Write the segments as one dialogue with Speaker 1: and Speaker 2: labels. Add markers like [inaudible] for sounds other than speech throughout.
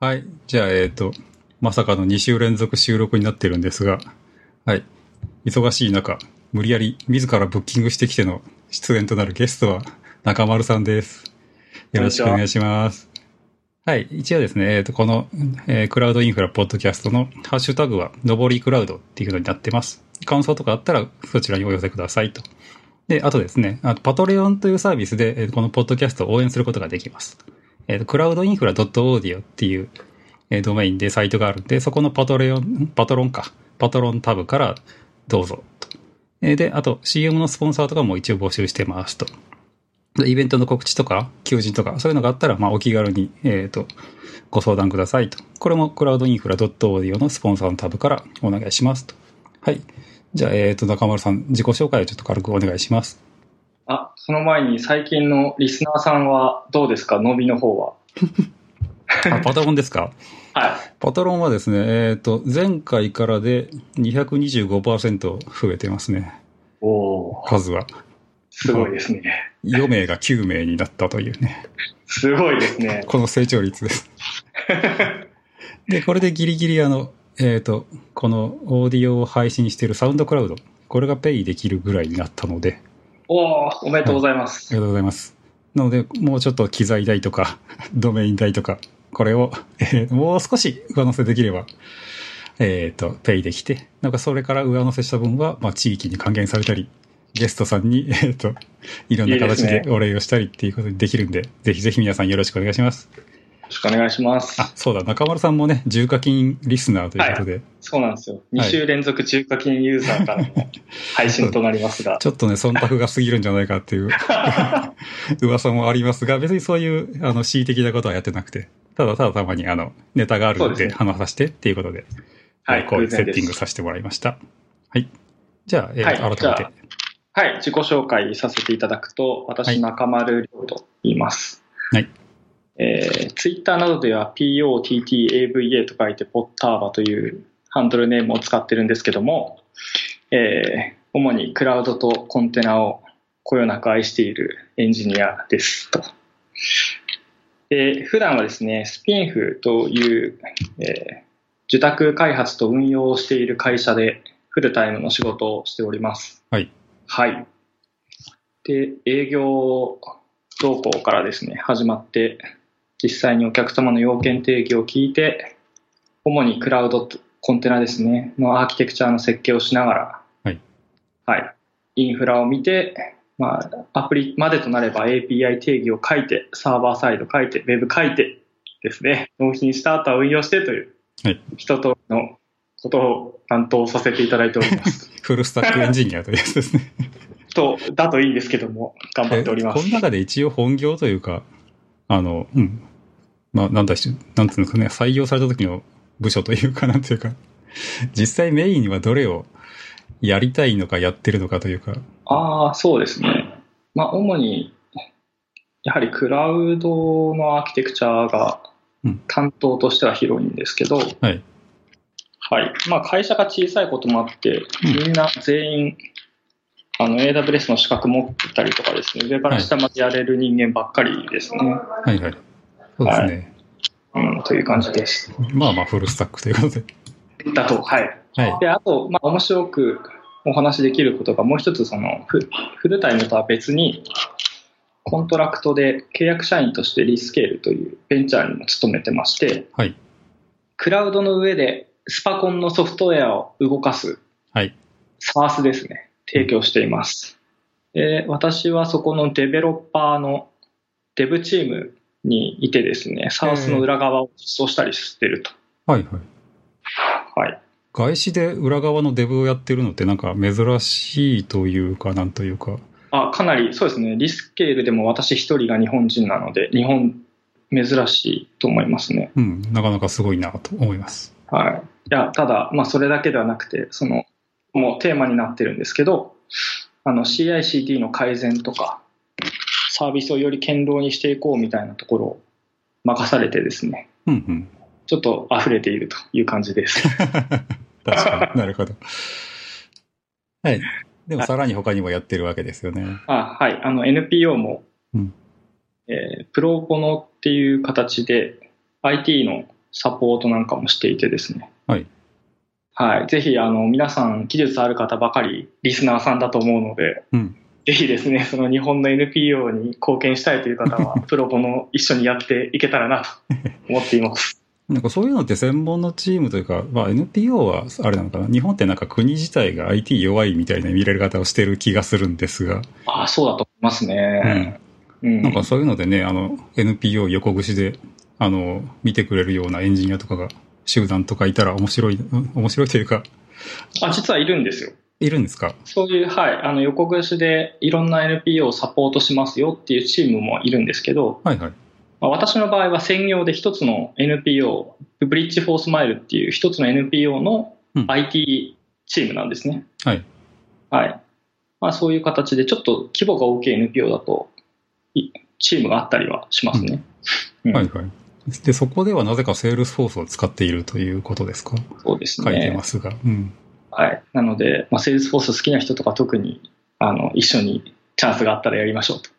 Speaker 1: はい。じゃあ、えっ、と、まさかの2週連続収録になってるんですが、はい。忙しい中、無理やり自らブッキングしてきての出演となるゲストは中丸さんです。よろしくお願いします。はい。一応ですね、えっ、と、この、えークラウドインフラポッドキャストのハッシュタグは、上りクラウドっていうのになってます。感想とかあったら、そちらにお寄せくださいと。で、あとですね、あとパトレオンというサービスで、えーこのポッドキャストを応援することができます。えっ、と、クラウドインフラ .audio っていう、えードメインでサイトがあるんで、そこのパトレオン、パトロンか、パトロンタブからどうぞと。えーで、あと CM のスポンサーとかも一応募集してますと。でイベントの告知とか、求人とか、そういうのがあったら、まあ、お気軽に、えっ、と、ご相談くださいと。これもクラウドインフラ .audio のスポンサーのタブからお願いしますと。はい。じゃあ、えっ、と、中丸さん、自己紹介をちょっと軽くお願いし [laughs] ます。
Speaker 2: あ、その前に最近のリスナーさんはどうですか伸びの方は。
Speaker 1: あ、パトロンですか
Speaker 2: はい。
Speaker 1: パトロンはですね、えっ、と、前回からで225%増えてますね。
Speaker 2: おおー、
Speaker 1: 数は。
Speaker 2: すごいですね。
Speaker 1: 4名が9名になったというね。
Speaker 2: すごいですね。
Speaker 1: この成長率です。で、これでギリギリあの、えっ、と、このオーディオを配信しているサウンドクラウド、これがペイできるぐらいになったので、
Speaker 2: おお、おめでとうございま
Speaker 1: あり
Speaker 2: す。
Speaker 1: がとうございます。なので、もうちょっと機材代とか、 [laughs] ドメイン代とか、これを、えーもう少し上乗せできれば、えっ、と、ペイできて、なんかそれから上乗せした分は、まあ、地域に還元されたり、ゲストさんに、えっ、と、いろんない
Speaker 2: いで
Speaker 1: 形
Speaker 2: すね
Speaker 1: でお礼をしたりっていうことにできるんで、ぜひぜひ皆さんよろしくお願いします。
Speaker 2: よろしくお願いします。
Speaker 1: あ、そうだ、中丸さんもね、重課金リスナーということで、
Speaker 2: そうなんですよ。2週連続中華金ユーザーからの配信となりますが。
Speaker 1: [laughs] ちょっとね、忖度が過ぎるんじゃないかっていう [laughs] 噂もありますが、別にそういう、あの、恣意的なことはやってなくて、ただただたまに、あの、ネタがある
Speaker 2: そ
Speaker 1: ん
Speaker 2: うです
Speaker 1: で
Speaker 2: ね
Speaker 1: 話させてっていうことで、
Speaker 2: はい、
Speaker 1: こうい
Speaker 2: 偶
Speaker 1: うセ
Speaker 2: 然
Speaker 1: ッ
Speaker 2: で
Speaker 1: ティング
Speaker 2: す。
Speaker 1: させてもらいました。はい。じゃあ、えー
Speaker 2: はいじ
Speaker 1: 改
Speaker 2: ゃ
Speaker 1: め
Speaker 2: あ
Speaker 1: て。
Speaker 2: はい、自己紹介させていただくと、
Speaker 1: はい
Speaker 2: 私、中丸亮と言います。
Speaker 1: はい。
Speaker 2: えー、ツイッターなどでは POTTAVA と書いてポッターバというハンドルネームを使ってるんですけども、えー、主にクラウドとコンテナをこよなく愛しているエンジニアですと。で普段はですね、スピンフという、えー受託開発と運用をしている会社でフルタイムの仕事をしております。
Speaker 1: はい。
Speaker 2: はい。で、営業動向からですね、始まって、実際にお客様の要件定義を聞いて、主にクラウドとコンテナですね、のアーキテクチャの設計をしながら、
Speaker 1: はい。
Speaker 2: はい。インフラを見て、まあ、アプリまでとなれば API 定義を書いて、サーバーサイド書いて、ウェブ書いてですね、納品した後は運用してという、
Speaker 1: はい
Speaker 2: 一通りのことを担当させていただいております。
Speaker 1: フルスタックエンジニアというやつです
Speaker 2: [laughs]
Speaker 1: ね。
Speaker 2: と、だといいんですけども、頑張っておりま
Speaker 1: この
Speaker 2: す。
Speaker 1: 中で一応本業というか、あの、うん。まあ、なんだし、なんつうんですかね、採用された時の部署というか、なんていうか、実際メインにはどれをやりたいのかやってるのかというか、
Speaker 2: ああ、そうですね。まあ、主に、やはりクラウドのアーキテクチャが
Speaker 1: うん
Speaker 2: 担当としては広いんですけど、
Speaker 1: はい。
Speaker 2: はい。まあ、会社が小さいこともあって、みんな全員、あの、AWS の資格持ってたりとかですね、上から下までやれる人間ばっかりですね。
Speaker 1: はいはい。そうですね。
Speaker 2: うん、という感じです。
Speaker 1: まあまあ、フルスタックということで。
Speaker 2: だと、はい。
Speaker 1: はい。
Speaker 2: であと、まあ、面白くお話しできることがもう一つそのフフルタイムとは別にコントラクトで契約社員としてリスケールというベンチャーにも勤めてまして
Speaker 1: はい。
Speaker 2: クラウドの上でスパコンのソフトウェアを動かす
Speaker 1: はい。
Speaker 2: サースですね提供していますで私はそこのデベロッパーのデブチームにいてですねサースの裏側を実装したりしてると、
Speaker 1: はいはい。
Speaker 2: はい、
Speaker 1: 外資で裏側のデブをやってるのってなんか珍しいというか、なんというか。
Speaker 2: あかなりそうですね、リスケールでも私一人が日本人なので、日本、珍しいと思いますね。
Speaker 1: うん。なかなかすごいなと思います。
Speaker 2: はい、いやただ、まあ、それだけではなくてその、もうテーマになってるんですけど、あの CICD の改善とか、サービスをより堅牢にしていこうみたいなところを任されてですね、
Speaker 1: うんうん。 [laughs]
Speaker 2: ちょっと溢れているという感じです。
Speaker 1: 確かに。なるほど。はい。でもさらに他にもやってるわけですよね。
Speaker 2: あはい、あの NPO も、
Speaker 1: うん
Speaker 2: えープロボノっていう形で IT のサポートなんかもしていてですね。
Speaker 1: はい。
Speaker 2: はい。ぜひ、あの、皆さん、技術ある方ばかり、リスナーさんだと思うので、
Speaker 1: うん
Speaker 2: ぜひですね、その日本の NPO に貢献したいという方
Speaker 1: [laughs]
Speaker 2: は、プロボの一緒にやっていけたらなと思ってい
Speaker 1: [laughs]
Speaker 2: ます。
Speaker 1: なんかそういうのって専門のチームというか、まあ、NPO はあれなのかな日本ってなんか国自体が IT 弱いみたいな見られ方をしてる気がするんですが、
Speaker 2: ああ、そうだと思いますね。う
Speaker 1: うんん、なんかそういうのでねあの NPO 横串であの見てくれるようなエンジニアとかが集団とかいたら面白いうん面白いというか
Speaker 2: あ、実はいるんですよ。
Speaker 1: いるんですか
Speaker 2: そういう、はい、あの横串でいろんな NPO をサポートしますよっていうチームもいるんですけど、
Speaker 1: はいはい
Speaker 2: まあ、私の場合は専業で一つの NPO、ブリッジ・フォース・マイルっていう一つの NPO の
Speaker 1: うん
Speaker 2: IT チームなんですね。
Speaker 1: はい。
Speaker 2: はい。まあそういう形で、ちょっと規模が大きい NPO だと、いチームがあったりはしますね。うん
Speaker 1: はいはいでそこではなぜかセールスフォースを使っているということですか
Speaker 2: そうですね。
Speaker 1: 書いてますが、うん
Speaker 2: はい。なので、まあ、セールスフォース好きな人とか特に、あの、一緒にチャンスがあったらやりましょうと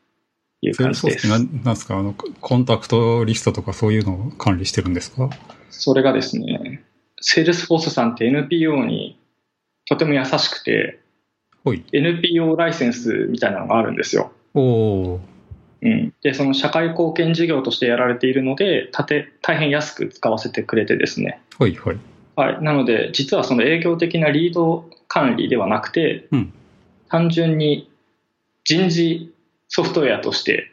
Speaker 2: いう
Speaker 1: セー
Speaker 2: 感
Speaker 1: ルスフ
Speaker 2: じ
Speaker 1: ォー
Speaker 2: で
Speaker 1: スっ
Speaker 2: す
Speaker 1: て。何なんですかあのコンタクトリストとかそういうのを管理してるんですか
Speaker 2: それがですね、セールスフォースさんって NPO にとても優しくて、
Speaker 1: ほい
Speaker 2: NPO ライセンスみたいなのがあるんですよ。
Speaker 1: おおー
Speaker 2: うん、で、その社会貢献事業としてやられているので、たて大変安く使わせてくれてですね。
Speaker 1: はいはい
Speaker 2: はい、なので、実はその営業的なリード管理ではなくて、
Speaker 1: うん、
Speaker 2: 単純に人事ソフトウェアとして、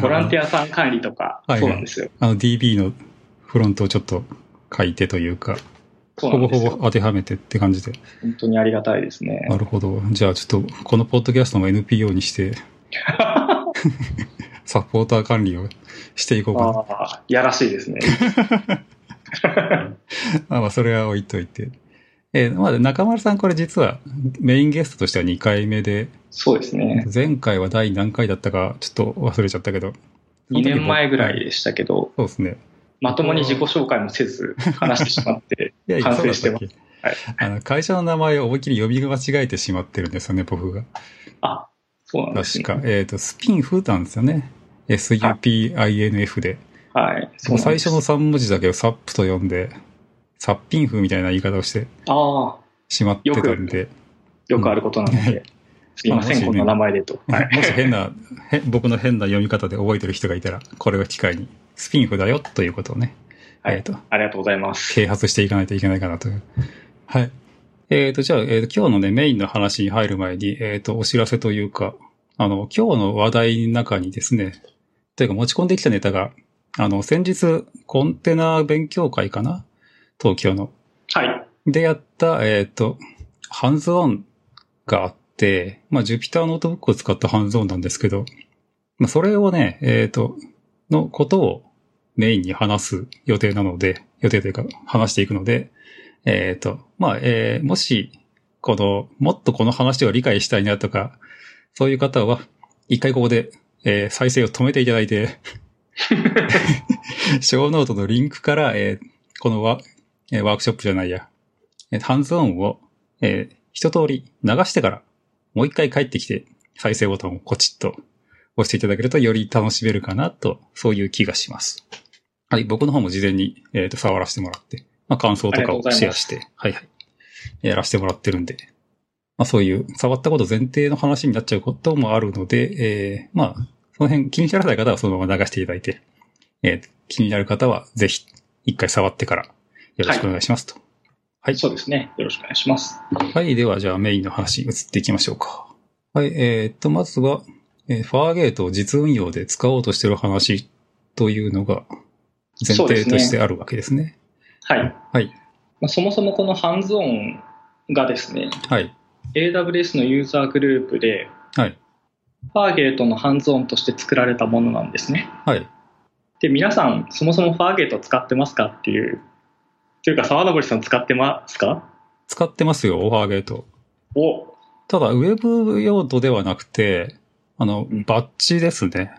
Speaker 2: ボランティアさん管理とか
Speaker 1: はいはい
Speaker 2: そうなんですよ。
Speaker 1: あの DB のフロントをちょっと書いてというか、
Speaker 2: そう
Speaker 1: ほぼ
Speaker 2: なんです
Speaker 1: ほ
Speaker 2: よ
Speaker 1: ぼ当てはめてって感じで。
Speaker 2: 本当にありがたいですね
Speaker 1: な。るほど。じゃあちょっと、このポッドキャストも NPO に
Speaker 2: [laughs]
Speaker 1: して、サポーター管理をしていこうかな。
Speaker 2: ああ、やらしいですね。
Speaker 1: あまあ、それは置いといて。えーまあ、中丸さん、これ実はメインゲストとしては2回目で、
Speaker 2: そうですね。
Speaker 1: 前回は第何回だったか、ちょっと忘れちゃったけど。
Speaker 2: 2年前ぐらい
Speaker 1: で。
Speaker 2: でしたけど、
Speaker 1: そうですね。
Speaker 2: まともに自己紹介もせず話してし
Speaker 1: [laughs]
Speaker 2: まって、
Speaker 1: いやいや、
Speaker 2: 反
Speaker 1: そうだ
Speaker 2: 省
Speaker 1: っ
Speaker 2: して
Speaker 1: たっ
Speaker 2: ます
Speaker 1: け、あの会社の名前を思いっきり呼び間違えてしまってるんですよね、僕が。
Speaker 2: あ、そうなんです
Speaker 1: 確
Speaker 2: ね。
Speaker 1: か。えっ、と、スピンフなんですよね。SUPINF で。
Speaker 2: はい。そうなん
Speaker 1: 最
Speaker 2: です
Speaker 1: 初の3文字だけをサップと読んで、サッピンフみたいな言い方をして
Speaker 2: ああ、
Speaker 1: しまってたんで、
Speaker 2: よくあることなので、すいません、
Speaker 1: まあも
Speaker 2: こ
Speaker 1: しね
Speaker 2: んな名前でと。はい
Speaker 1: もし変な、へ僕の変な読み方で覚えてる人がいたら、これを機会に、スピンフだよということをね、
Speaker 2: はい
Speaker 1: えっ、と、
Speaker 2: ありがとうございます。
Speaker 1: 啓発していかないといけないかなという。はい。えっ、と、じゃあ、えーと今日のね、メインの話に入る前に、えっ、と、お知らせというか、あの、今日の話題の中にですね、というか持ち込んできたネタが、あの、先日、コンテナ勉強会かな東京の。
Speaker 2: はい。
Speaker 1: でやった、えっ、と、ハンズオンがあって、まあ、ジュピターノートブックを使ったハンズオンなんですけど、まあ、それをね、えっ、と、のことをメインに話す予定なので、予定というか話していくので、えっ、と、まあ、えーもし、この、もっとこの話を理解したいなとか、そういう方は、一回ここで、えー再生を止めていただいて、 [laughs] ショーノートのリンクから、えーこのワ,、えーワークショップじゃないや、えーハンズオンを、えー一通り流してから、もう一回帰ってきて、再生ボタンをコチッと押していただけるとより楽しめるかなと、そういう気がします。はい、僕の方も事前に、えーと触らせてもらって、まあ、感想とかをシェアして、はいはい、やらせてもらってるんで、まあ、そういう触ったこと前提の話になっちゃうこともあるので、えーまあ、その辺気にならない方はそのまま流していただいて、えー気になる方はぜひ一回触ってからよろしくお願いしますと。はい
Speaker 2: そうですね。よろしくお願いします。
Speaker 1: はい。では、じゃあメインの話移っていきましょうか。はい。えーっと、まずは、えーファーゲートを実運用で使おうとしてる話というのが前
Speaker 2: そうで
Speaker 1: 提
Speaker 2: す
Speaker 1: として
Speaker 2: ね。
Speaker 1: あるわけですね。
Speaker 2: はい。
Speaker 1: はい。
Speaker 2: まあ、そもそもこのハンズオンがですね、
Speaker 1: はい。
Speaker 2: AWS のユーザーグループで、
Speaker 1: はい。
Speaker 2: ファーゲートのハンズオンとして作られたものなんですね。
Speaker 1: はい。
Speaker 2: で、皆さん、そもそもファーゲート使ってますかっていう、というか、沢登さん使ってますか
Speaker 1: 使ってますよ、ファーゲート。
Speaker 2: お
Speaker 1: ただ、ウェブ用途ではなくて、あの、
Speaker 2: うん
Speaker 1: バッジですね。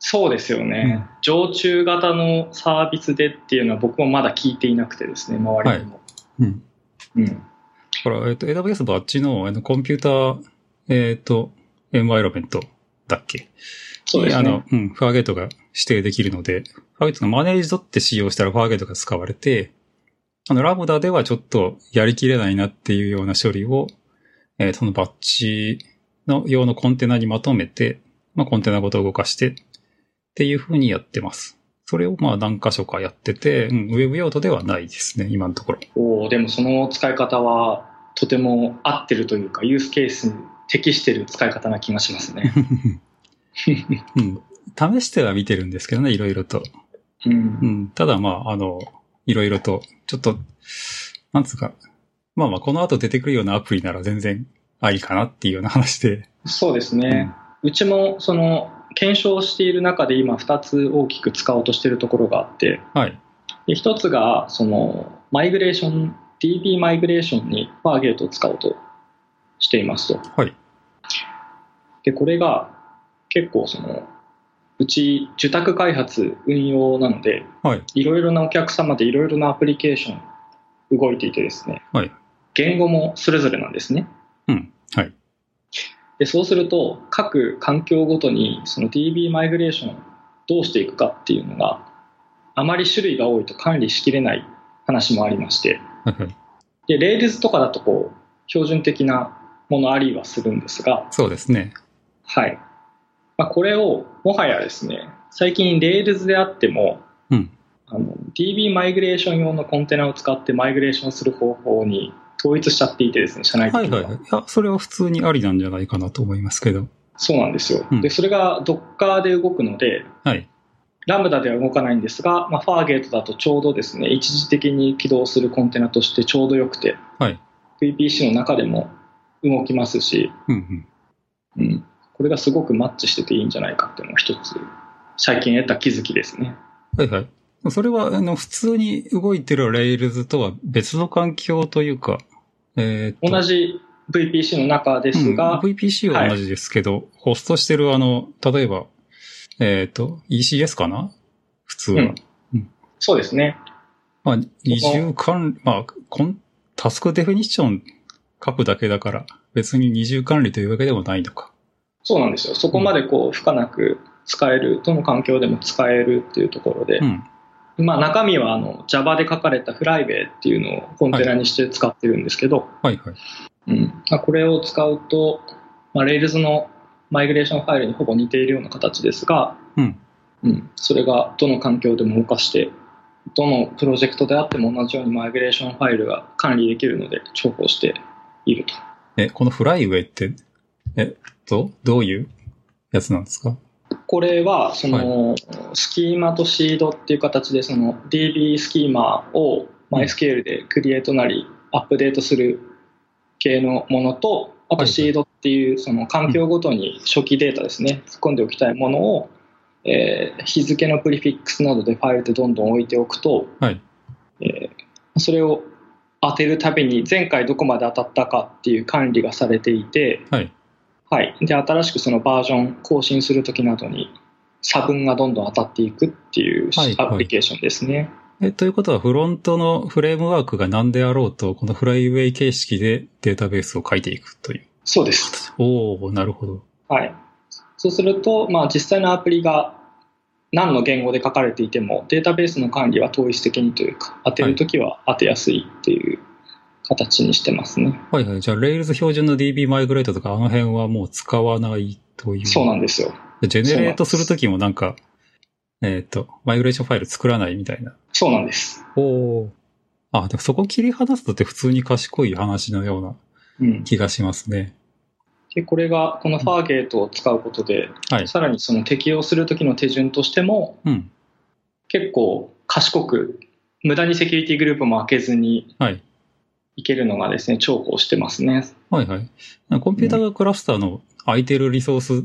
Speaker 2: そうですよね、常駐型のサービスでっていうのは僕もまだ聞いていなくてですね、周りにも。
Speaker 1: うん。
Speaker 2: うん
Speaker 1: だから、えっと、AWS バッジのあのコンピューター、えっと、エンバイロメントだっけ
Speaker 2: そうです
Speaker 1: あの
Speaker 2: ね。、
Speaker 1: うん、ファーゲートが指定できるので、ファーゲートがマネージドって使用したらファーゲートが使われて、あの、ラムダではちょっとやりきれないなっていうような処理を、えーそのバッチの用のコンテナにまとめて、まあ、コンテナごと動かしてっていう風にやってます。それをまあ何箇所かやってて、うん、ウェブ用途ではないですね、今の
Speaker 2: [laughs]
Speaker 1: ところ。
Speaker 2: おーでもその使い方はとても合ってるというか、ユースケースに適してる使い方な気がします [laughs] ね。
Speaker 1: うん、試しては見てるんですけどね、いろいろと。
Speaker 2: う。
Speaker 1: うんん、ただまあ、あの、いろいろと、ちょっと、なんつうか、まあまあ、この後出てくるようなアプリなら全然ありかなっていうような話で。 [laughs]
Speaker 2: そうですね。うちもその検証している中で今2つ大きく使おうとしているところがあって、
Speaker 1: はい。 [laughs]
Speaker 2: で1つがそのマイグレーション、DB マイグレーションにファーゲートを使おうとしていますと。
Speaker 1: はい。
Speaker 2: で、これが結構その、うち受託開発運用なので、
Speaker 1: はい。
Speaker 2: いろいろなお客様でいろいろなアプリケーション動いていてですね、
Speaker 1: はい
Speaker 2: 言語もそれぞれなんですね。
Speaker 1: うん。はい。
Speaker 2: でそうすると各環境ごとにその DB マイグレーションをどうしていくかっていうのがあまり種類が多いと管理しきれない話もありまして
Speaker 1: はいはい。
Speaker 2: で Rails とかだとこう標準的なものありはするんですが、
Speaker 1: そうですね。
Speaker 2: はいまあ、これをもはやですね最近 Rails であっても
Speaker 1: うん。
Speaker 2: あの DB マイグレーション用のコンテナを使ってマイグレーションする方法に統一しちゃっていてですね社
Speaker 1: は
Speaker 2: 内
Speaker 1: い
Speaker 2: 的
Speaker 1: はい
Speaker 2: には、
Speaker 1: はい。いや、それは普通にありなんじゃないかなと思いますけど。
Speaker 2: そうなんですよ、
Speaker 1: うん
Speaker 2: でそれが Docker で動くので
Speaker 1: はい。
Speaker 2: ラムダでは動かないんですが、まあ、ファーゲートだとちょうどですね、一時的に起動するコンテナとしてちょうど良くて、
Speaker 1: はい。
Speaker 2: VPC の中でも動きますし、
Speaker 1: うんうん。
Speaker 2: うん、これがすごくマッチしてていいんじゃないかっていうのが一つ、最近得た気づきですね。
Speaker 1: はいはい。それは、あの、普通に動いてる Rails とは別の環境というか、えーっと
Speaker 2: 同じ VPC の中ですが、
Speaker 1: うん、VPC は同じですけど、ホストしてるあの、例えば、えっ、と、ECS かな普通は。
Speaker 2: うんそうですね。
Speaker 1: まあ、二重管理、まあ、コン、タスクデフィニッション書くだけだから、別に二重管理というわけでもないのか。
Speaker 2: そうなんですよ。そこまでこう、負荷なく使える、どの環境でも使えるっていうところで
Speaker 1: う、ん。
Speaker 2: まあ中身はあの Java で書かれたフライベイっていうのをコンテナにして使ってるんですけど、
Speaker 1: はいはい。
Speaker 2: うんまあ、これを使うと、まあ、Rails のマイグレーションファイルにほぼ似ているような形ですが、
Speaker 1: うん。
Speaker 2: うん、それがどの環境でも動かして、どのプロジェクトであっても同じようにマイグレーションファイルが管理できるので重宝していると。
Speaker 1: え、このフライウェイって、えっと、どういうやつなんですか
Speaker 2: これはその、スキーマとシードっていう形でその DB スキーマをま
Speaker 1: う
Speaker 2: あ
Speaker 1: ん
Speaker 2: SQL でクリエイトなりアップデートする系のものとあ
Speaker 1: はいは
Speaker 2: と
Speaker 1: い
Speaker 2: シードっていうその環境ごとに初期データですね突っ込んでおきたいものを、えー日付のプリフィックスなどでファイルでどんどん置いておくと、
Speaker 1: はい
Speaker 2: えーそれを当てるたびに前回どこまで当たったかっていう管理がされていて、
Speaker 1: はい。
Speaker 2: はい、で新しくそのバージョン更新するときなどに差分がどんどん当たっていくっていう
Speaker 1: はいはい
Speaker 2: アプリケーションですね。
Speaker 1: え、ということは、フロントのフレームワークが何であろうと、このフライウェイ形式でデータベースを書いていくという。
Speaker 2: そうです、
Speaker 1: おおなるほど。
Speaker 2: はい、そうすると、まあ、実際のアプリが何の言語で書かれていてもデータベースの管理は統一的にというか当てるときは当てやすいっていう形にしてますね。
Speaker 1: はいはい。じゃあ、Rails 標準の DB マイグレートとか、あの辺はもう使わないという。
Speaker 2: そうなんですよ。
Speaker 1: でジェネレートするときもなんか、えっ、と、マイグレーションファイル作らないみたいな。
Speaker 2: そうなんです。
Speaker 1: おお。あ、でもそこ切り離すとって普通に賢い話のような
Speaker 2: うん、
Speaker 1: 気がしますね。
Speaker 2: でこれがこのファーゲートを使うことで、
Speaker 1: はい
Speaker 2: さらにその適用するときの手順としても
Speaker 1: うん。
Speaker 2: 結構賢く無駄にセキュリティグループも開けずに
Speaker 1: はい。
Speaker 2: いけるのがですね重宝してますね
Speaker 1: はいはい。コンピュータークラスターの空いてるリソース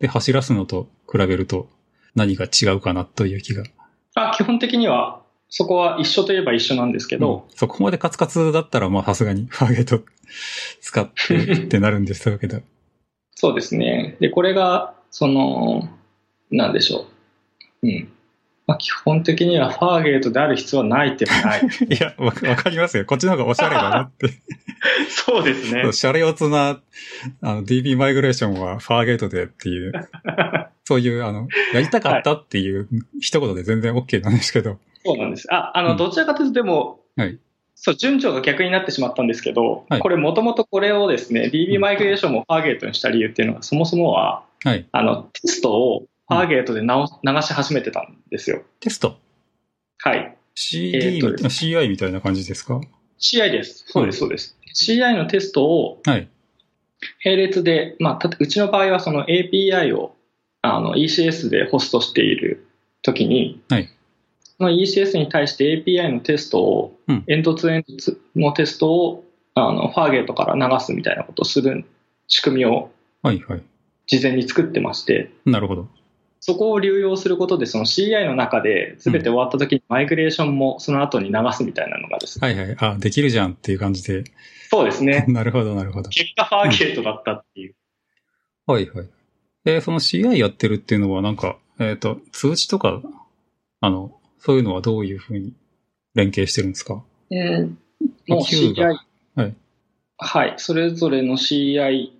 Speaker 1: で走らすのと比べると何が違うかなという気が。
Speaker 2: あ基本的にはそこは一緒といえば一緒なんですけど、
Speaker 1: うんそこまでカツカツだったら、まあさすがに [laughs] ファーゲート使ってってなるんですけど。
Speaker 2: そうですねでこれがそのなんでしょう、うん、まあ、基本的にはファーゲートである必要はないっていうのはない。
Speaker 1: [laughs] いや、わわかりますよ。こっちの方がおしゃれだなって。
Speaker 2: [laughs] そうですね。
Speaker 1: シャレオツな、あの、DB マイグレーションはファーゲートでって
Speaker 2: [laughs]
Speaker 1: いう、そういう、あの、やりたかったっていう一言で全然 OK なんですけど、
Speaker 2: そうなんです。あ、あ
Speaker 1: う
Speaker 2: の、
Speaker 1: ん
Speaker 2: どちらかというと、でも、
Speaker 1: はい
Speaker 2: そう、順序が逆になってしまったんですけど、
Speaker 1: はい
Speaker 2: これ、もともとこれをですね、
Speaker 1: う
Speaker 2: DB
Speaker 1: ん
Speaker 2: マイグレーションもファーゲートにした理由っていうのが、そもそもは、
Speaker 1: はい。
Speaker 2: あの、テストをファーゲートで直流し始めてたんですよ。
Speaker 1: テスト。
Speaker 2: はい。
Speaker 1: CD、
Speaker 2: えーとです
Speaker 1: CI みたいな感じですか
Speaker 2: CI です。そうです、そうです。CI のテストを
Speaker 1: はい。
Speaker 2: 並列で、まあ、たうちの場合はその API をあの ECS でホストしているときに、
Speaker 1: はい
Speaker 2: その ECS に対して API のテストを、
Speaker 1: うん
Speaker 2: エンドツーエンドツーのテストをあのファーゲートから流すみたいなことをする仕組みを
Speaker 1: はいはい。
Speaker 2: 事前に作ってまして、
Speaker 1: なるほど。
Speaker 2: そこを流用することで、その CI の中で全て終わったときにマイグレーションもその後に流すみたいなの
Speaker 1: [laughs]
Speaker 2: がですね、
Speaker 1: はいはい。あ、できるじゃんっていう感じで。
Speaker 2: そうですね
Speaker 1: [laughs] 、なるほど、なるほど。
Speaker 2: 結果ファーゲートだったっていう。
Speaker 1: はいはい。えーその CI やってるっていうのはなんか、えっ、と、通知とか、あの、そういうのはどういうふうに連携してるんですか
Speaker 2: うん、もう
Speaker 1: Q が
Speaker 2: CI、
Speaker 1: はい
Speaker 2: はい、それぞれの CI、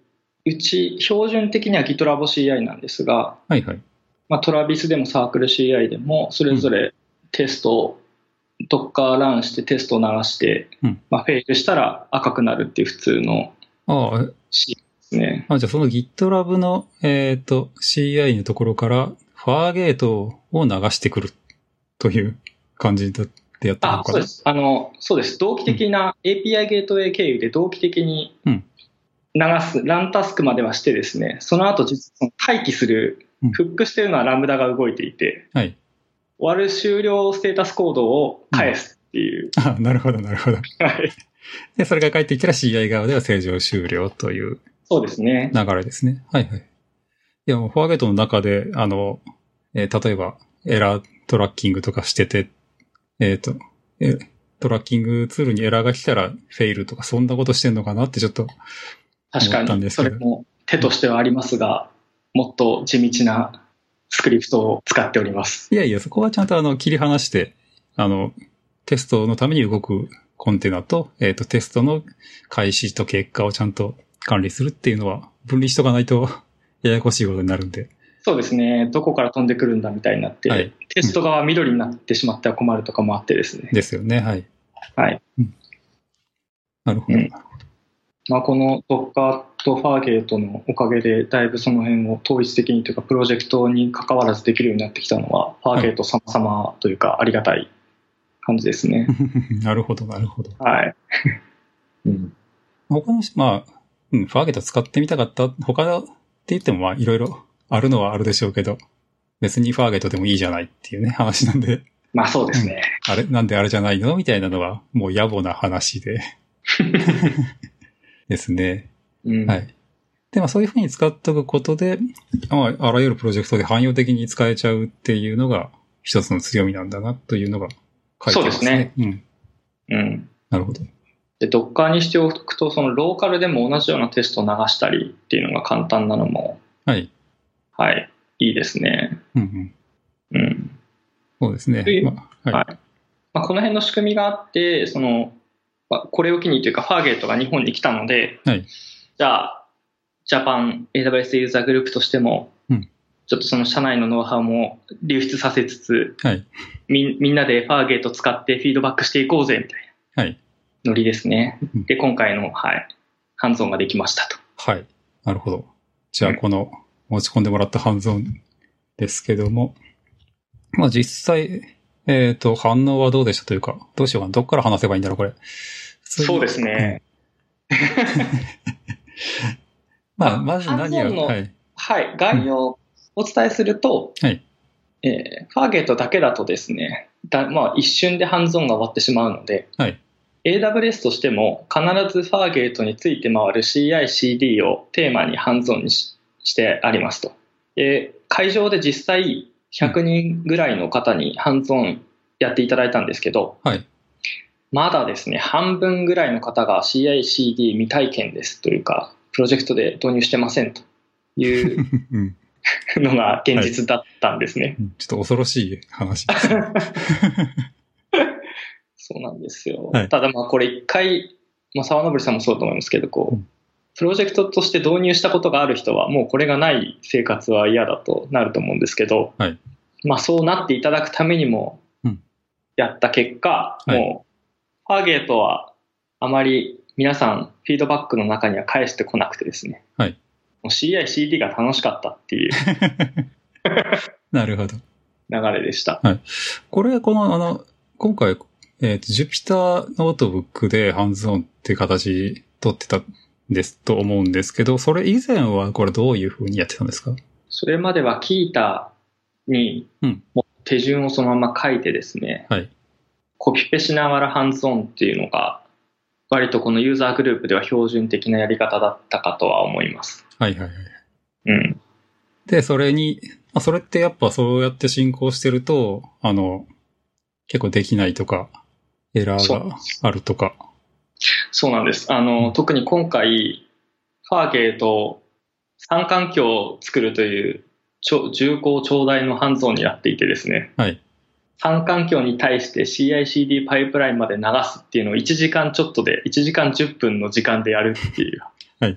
Speaker 2: うち標準的には GitLab CI なんですが、
Speaker 1: はいはい。
Speaker 2: まあ、トラビスでもサークル CI でも、それぞれテストを、Docker ランしてテストを流して、
Speaker 1: うん
Speaker 2: まあ、フェイルしたら赤くなるっていう普通の
Speaker 1: ああ、え
Speaker 2: CI ですね。
Speaker 1: あ、じゃあその GitLab の、えっ、と、CI のところから、ファーゲートを流してくるという感じでやってる
Speaker 2: あ
Speaker 1: の、かな
Speaker 2: そうです。あの、そうです。同期的な API ゲートウェイ経由で同期的に
Speaker 1: うん
Speaker 2: 流す、ランタスクまではしてですね、その後実はその待機する
Speaker 1: うん、
Speaker 2: フックしてるのはラムダが動いていて、
Speaker 1: はい。 [laughs]
Speaker 2: 終わる終了ステータスコードを返すっていう、
Speaker 1: あなるほど、なるほど。
Speaker 2: はい
Speaker 1: で、それが返ってきたら CI 側では正常終了という
Speaker 2: そうですね。
Speaker 1: 流れですね。はいはい。いや、もうフォアゲートの中で、あの、えー例えばエラートラッキングとかしてて、えっ、と、えトラッキングツールにエラーが来たらフェイルとか、そんなことしてんのかなってちょっと、
Speaker 2: 確
Speaker 1: 思
Speaker 2: か
Speaker 1: ったんで
Speaker 2: に、
Speaker 1: すけ
Speaker 2: そ
Speaker 1: ど
Speaker 2: れも手としてはありますが、もっと地道なスクリプトを使っております。
Speaker 1: いやいや、そこはちゃんとあの、切り離して、あの、テストのために動くコンテナと、えっ、と、テストの開始と結果をちゃんと管理するっていうのは、分離しとかないと、ややこしいことになるんで。
Speaker 2: そうですね。どこから飛んでくるんだみたいになって、
Speaker 1: はい
Speaker 2: テスト側緑になってしまっては困るとかもあってですね。
Speaker 1: ですよね、はい。
Speaker 2: はい。
Speaker 1: なるほど。
Speaker 2: うんまあ、この Docker と Fargate のおかげで、だいぶその辺を統一的にというか、プロジェクトに関わらずできるようになってきたのは、
Speaker 1: い
Speaker 2: Fargate 様々というか、ありがたい感じですね。
Speaker 1: [laughs] なるほど、なるほど。
Speaker 2: はい。うん、
Speaker 1: 他のし、まあ、うん、ファーゲット使ってみたかった。他のって言っても、まあ、いろいろあるのはあるでしょうけど、別にファーゲットでもいいじゃないっていうね、話なんで、
Speaker 2: まあそうですね。
Speaker 1: あれ、なんであれじゃないのみたいなのは、もう野暮な話 [laughs] で。ですね。
Speaker 2: うん
Speaker 1: はい。で、まあ、そういうふうに使っとくことで、まあ、あらゆるプロジェクトで汎用的に使えちゃうっていうのが、一つの強みなんだな、というのが書いてますね。そうですね。うん。
Speaker 2: うん
Speaker 1: なるほど。
Speaker 2: で Docker にしておくと、そのローカルでも同じようなテストを流したりっていうのが簡単なのも、
Speaker 1: はい。
Speaker 2: はい、いいですね。
Speaker 1: うんうん。
Speaker 2: うん
Speaker 1: そうですね
Speaker 2: で。
Speaker 1: まあ、はい。
Speaker 2: まあ、この辺の仕組みがあってその、まあ、これを機にというかファーゲートが日本に来たので、
Speaker 1: はい
Speaker 2: じゃあジャパン AWS ユーザーグループとしても、
Speaker 1: うん
Speaker 2: ちょっとその社内のノウハウも流出させつつ
Speaker 1: はい。
Speaker 2: みみんなでファーゲート使ってフィードバックしていこうぜみたいな、
Speaker 1: はい
Speaker 2: ノリですね
Speaker 1: うん
Speaker 2: で今回の、はい、ハンズオンができましたと
Speaker 1: はい。なるほど。じゃ
Speaker 2: う
Speaker 1: あ、
Speaker 2: ん
Speaker 1: この持ち込んでもらったハンズオンですけども、まあ実際、えっ、と、反応はどうでしたというか、どうしようかな。どっから話せばいいんだろう、これ。。
Speaker 2: そうですすね、
Speaker 1: まあ、まず何
Speaker 2: ハンズオンの
Speaker 1: を、はい。
Speaker 2: はい概要をお伝えすると、
Speaker 1: はい
Speaker 2: えーファーゲートだけだとですねだ、まあ、一瞬でハンズオンが終わってしまうので、
Speaker 1: はい
Speaker 2: AWS としても必ずファーゲートについて回る CICD をテーマにハンズオンにししてありますと、えー会場で実際100人ぐらいの方にハンズオンやっていただいたんですけど
Speaker 1: はい。
Speaker 2: まだですね半分ぐらいの方が CICD 未体験ですというかプロジェクトで導入してませんという
Speaker 1: うん。
Speaker 2: のが現実だったんですね。
Speaker 1: うんちょっと恐ろしい話 [laughs] です。
Speaker 2: そうなんですよ。
Speaker 1: はい
Speaker 2: ただまあこれ一回、まあ、沢登さんもそうだと思いますけど、こう、
Speaker 1: うん
Speaker 2: プロジェクトとして導入したことがある人は、もうこれがない生活は嫌だとなると思うんですけど、
Speaker 1: はい
Speaker 2: まあそうなっていただくためにも
Speaker 1: うん、
Speaker 2: やった結果、
Speaker 1: はい
Speaker 2: もう、ファーゲートはあまり皆さんフィードバックの中には返してこなくてですね、
Speaker 1: はい
Speaker 2: もう CI、CD が楽しかったっていう
Speaker 1: なるほど。
Speaker 2: 流れでした。
Speaker 1: これ、この、あの、今回、えっ、と、ジュピターノートブックでハンズオンっていう形取ってたんですと思うんですけど、それ以前はこれどういう風にやってたんですか
Speaker 2: それまではキータに
Speaker 1: うん
Speaker 2: もう手順をそのまま書いてですね、
Speaker 1: はい
Speaker 2: コピペしながらハンズオンっていうのが割とこのユーザーグループでは標準的なやり方だったかとは思います。
Speaker 1: はいはいはい。
Speaker 2: うん。
Speaker 1: で、それに、あそれってやっぱそうやって進行してると、あの、結構できないとか、エラー
Speaker 2: そう
Speaker 1: があるとか。
Speaker 2: そうなんです。あの、
Speaker 1: うん
Speaker 2: 特に今回、ファーゲート三環境を作るというちょ重厚長大のハンズオンになっていてですね、
Speaker 1: はい。
Speaker 2: 三環境に対して CICD パイプラインまで流すっていうのを1時間ちょっとで、1時間10分の時間でやるっていう。
Speaker 1: うん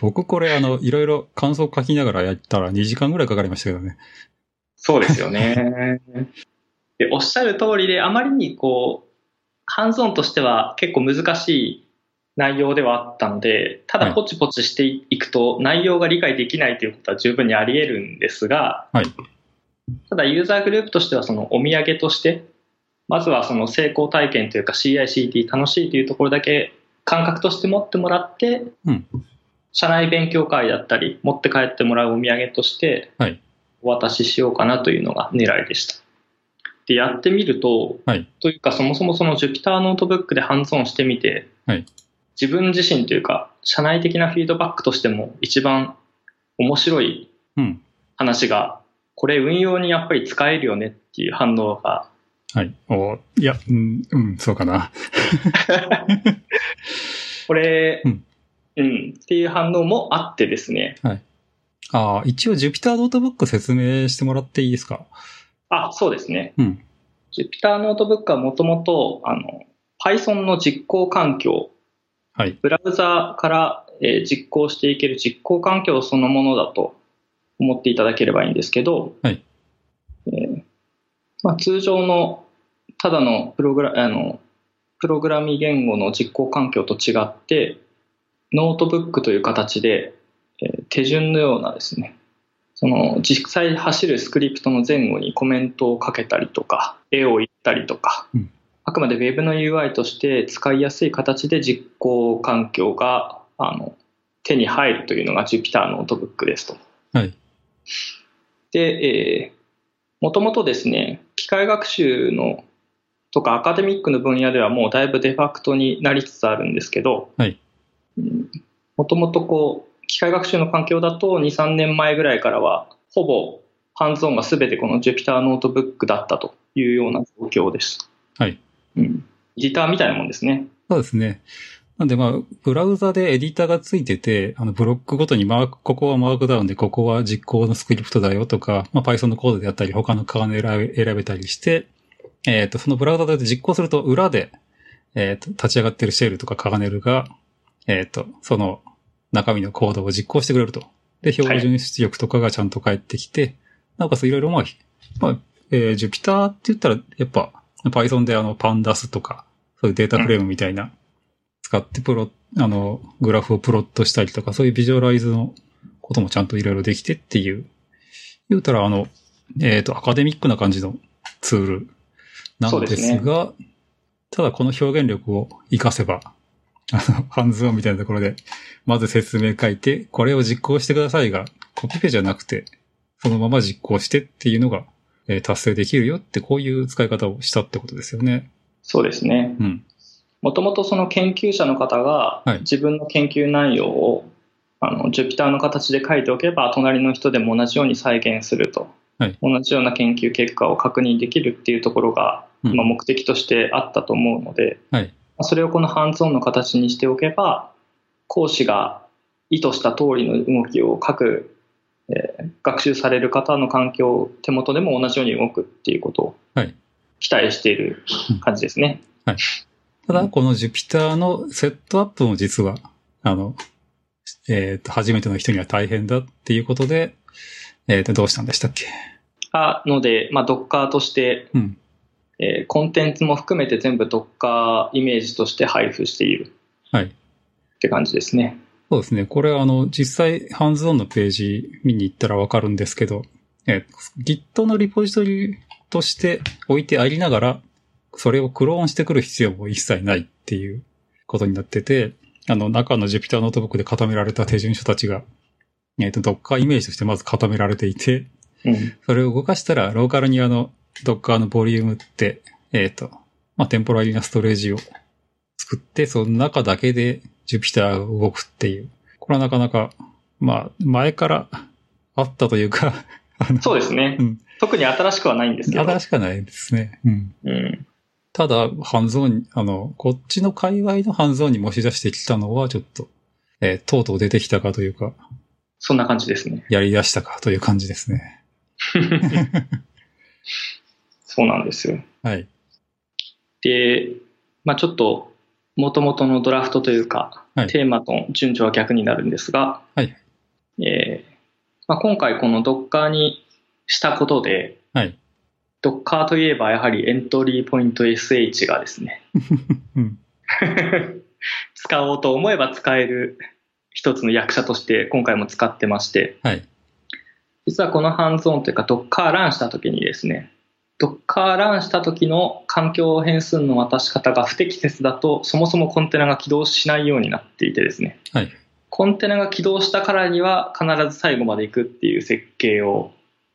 Speaker 1: 僕これあの、いろいろ感想書きながらやったら2時間ぐらいかかりましたけどね。
Speaker 2: そうですよね。 [laughs] で、おっしゃる通りで、あまりにこう、ハンズオンとしては結構難しい内容ではあったので、た
Speaker 1: は
Speaker 2: だ
Speaker 1: い
Speaker 2: ポチポチしていくと内容が理解できないということは十分にあり得るんですが、
Speaker 1: はい
Speaker 2: ただユーザーグループとしてはそのお土産として、まずはその成功体験というか CICD 楽しいというところだけ感覚として持ってもらって、
Speaker 1: うん
Speaker 2: 社内勉強会だったり、持って帰ってもらうお土産として、
Speaker 1: はい
Speaker 2: お渡ししようかなというのが狙いでした。で、やってみると、
Speaker 1: はい
Speaker 2: というかそもそもその Jupyter ノートブックでハンズオンしてみて、
Speaker 1: はい
Speaker 2: 自分自身というか、社内的なフィードバックとしても一番面白い
Speaker 1: うん。
Speaker 2: 話が、これ運用にやっぱり使えるよねっていう反応
Speaker 1: [laughs]
Speaker 2: が、
Speaker 1: はい。おいや、うん、うん、そうかな。
Speaker 2: これ、
Speaker 1: うん
Speaker 2: うん、っていう反応もあってですね、
Speaker 1: ああ、一応 Jupyter ノートブック説明してもらっていいですか
Speaker 2: あ、そうですね。
Speaker 1: うん。
Speaker 2: Jupyter ノートブックはもともと、あの、Python の実行環境、
Speaker 1: はい。
Speaker 2: ブラウザーから、えー実行していける実行環境そのものだと思っていただければいいんですけど、
Speaker 1: はい
Speaker 2: えーまあ、通常のただのプログラあのプログラミ言語の実行環境と違ってノートブックという形で、えー手順のようなですねその実際走るスクリプトの前後にコメントをかけたりとか絵を言ったりとか、
Speaker 1: うん
Speaker 2: あくまで Web の UI として使いやすい形で実行環境があの手に入るというのが Jupyter ノートブックですと。
Speaker 1: はい
Speaker 2: で、もともとですね、機械学習のとかアカデミックの分野ではもうだいぶデファクトになりつつあるんですけど
Speaker 1: はい、
Speaker 2: もともとこう、機械学習の環境だと2、3年前ぐらいからは、ほぼハンズオンが全てこの Jupyter ノートブックだったというような状況です。
Speaker 1: はい。
Speaker 2: うん。ギターみたいなもんですね。
Speaker 1: そうですね。なんでまあ、ブラウザでエディターがついてて、あの、ブロックごとにマーク、ここはマークダウンで、ここは実行のスクリプトだよとか、まあ、Python のコードであったり、他のカーネル選べ選べたりして、えっ、と、そのブラウザで実行すると、裏で、えっ、と、立ち上がってるシェルとかカーネルが、えっ、と、その中身のコードを実行してくれると。で、標準出力とかがちゃんと返ってきて、なおかついろいろまあ、まあ、えー、Jupyter って言ったら、やっぱ、Python であの、Pandas とか、そういうデータフレームみたいな、使ってプロ、あの、グラフをプロットしたりとか、そういうビジュアライズのこともちゃんといろいろできてっていう、言うたら、あの、えっ、と、アカデミックな感じのツールなんですが、ただこの表現力を活かせば、あの、ハンズオンみたいなところで、まず説明書いて、これを実行してくださいが、コピペじゃなくて、そのまま実行してっていうのが、えー達成できるよって、こういう使い方をしたってことですよね。
Speaker 2: そうですね。
Speaker 1: うん。
Speaker 2: もともとその研究者の方が
Speaker 1: はい
Speaker 2: 自分の研究内容を、あの Jupyter の形で書いておけば隣の人でも同じように再現すると、
Speaker 1: はい
Speaker 2: 同じような研究結果を確認できるっていうところが、
Speaker 1: うん
Speaker 2: まあ、目的としてあったと思うので、
Speaker 1: はい
Speaker 2: まあそれをこのハンズオンの形にしておけば講師が意図した通りの動きを各えー学習される方の環境を手元でも同じように動くっていうことを
Speaker 1: はい
Speaker 2: 期待している感じですね。
Speaker 1: ただ、この Jupyter のセットアップも実は、あの、えっ、と、初めての人には大変だっていうことで、えっ、と、どうしたんでしたっけ
Speaker 2: なので、まあ、Docker として、
Speaker 1: うん
Speaker 2: えーコンテンツも含めて全部 Docker イメージとして配布している
Speaker 1: はい。
Speaker 2: って感じですね。
Speaker 1: そうですね。これ、あの、実際、ハンズオンのページ見に行ったらわかるんですけど、えー Git のリポジトリとして置いてありながら、それをクローンしてくる必要も一切ないっていうことになってて、あの、中の Jupyter ノートブックで固められた手順書たちが、えっ、と、Docker イメージとしてまず固められていて、
Speaker 2: うん。
Speaker 1: それを動かしたら、ローカルにあの、Docker のボリュームって、えっ、と、まあ、テンポラリーなストレージを作って、その中だけで Jupyter が動くっていう。これはなかなか、まあ、前からあったというか、あの、
Speaker 2: そうですね、
Speaker 1: うん
Speaker 2: 特に新しくはないんですけど。
Speaker 1: 新しくはないですね。うん。
Speaker 2: うん。
Speaker 1: ただ、ハンズオンに、あの、こっちの界隈のハンズオンに持ち出してきたのは、ちょっと、えーとうとう出てきたかというか、
Speaker 2: そんな感じで
Speaker 1: [laughs]
Speaker 2: すね。
Speaker 1: やり出したかという感じですね。
Speaker 2: そうなんですよ。
Speaker 1: はい。
Speaker 2: で、まあ、ちょっと元々のドラフトというか、
Speaker 1: はい
Speaker 2: テーマと順序は逆になるんですが、
Speaker 1: はい
Speaker 2: えーまあ、今回この Docker にしたことで
Speaker 1: はい。
Speaker 2: Docker といえばやはりエントリーポイント SH がで
Speaker 1: [laughs]
Speaker 2: すね
Speaker 1: うん。
Speaker 2: 使おうと思えば使える一つの役者として今回も使ってまして
Speaker 1: はい。
Speaker 2: 実はこのハンズオンというか Docker ランした時にですね Docker ランした時の環境変数の渡し方が不適切だとそもそもコンテナが起動しないようになっていてですね
Speaker 1: はい。
Speaker 2: コンテナが起動したからには必ず最後まで行くっていう設計を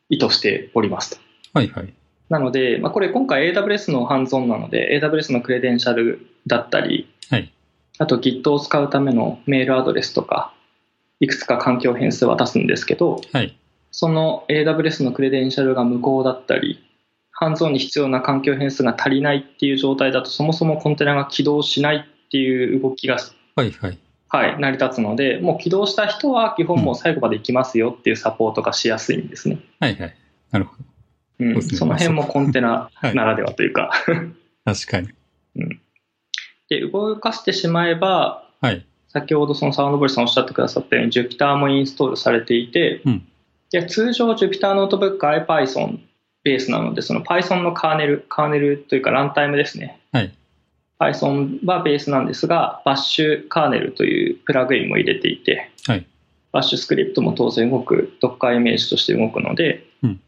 Speaker 2: 意図しておりますと
Speaker 1: はい。はい。
Speaker 2: なので、まあ、これ今回 AWS のハンズオンなので AWS のクレデンシャルだったり、
Speaker 1: はい
Speaker 2: あと Git を使うためのメールアドレスとかいくつか環境変数を渡すんですけど
Speaker 1: はい。
Speaker 2: その AWS のクレデンシャルが無効だったりハンズオンに必要な環境変数が足りないっていう状態だとそもそもコンテナが起動しないっていう動きが、
Speaker 1: はい。はい。
Speaker 2: はい、成り立つのでもう起動した人は基本もう最後まで行きますよっていうサポートがしやすいんですね、
Speaker 1: はいはい。なるほど。そ
Speaker 2: う、
Speaker 1: うんですね
Speaker 2: その辺もコンテナ
Speaker 1: はい
Speaker 2: ならではというか、
Speaker 1: 確かに。
Speaker 2: で動かしてしまえば
Speaker 1: はい。
Speaker 2: 先ほどそのサウンドボリさんおっしゃってくださったように Jupyter もインストールされていて、
Speaker 1: うん
Speaker 2: で通常 Jupyter ノートブック IPython ベースなのでその Python のカーネルカーネルというかランタイムですね
Speaker 1: はい
Speaker 2: Python はベースなんですが Bash カーネルというプラグインも入れていて、
Speaker 1: はい、
Speaker 2: Bash スクリプトも当然動く Docker イメージとして動くので、
Speaker 1: うん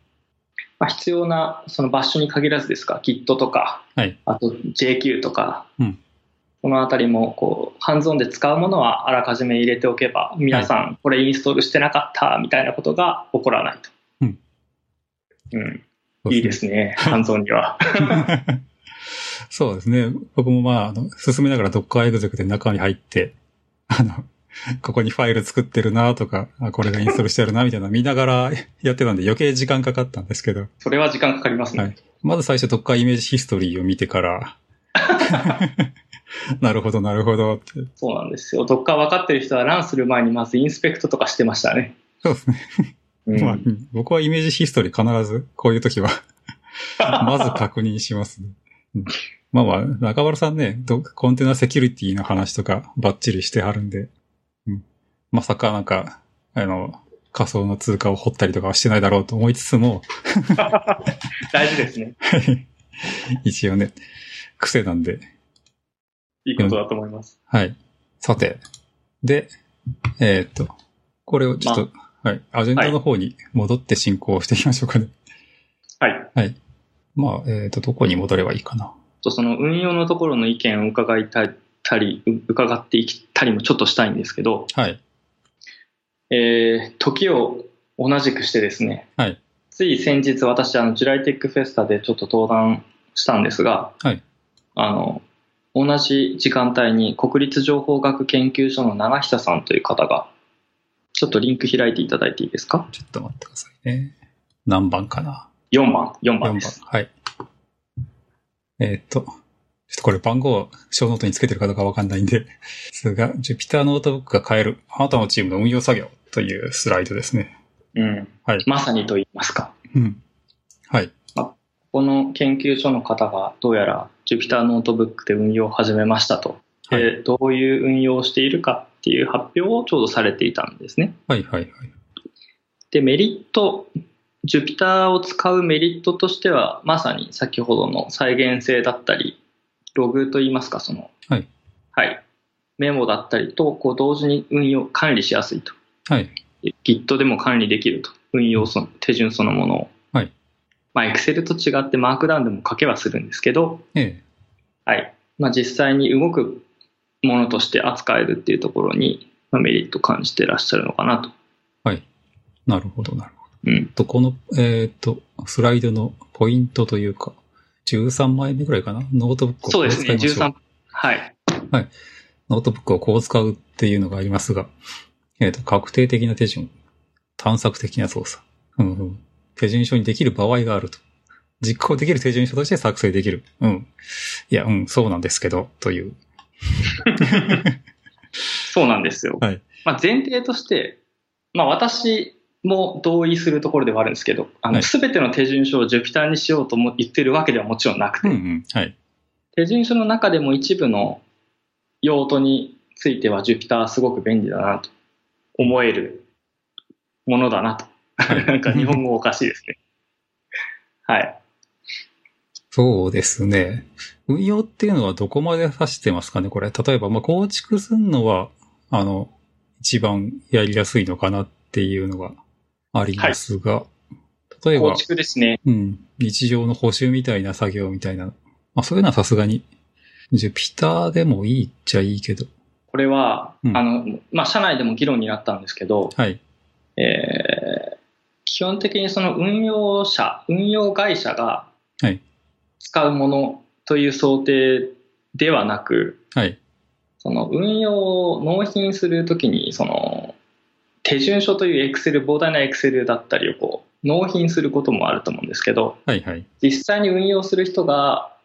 Speaker 2: まあ、必要なその Bash に限らずですが Git とか
Speaker 1: はい。
Speaker 2: あと JQ とか、
Speaker 1: うん
Speaker 2: この辺りもこうハンズオンで使うものはあらかじめ入れておけば皆さんこれインストールしてなかったみたいなことが起こらないと、
Speaker 1: うん
Speaker 2: うんいいで。すねハンズオンに [laughs] は
Speaker 1: そうですね。僕もまあ、あの、進めながら Docker エグゼクで中に入って、あの、ここにファイル作ってるなとか、あこれがインストールしてあるなみたいな見ながら [laughs] やってたんで余計時間かかったんですけど、
Speaker 2: それは時間かかりますね、
Speaker 1: はいまず最初 Docker イメージヒストリーを見てから、 [laughs] なるほど、なるほどって。
Speaker 2: そうなんですよどっか分かってる人はランする前にまずインスペクトとかしてましたね
Speaker 1: そうですね。
Speaker 2: うん
Speaker 1: まあ、僕はイメージヒストリー必ず、こういう時は、 [laughs] まず確認しますね。うんまあまあ、中丸さんね、どコンテナセキュリティの話とかバッチリしてはるんで、うんまさかなんか、あの、仮想の通貨を掘ったりとかはしてないだろうと思いつつも、 [laughs]
Speaker 2: 大事ですね
Speaker 1: 一応ね、癖なんで、
Speaker 2: いいことだと思います、
Speaker 1: はい。さて、で、えーっと、これをちょっと、はい、アジェンダの方に戻って進行していきましょうかね。
Speaker 2: はい
Speaker 1: まあ、えーっと、どこに戻ればいいかな。
Speaker 2: ちょっとその運用のところの意見を伺いたり伺っていったりもちょっとしたいんですけど、
Speaker 1: はい。
Speaker 2: えー時を同じくしてですね、
Speaker 1: はい
Speaker 2: つい先日私あのジュライテックフェスタでちょっと登壇したんですが、
Speaker 1: はい
Speaker 2: あの同じ時間帯に国立情報学研究所の長久さんという方がちょっとリンク開いていただいていいですか
Speaker 1: ちょっと待ってくださいね。何番かな
Speaker 2: 4番4
Speaker 1: ?4
Speaker 2: 番
Speaker 1: 番
Speaker 2: です。
Speaker 1: はい。えーっと、ちょっとこれ番号を小ノートにつけてるかどうかわかんないんで、ですが、Jupyter ノートブックが変える、あなたのチームの運用作業というスライドですね。
Speaker 2: うん。
Speaker 1: はい。
Speaker 2: まさにと言いますか。
Speaker 1: うん。はい。
Speaker 2: この研究所の方がどうやら Jupyter ノートブックで運用を始めましたと。
Speaker 1: はい
Speaker 2: でどういう運用をしているかっていう発表をちょうどされていたんですね。
Speaker 1: はいはいはい。
Speaker 2: で、メリット、Jupyter を使うメリットとしては、まさに先ほどの再現性だったり、ログといいますか、その、
Speaker 1: はい。
Speaker 2: はい。メモだったりと、こう、同時に運用、管理しやすいと。
Speaker 1: はい。
Speaker 2: Git でも管理できると。運用その、手順そのものを。
Speaker 1: はい。
Speaker 2: まあ、Excel と違ってマークダウンでも書けはするんですけど、
Speaker 1: ええ。
Speaker 2: はい。まあ、実際に動くものとして扱えるっていうところに、まあ、メリット感じてらっしゃるのかなと。
Speaker 1: なるほどなるほど。
Speaker 2: うん。
Speaker 1: と、この、えーっと、スライドのポイントというか、13枚目ぐらいかなノートブックを
Speaker 2: そ
Speaker 1: こ
Speaker 2: うで
Speaker 1: う
Speaker 2: す
Speaker 1: 使
Speaker 2: ね、
Speaker 1: いましょう。
Speaker 2: 13。はい。
Speaker 1: ノートブックをこう使うっていうのがありますが、えーっと、確定的な手順、探索的な操作、うんうん、手順書にできる場合があると。実行できる手順書として作成できる。うん。いや、うん、そうなんですけど、という。
Speaker 2: そうなんですよ。
Speaker 1: はい
Speaker 2: まあ、前提として、まあ、私も同意するところではあるんですけど、あ
Speaker 1: は
Speaker 2: の
Speaker 1: い
Speaker 2: 全ての手順書を Jupyter にしようとも言ってるわけではもちろんなくて、
Speaker 1: うんうん。はい。
Speaker 2: 手順書の中でも一部の用途については Jupyter すごく便利だなと思えるものだなと。 [laughs] なんか日本語おかしいですね。はい。
Speaker 1: そうですね。運用っていうのはどこまで指してますかね、これ。例えば、まあ、構築するのは、あの、一番やりやすいのかなっていうのがありますが、例え
Speaker 2: 構
Speaker 1: ば、
Speaker 2: 築ですね。
Speaker 1: うん、日常の補修みたいな作業みたいな、まあ、そういうのはさすがに、Jupyter でもいいっちゃいいけど、
Speaker 2: これは、
Speaker 1: うん
Speaker 2: あの、まあ、社内でも議論になったんですけど、
Speaker 1: はい、
Speaker 2: えー基本的にその運用者、運用会社が
Speaker 1: はい
Speaker 2: 使うものという想定ではなく、
Speaker 1: はい、
Speaker 2: その運用を納品するときに、その手順書という Excel、膨大な Excel だったりをこう納品することもあると思うんですけど、
Speaker 1: はい、はい、
Speaker 2: 実際に運用する人が、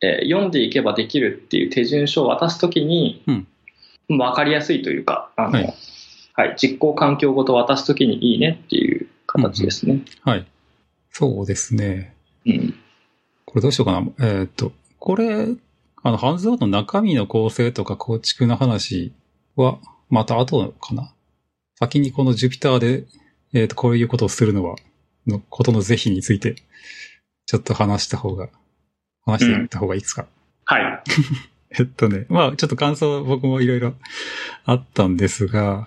Speaker 2: えー読んでいけばできるっていう手順書を渡すときに、
Speaker 1: うん
Speaker 2: 分かりやすいというかあの、
Speaker 1: は
Speaker 2: はいい実行環境ごと渡すときにいいねっていう形ですね。
Speaker 1: はい。そうですね。
Speaker 2: うん
Speaker 1: これどうしようかな。えーっと、これ、あの、ハンズアウトの中身の構成とか構築の話は、また後かな。先にこの Jupyter で、えーっと、こういうことをするのは、のことの是非について、ちょっと話した方が、話していった方がいいですか。
Speaker 2: はい、
Speaker 1: [laughs] えっとね、まあ、ちょっと感想僕もいろいろあったんですが、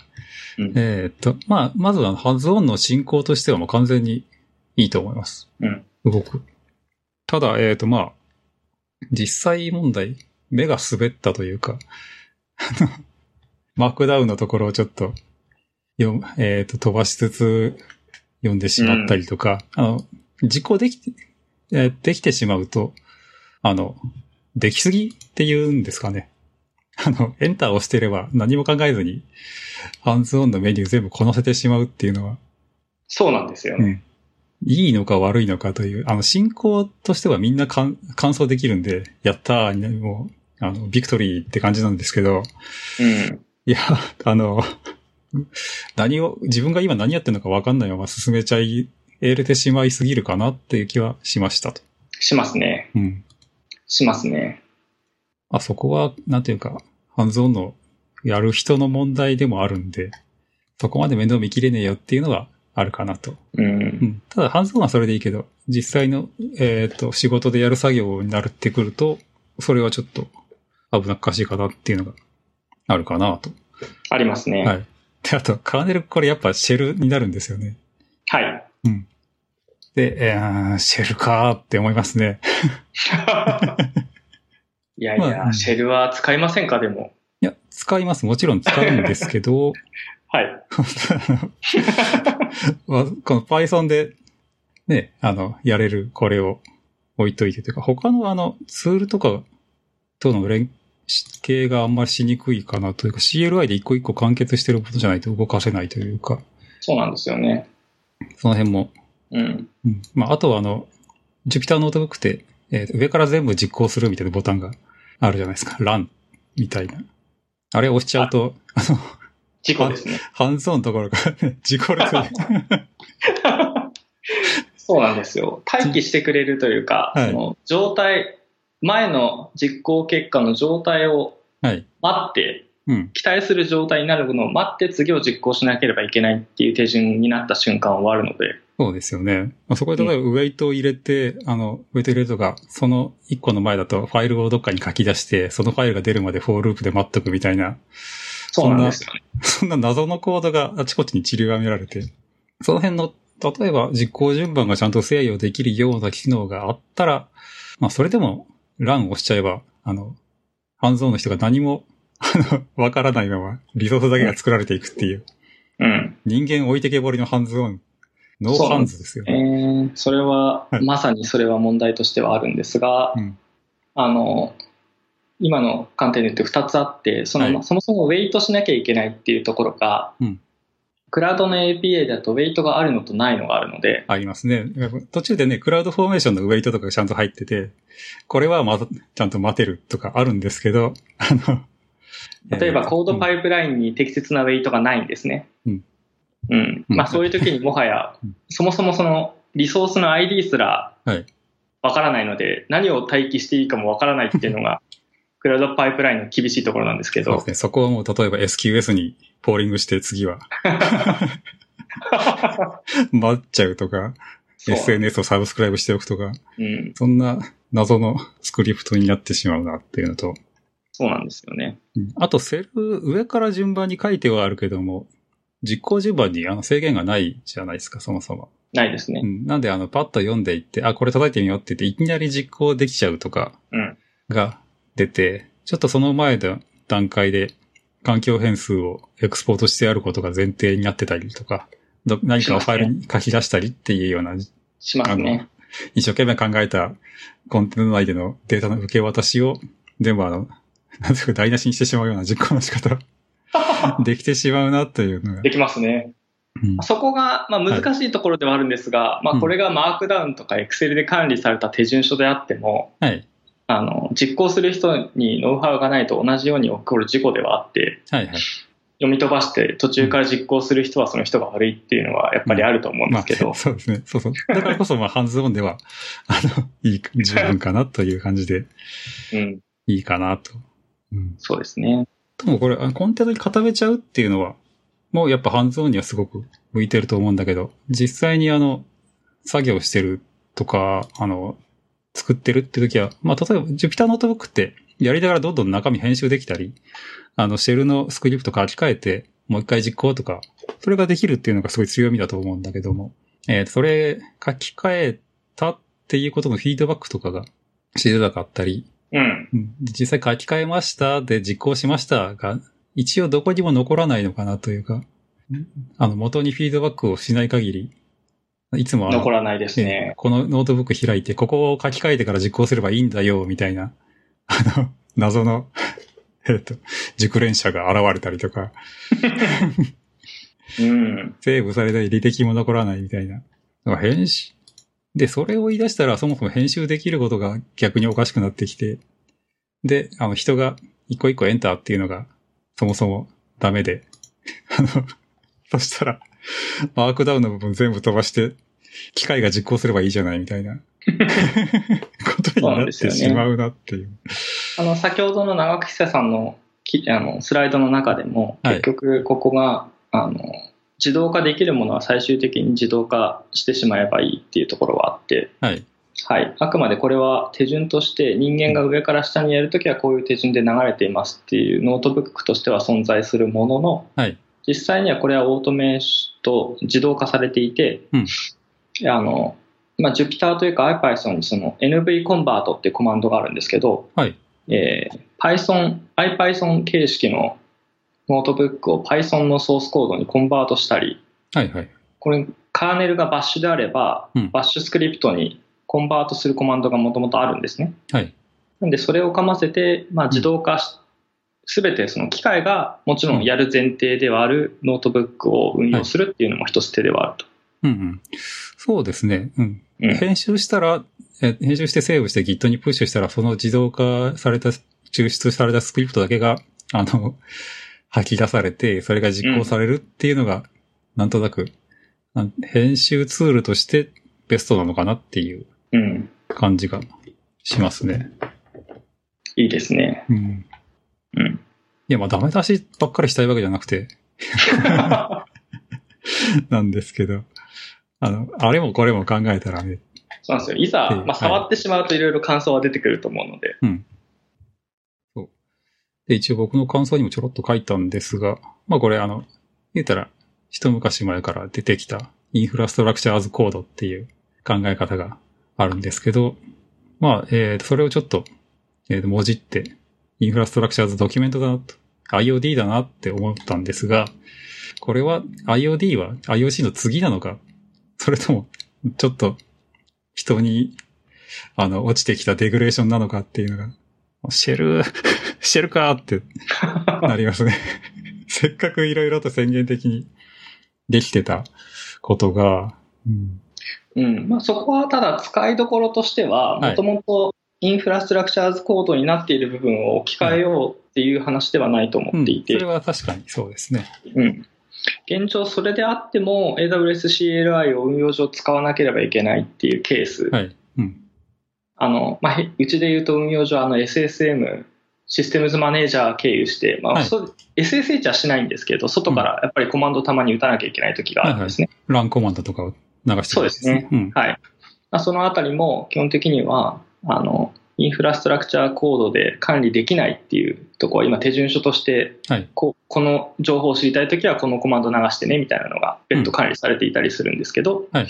Speaker 2: うん
Speaker 1: えーっと、まあ、まずはハンズオンの進行としてはもう完全にいいと思います。
Speaker 2: うん
Speaker 1: 動く。ただ、えっ、と、まあ、実際問題、目が滑ったというか、 [laughs] あのマークダウンのところをちょっと、読むえっ、と、飛ばしつつ読んでしまったりとか、あの、実行できて、えーできてしまうと、あの、できすぎって言うんですかね。あの、エンターを押してれば何も考えずに、ハンズオンのメニュー全部こなせてしまうっていうのは、
Speaker 2: そうなんですよね。
Speaker 1: いいのか悪いのかという、あの、進行としてはみんな完完走できるんで、やったーに、もう、あの、ビクトリーって感じなんですけど、
Speaker 2: うん
Speaker 1: いや、 [laughs] あの、何を、自分が今何やってるのか分かんないまま進めちゃい、得れてしまいすぎるかなっていう気はしましたと。
Speaker 2: しますね。
Speaker 1: うん。
Speaker 2: しますね。
Speaker 1: あそこは、なんていうか、ハンズオンのやる人の問題でもあるんで、そこまで面倒見きれねえよっていうのがあるかなと
Speaker 2: うん
Speaker 1: うん、ただ、ハンズオンはそれでいいけど、実際の、えっ、と、仕事でやる作業になるってくると、それはちょっと危なっかしいかなっていうのがあるかなと。
Speaker 2: ありますね。
Speaker 1: はいで、あと、カーネル、これやっぱシェルになるんですよね。
Speaker 2: [laughs] はい。
Speaker 1: で、えー、シェルかーって思いますね。
Speaker 2: いやいや、
Speaker 1: まあ
Speaker 2: シェルは使いませんか、でも。
Speaker 1: いや、使います。もちろん使うんですけど、
Speaker 2: はい。
Speaker 1: [laughs] まあこの Python で、ね、あの、やれるこれを置いといてというか、他のあの、ツールとかとの連携があんまりしにくいかなというか、CLI で一個一個完結してることじゃないと動かせないというか、
Speaker 2: そうなんですよね。
Speaker 1: その辺も。
Speaker 2: うん。
Speaker 1: うん、まあ、あとはあの、Jupyter ノートブックって、えー上から全部実行するみたいなボタンがあるじゃないですか。ランみたいな。あれを押しちゃうと、あの、
Speaker 2: 事故ですね。
Speaker 1: ハンズオンのところから、ね、事故るという。
Speaker 2: そうなんですよ。待機してくれるというか、
Speaker 1: はい
Speaker 2: その状態、前の実行結果の状態を
Speaker 1: はい。
Speaker 2: 待って、
Speaker 1: うん。
Speaker 2: 期待する状態になるのを待って次を実行しなければいけないっていう手順になった瞬間終わるので、
Speaker 1: そうですよね。まあ、そこで例えばウェイトを入れて、あの、ウェイト入れるとか、その一個の前だとファイルをどっかに書き出して、そのファイルが出るまでフォーループで待っとくみたいな、 [laughs]
Speaker 2: そうなんですよね。
Speaker 1: そんな謎のコードがあちこちに散りばめられて、その辺の、例えば実行順番がちゃんと制御できるような機能があったら、まあそれでもランをしちゃえば、あの、ハンズオンの人が何も、あの、わからないままリソースだけが作られていくっていう、
Speaker 2: うん。
Speaker 1: 人間置いてけぼりのハンズオン、ノーハンズですよ
Speaker 2: え
Speaker 1: ね。
Speaker 2: ーそれは、
Speaker 1: はい
Speaker 2: まさにそれは問題としてはあるんですが、
Speaker 1: うん
Speaker 2: あの、今の観点で言って2つあって、その、
Speaker 1: はい
Speaker 2: そもそもウェイトしなきゃいけないっていうところが、
Speaker 1: うん
Speaker 2: クラウドの APA だとウェイトがあるのとないのがあるので、
Speaker 1: ありますね。途中でね、クラウドフォーメーションのウェイトとかがちゃんと入ってて、これはまた、ちゃんと待てるとかあるんですけど、あの、
Speaker 2: 例えばコード
Speaker 1: イ
Speaker 2: パイプラインに適切なウェイトがないんですね。
Speaker 1: うん。
Speaker 2: うん。まあ
Speaker 1: うん
Speaker 2: そういう時にもはや
Speaker 1: うん、
Speaker 2: そもそもそのリソースの ID すら
Speaker 1: はい
Speaker 2: わからないので、何を待機していいかもわからないっていう
Speaker 1: [laughs]
Speaker 2: のが、クラウドパイプラインの厳しいところなんですけ
Speaker 1: そうで
Speaker 2: ど
Speaker 1: す、ね。そこをもう例えば SQS にポーリングして次
Speaker 2: [laughs]
Speaker 1: は待っちゃうとか、
Speaker 2: そう
Speaker 1: SNS をサブスクライブしておくとか、
Speaker 2: うん、
Speaker 1: そんな謎のスクリプトになってしまうなっていうのと、
Speaker 2: そうなんですよね。
Speaker 1: うんあとセル上から順番に書いてはあるけども、実行順番にあの制限がないじゃないですか、そもそも。
Speaker 2: ないですね
Speaker 1: う。ん、なんであのパッと読んでいって、あ、これ叩いてみようって言って、いきなり実行できちゃうとか
Speaker 2: うん
Speaker 1: が出て、ちょっとその前の段階で環境変数をエクスポートしてあることが前提になってたりとか、ど何かをファイルに書き出したりっていうような、
Speaker 2: しますね。
Speaker 1: 一生懸命考えたコンテナ内でのデータの受け渡しを、全部あの、なんていうか台無しにしてしまうような実行の仕方 [laughs] できてしまうなというのが。
Speaker 2: できますね。
Speaker 1: うん
Speaker 2: そこが、まあ、難しいところではあるんですが、ま
Speaker 1: う
Speaker 2: あ、
Speaker 1: ん
Speaker 2: これがマークダウンとか Excel で管理された手順書であっても、
Speaker 1: はい。
Speaker 2: あの実行する人にノウハウがないと同じように起こる事故ではあって
Speaker 1: はいはい。
Speaker 2: 読み飛ばして途中から実行する人はその人が悪いっていうのはやっぱりあると思うんで
Speaker 1: ますあ、
Speaker 2: けど、
Speaker 1: そうですね。そうそう。だからこそ、まあ、ハンズオンでは、あの、
Speaker 2: [laughs]
Speaker 1: いい、十分かなという感じで、
Speaker 2: うん、
Speaker 1: いいかなと。うん。
Speaker 2: そうですね
Speaker 1: でもこれ、あのコンテナに固めちゃうっていうのは、もうやっぱハンズオンにはすごく向いてると思うんだけど、実際にあの、作業してるとか、あの、作ってるって時は、まあ、例えば Jupyter ノートブックって、やりながらどんどん中身編集できたり、あの、シェルのスクリプト書き換えて、もう一回実行とか、それができるっていうのがすごい強みだと思うんだけども、えーそれ書き換えたっていうことのフィードバックとかが知れなかったり、
Speaker 2: うん
Speaker 1: うん実際書き換えましたで実行しましたが、一応どこにも残らないのかなというか、あの、元にフィードバックをしない限り、いつもあの
Speaker 2: 残らないです
Speaker 1: ね
Speaker 2: ね
Speaker 1: このノートブック開いて、ここを書き換えてから実行すればいいんだよ、みたいな、あの、 [laughs] 謎の、えっと、熟練者が現れたりとか、
Speaker 2: うん
Speaker 1: セーブされたり履歴も残らないみたいな。だから編集。で、それを言い出したら、そもそも編集できることが逆におかしくなってきて、で、あの、人が一個一個エンターっていうのが、そもそもダメで、 [laughs] あの、そしたら、マークダウンの部分全部飛ばして、機械が実行すればいいじゃないみたい
Speaker 2: [laughs]
Speaker 1: な、ことに
Speaker 2: そうな
Speaker 1: なんっ
Speaker 2: ですよ
Speaker 1: て
Speaker 2: ね
Speaker 1: しまうなっていう。
Speaker 2: あの先ほどの長久久さんのきあのスライドの中でも
Speaker 1: はい
Speaker 2: 結局ここが、あの自動化できるものは最終的に自動化してしまえばいいっていうところはあって、
Speaker 1: はい。
Speaker 2: はい、あくまでこれは手順として人間が上から下にやるときはこういう手順で流れていますっていうノートブックとしては存在するものの、
Speaker 1: はい
Speaker 2: 実際にはこれはオートメーションと自動化されていて、
Speaker 1: うん
Speaker 2: あのまあ、Jupyter というか IPython にその NV コンバートっていうコマンドがあるんですけど、
Speaker 1: はい
Speaker 2: えー Python、IPython 形式のノートブックを Python のソースコードにコンバートしたり、
Speaker 1: はいはい。
Speaker 2: これカーネルがバッシュであれば、
Speaker 1: うん
Speaker 2: バッシュスクリプトにコンバートするコマンドがもともとあるんですね。
Speaker 1: はい。
Speaker 2: なんでそれをかませて、まあ、自動化し、すべてその機械がもちろんやる前提ではあるノートブックを運用するっていうのも一つ手ではあると。
Speaker 1: うんうん。そうですね。うん。
Speaker 2: うん
Speaker 1: 編集したら、え編集してセーブして Git にプッシュしたら、その自動化された、抽出されたスクリプトだけが、あの、 [laughs] 吐き出されて、それが実行されるっていうのが、なんとなく、なん編集ツールとしてベストなのかなっていう
Speaker 2: うん。
Speaker 1: 感じがしますね。
Speaker 2: いいですね。
Speaker 1: うん。 [laughs]
Speaker 2: うん。
Speaker 1: いや、まあ、ダメ出しばっかりしたいわけじゃなくて、なんですけど、あの、あれもこれも考えたらね、
Speaker 2: そうなんですよ。いざ
Speaker 1: は、い
Speaker 2: まあ、触ってしまうといろいろ感想は出てくると思うので。
Speaker 1: で、一応僕の感想にもちょろっと書いたんですが、まあこれあの、言うたら、一昔前から出てきたインフラストラクチャーズコードっていう考え方があるんですけど、まあ、えーと、それをちょっと、えーと、文字って、インフラストラクチャーズドキュメントだなと、IOD だなって思ったんですが、これは IOD は IOC の次なのか、それとも、ちょっと、人に、あの、落ちてきたデグレーションなのかっていうのが、シェル、シェルかーってなりますね。 [laughs] せっかくいろいろと宣言的にできてたことが、うん
Speaker 2: うん。まあ、そこはただ使いどころとしては、
Speaker 1: は
Speaker 2: も
Speaker 1: い
Speaker 2: ともとインフラストラクチャーズコードになっている部分を置き換えようっていう話ではないと思ってい
Speaker 1: そ
Speaker 2: て
Speaker 1: れ、は確かにそうですね。
Speaker 2: うん。現状、それであっても AWS CLI を運用上使わなければいけないっていうケース。
Speaker 1: はい。うん。
Speaker 2: あの、まあ、へうちで言うと運用上、あの SSM、システムズマネージャー経由して、まあ
Speaker 1: はい
Speaker 2: そう SSH はしないんですけど、外からやっぱりコマンドたまに打たなきゃいけない時があるんですね。
Speaker 1: ランコマンドとかを流してるん
Speaker 2: そうですね。
Speaker 1: うん。
Speaker 2: はい。まあ、そのあたりも基本的には、あの、インフラストラクチャーコードで管理できないっていうところは今手順書として、
Speaker 1: はい
Speaker 2: ここの情報を知りたいときはこのコマンド流してねみたいなのが別途管理されていたりするんですけど、
Speaker 1: はい
Speaker 2: ま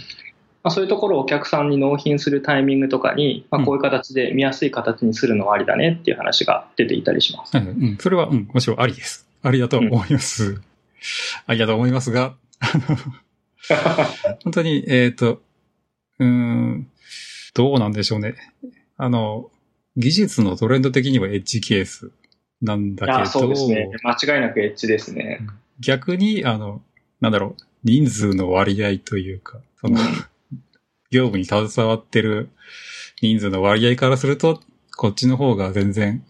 Speaker 2: あ、そういうところをお客さんに納品するタイミングとかに、ま
Speaker 1: う
Speaker 2: あ、
Speaker 1: ん
Speaker 2: こういう形で見やすい形にするのはありだねっていう話が出ていたりします。
Speaker 1: はいはいうん。それは、うん、もちろんありです。ありだと思います。ありだと思いますが、 [laughs] あの本当に、えっ、と、うーん、どうなんでしょうね。あの、技術のトレンド的にはエッジケースなんだ
Speaker 2: いや
Speaker 1: け
Speaker 2: そう
Speaker 1: ど、
Speaker 2: ですね。間違いなくエッジですね。
Speaker 1: 逆に、あの、なんだろう、人数の割合というか、その、業務に携わってる人数の割合からすると、こっちの方が全然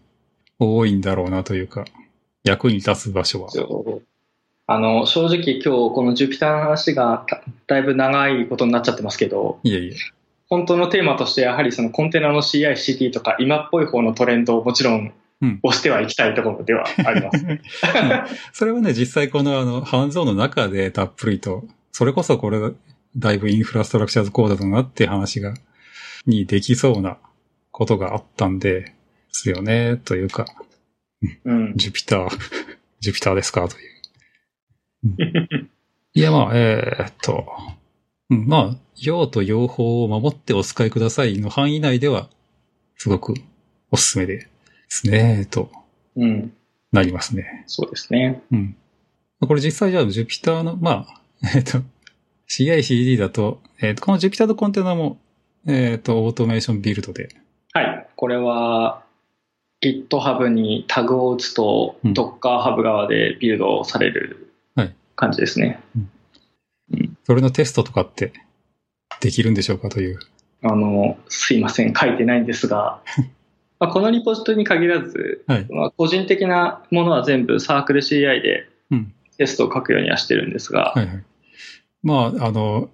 Speaker 1: 多いんだろうなというか、役に立つ場所は。
Speaker 2: そうあの正直今日この Jupyter の話がだだいぶ長いことになっちゃってますけど
Speaker 1: いえいえ。
Speaker 2: 本当のテーマとしてやはりそのコンテナの CICD とか今っぽい方のトレンドをもちろん
Speaker 1: うん
Speaker 2: 押してはいきたいところではあります、
Speaker 1: [laughs] それはね、実際このあの、ハンズオンの中でたっぷりと、それこそこれ、だいぶインフラストラクチャーズコードだなっていう話が、にできそうなことがあったんで、ですよね、というか、
Speaker 2: うん、
Speaker 1: ジュピター、 [laughs] ジュピターですかという。うんいや、まあ、えーっと、うんまあ、用途用法を守ってお使いくださいの範囲内では、すごくおすすめですね、と
Speaker 2: うん、
Speaker 1: なりますね。
Speaker 2: そうですね
Speaker 1: うん。これ実際じゃあ Jupyter の、まあ、 [laughs] えっ、と、CICD だと、えっ、と、この Jupyter のコンテナも、えっ、と、オートメーションビルドで。
Speaker 2: はいこれは GitHub にタグを打つと
Speaker 1: うん
Speaker 2: DockerHub 側でビルドされる
Speaker 1: はい
Speaker 2: 感じですね、
Speaker 1: それのテストとかってできるんでしょうかという。
Speaker 2: あのすいません書いてないんです
Speaker 1: [laughs]
Speaker 2: がまあこのリポジトリに限らず
Speaker 1: はい。
Speaker 2: まあ、個人的なものは全部サークル CI で
Speaker 1: うん
Speaker 2: テストを書くようにはしてるんですが、
Speaker 1: はいはい。まあ、あの、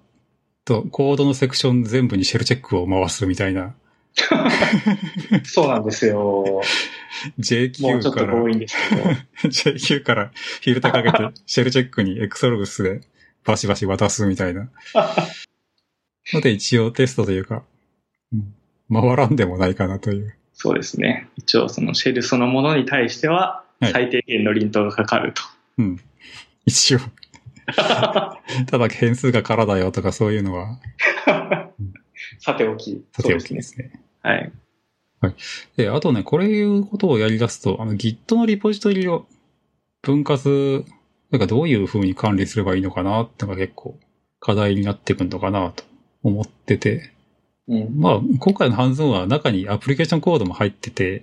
Speaker 1: と、コードのセクション全部にシェルチェックを回すみたいな。
Speaker 2: そうなんですよ。もうちょ
Speaker 1: JQ
Speaker 2: っ
Speaker 1: か
Speaker 2: と
Speaker 1: ら、
Speaker 2: 多いんです
Speaker 1: [laughs]
Speaker 2: けど。
Speaker 1: JQ からフィルターかけて、シェルチェックに Xlogs でバシバシ渡すみたい
Speaker 2: [laughs]
Speaker 1: な。ので一応テストというか、うん回らんでもないかなという。
Speaker 2: そうですね。一応そのシェルそのものに対しては
Speaker 1: はい
Speaker 2: 最低限の輪頭がかかると。
Speaker 1: うん。
Speaker 2: [laughs]
Speaker 1: 一応。ただ変数が空だよとかそういうのは、
Speaker 2: さておき。
Speaker 1: さておきで
Speaker 2: そうですね。
Speaker 1: すね。
Speaker 2: はい。
Speaker 1: で、あとね、これいうことをやり出すと、あの Git のリポジトリを分割、なんかどういう風に管理すればいいのかなってのが結構課題になってくるのかなと思ってて。
Speaker 2: うん。
Speaker 1: まあ、今回のハンズオンは中にアプリケーションコードも入っててっ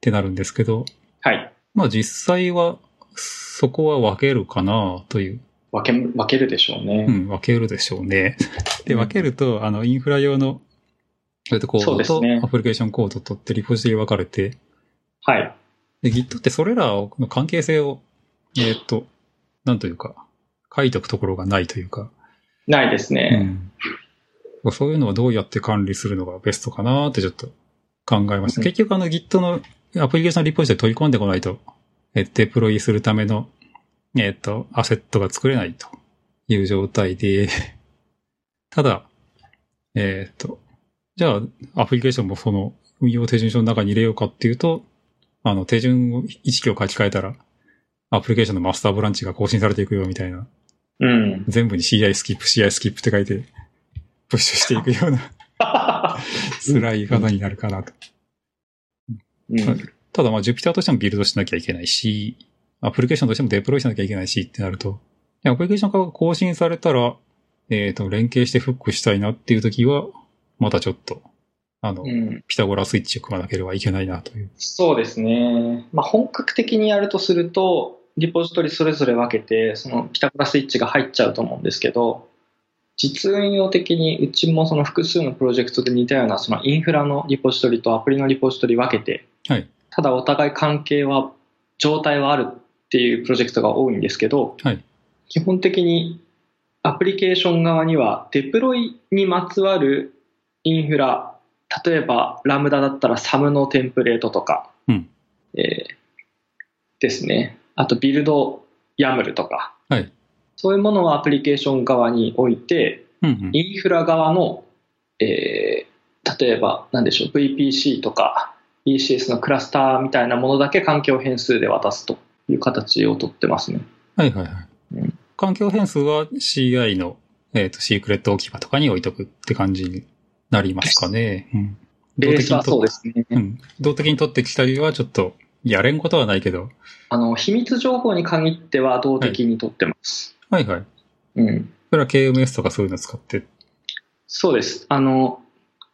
Speaker 1: てなるんですけど、
Speaker 2: はい。
Speaker 1: まあ実際はそこは分けるかなという。
Speaker 2: 分け、分けるでしょうね。
Speaker 1: うん、分けるでしょうね。 [laughs] で、
Speaker 2: うん
Speaker 1: 分けると、あの、インフラ用の、えっと、コー
Speaker 2: そう
Speaker 1: ド
Speaker 2: です
Speaker 1: と
Speaker 2: ね
Speaker 1: アプリケーションコードとってリポジトリ分かれて、
Speaker 2: はい。
Speaker 1: で、Git ってそれらの関係性をえーっと、なんというか、書いておくところがないというか、
Speaker 2: ないです
Speaker 1: う
Speaker 2: ね。
Speaker 1: ん、そういうのはどうやって管理するのがベストかなってちょっと考えました。
Speaker 2: うん
Speaker 1: 結局あの Git のアプリケーションリポジトリ取り込んでこないと、えーデプロイするための、えーっと、アセットが作れないという状態で、 [laughs] ただ、えーっと、じゃあアプリケーションもその運用手順書の中に入れようかっていうと、あの手順を一行書き換えたら、アプリケーションのマスターブランチが更新されていくよみたいな
Speaker 2: うん。
Speaker 1: 全部に CI スキップ、CI スキップって書いて、プッシュしていくような辛い方になるかなと。
Speaker 2: うん
Speaker 1: ただまあ Jupyter としてもビルドしなきゃいけないし、アプリケーションとしてもデプロイしなきゃいけないしってなると、いやアプリケーションが更新されたら、えっ、と、連携してフックしたいなっていう時は、またちょっと、あの、
Speaker 2: うん
Speaker 1: ピタゴラスイッチを組まなければいけないなという。
Speaker 2: そうですね。まあ、本格的にやるとすると、リポジトリそれぞれ分けて、そのピタゴラスイッチが入っちゃうと思うんですけど、実運用的にうちもその複数のプロジェクトで似たようなそのインフラのリポジトリとアプリのリポジトリ分けて、
Speaker 1: はい
Speaker 2: ただお互い関係は、状態はあるっていうプロジェクトが多いんですけど、
Speaker 1: はい
Speaker 2: 基本的にアプリケーション側にはデプロイにまつわるインフラ、例えばラムダだったらサムのテンプレートとか、
Speaker 1: うん
Speaker 2: えーですね。あとビルドヤムルとか、
Speaker 1: はい
Speaker 2: そういうものをアプリケーション側に置いて、
Speaker 1: うんうん。
Speaker 2: インフラ側の、えー例えば何でしょう、VPC とか ECS のクラスターみたいなものだけ環境変数で渡すという形をとってますね。
Speaker 1: はいはいは
Speaker 2: う
Speaker 1: い。環境変数は CI の、えっ、と、シークレット置き場とかに置いとくって感じになりますかね。うん。
Speaker 2: ベースはそ
Speaker 1: 動的にとっ
Speaker 2: うですね。
Speaker 1: うん。動的に取ってきたりはちょっと、やれんことはないけど。
Speaker 2: あの、秘密情報に限っては動的にとってます。
Speaker 1: はいはい。
Speaker 2: うん。
Speaker 1: それは KMS とかそういうの使って。
Speaker 2: そうです。あの、